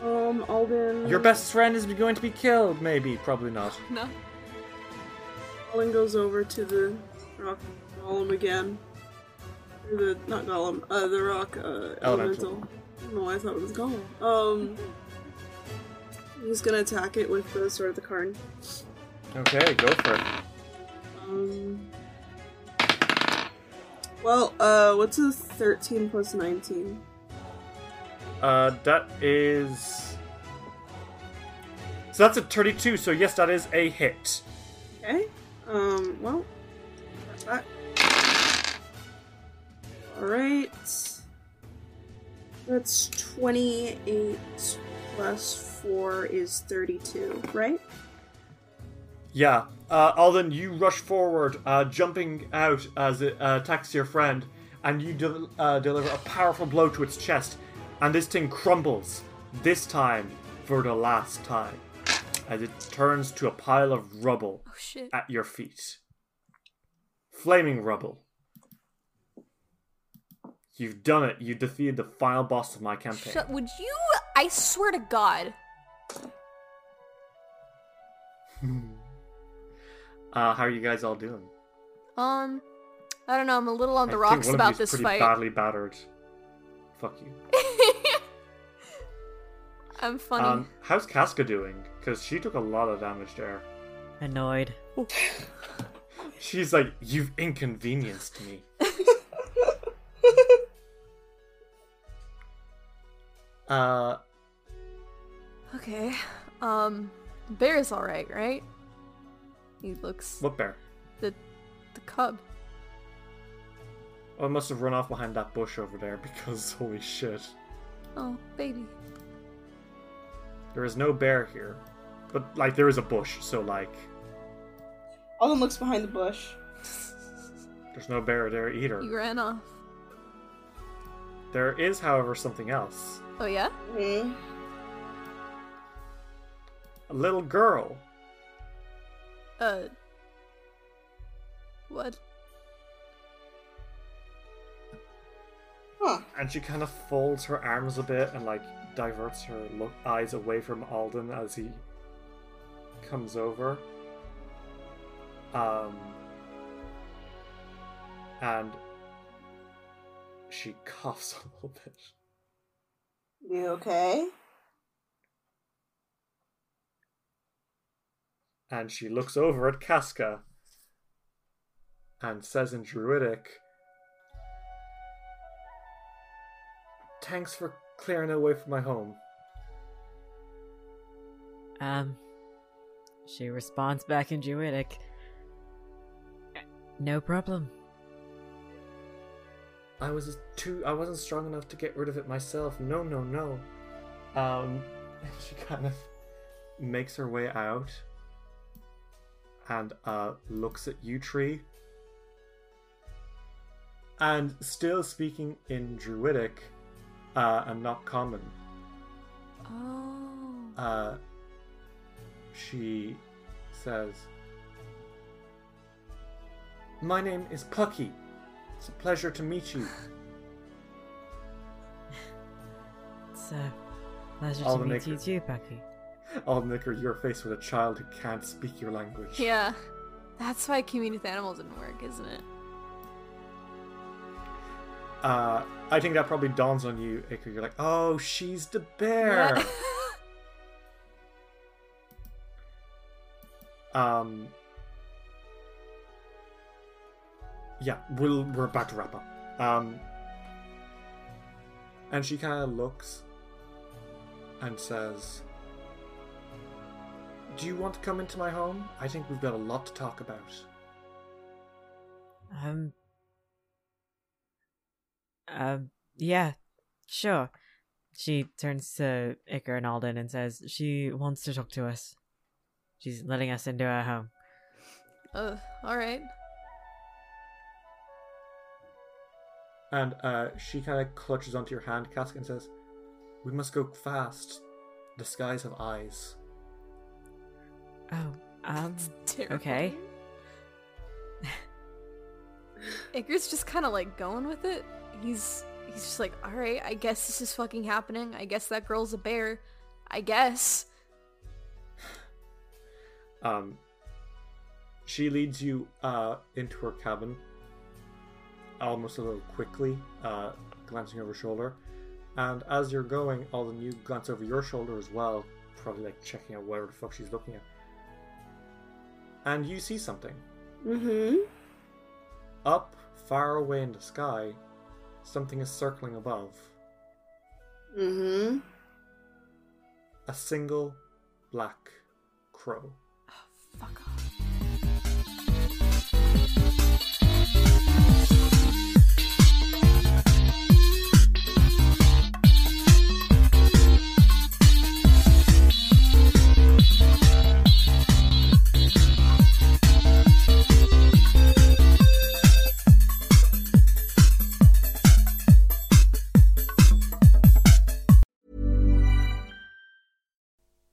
F: Um. Alden.
A: Your best friend is going to be killed. Maybe, probably not.
B: No.
F: Gollum goes over to the rock golem again. Or the not golem, uh, the rock uh, elemental.
A: Elemental.
F: I don't know why I thought it was golem. Um, he's gonna attack it with the sword of the Karn.
A: Okay, go for it.
F: Um, well, uh, what's a thirteen plus nineteen?
A: Uh, that is. So that's a 32, so yes, that is a hit.
F: Okay. Um. Well. That. All right. That's twenty-eight plus four is thirty-two, right?
A: Yeah. Uh, Alden, you rush forward, uh, jumping out as it uh, attacks your friend, and you del- uh, deliver a powerful blow to its chest, and this thing crumbles, this time for the last time, as it turns to a pile of rubble
B: Oh shit.
A: at your feet. Flaming rubble. You've done it. You defeated the final boss of my campaign.
B: Shut, would you? I swear to God.
A: Uh, how are you guys all doing?
B: Um, I don't know. I'm a little on the
A: I think
B: rocks
A: one of
B: about
A: you's
B: this
A: pretty
B: fight.
A: Badly battered. Fuck you.
B: I'm funny.
A: Um, how's Casca doing? Because she took a lot of damage there.
C: Annoyed.
A: She's like, you've inconvenienced me. uh,
B: okay. Um, Bear's all right, right? He looks
A: what bear?
B: the the cub.
A: Oh, I must have run off behind that bush over there because holy shit.
B: Oh, baby.
A: There is no bear here. But, like, there is a bush, so, like,
F: Alden looks behind the bush.
A: there's no bear there either.
B: You ran off.
A: There is, however, something else.
B: Oh yeah.
F: hmm
A: A little girl.
B: Uh. What?
F: Huh.
A: and she kind of folds her arms a bit and like diverts her look eyes away from Alden as he comes over. Um, and she coughs a little bit.
F: You okay?
A: And she looks over at Casca and says in Druidic, Thanks for clearing away from my home.
C: Um, she responds back in Druidic. No problem.
A: I was too. I wasn't strong enough to get rid of it myself. No, no, no. Um, and she kind of makes her way out and uh, looks at you tree. And still speaking in Druidic uh, and not common,
B: Oh.
A: uh, she says, "My name is Pucky. It's a pleasure to meet you."
C: It's a pleasure
A: I'll
C: to meet
A: make
C: you
A: it.
C: too, Becky.
A: I'll nicker your face with a child who can't speak your language.
B: Yeah. That's why community with animals didn't work, isn't it?
A: Uh, I think that probably dawns on you, Iker. You're like, oh, she's the bear. um, yeah, we'll, we're about to wrap up. Um, and she kind of looks and says, Do you want to come into my home? I think we've got a lot to talk about.
C: Um. Um. Yeah. Sure. She turns to Iker and Alden and says she wants to talk to us. She's letting us into her home.
B: Ugh, Oh, all right.
A: And uh, she kind of clutches onto your hand, Casca, and says, We must go fast. The skies have eyes.
C: Oh. Um.
B: It's
C: Okay.
B: terrifying. Icarus just kind of like going with it. He's he's just like, all right, I guess this is fucking happening. I guess that girl's a bear. I guess.
A: Um, she leads you uh, into her cabin, almost a little quickly, uh, glancing over her shoulder. And as you're going, Alden, you glance over your shoulder as well, probably like checking out whatever the fuck she's looking at. And you see something.
F: Mm-hmm.
A: Up, far away in the sky, something is circling above.
F: Mm-hmm.
A: a single black crow.
B: Fuck off.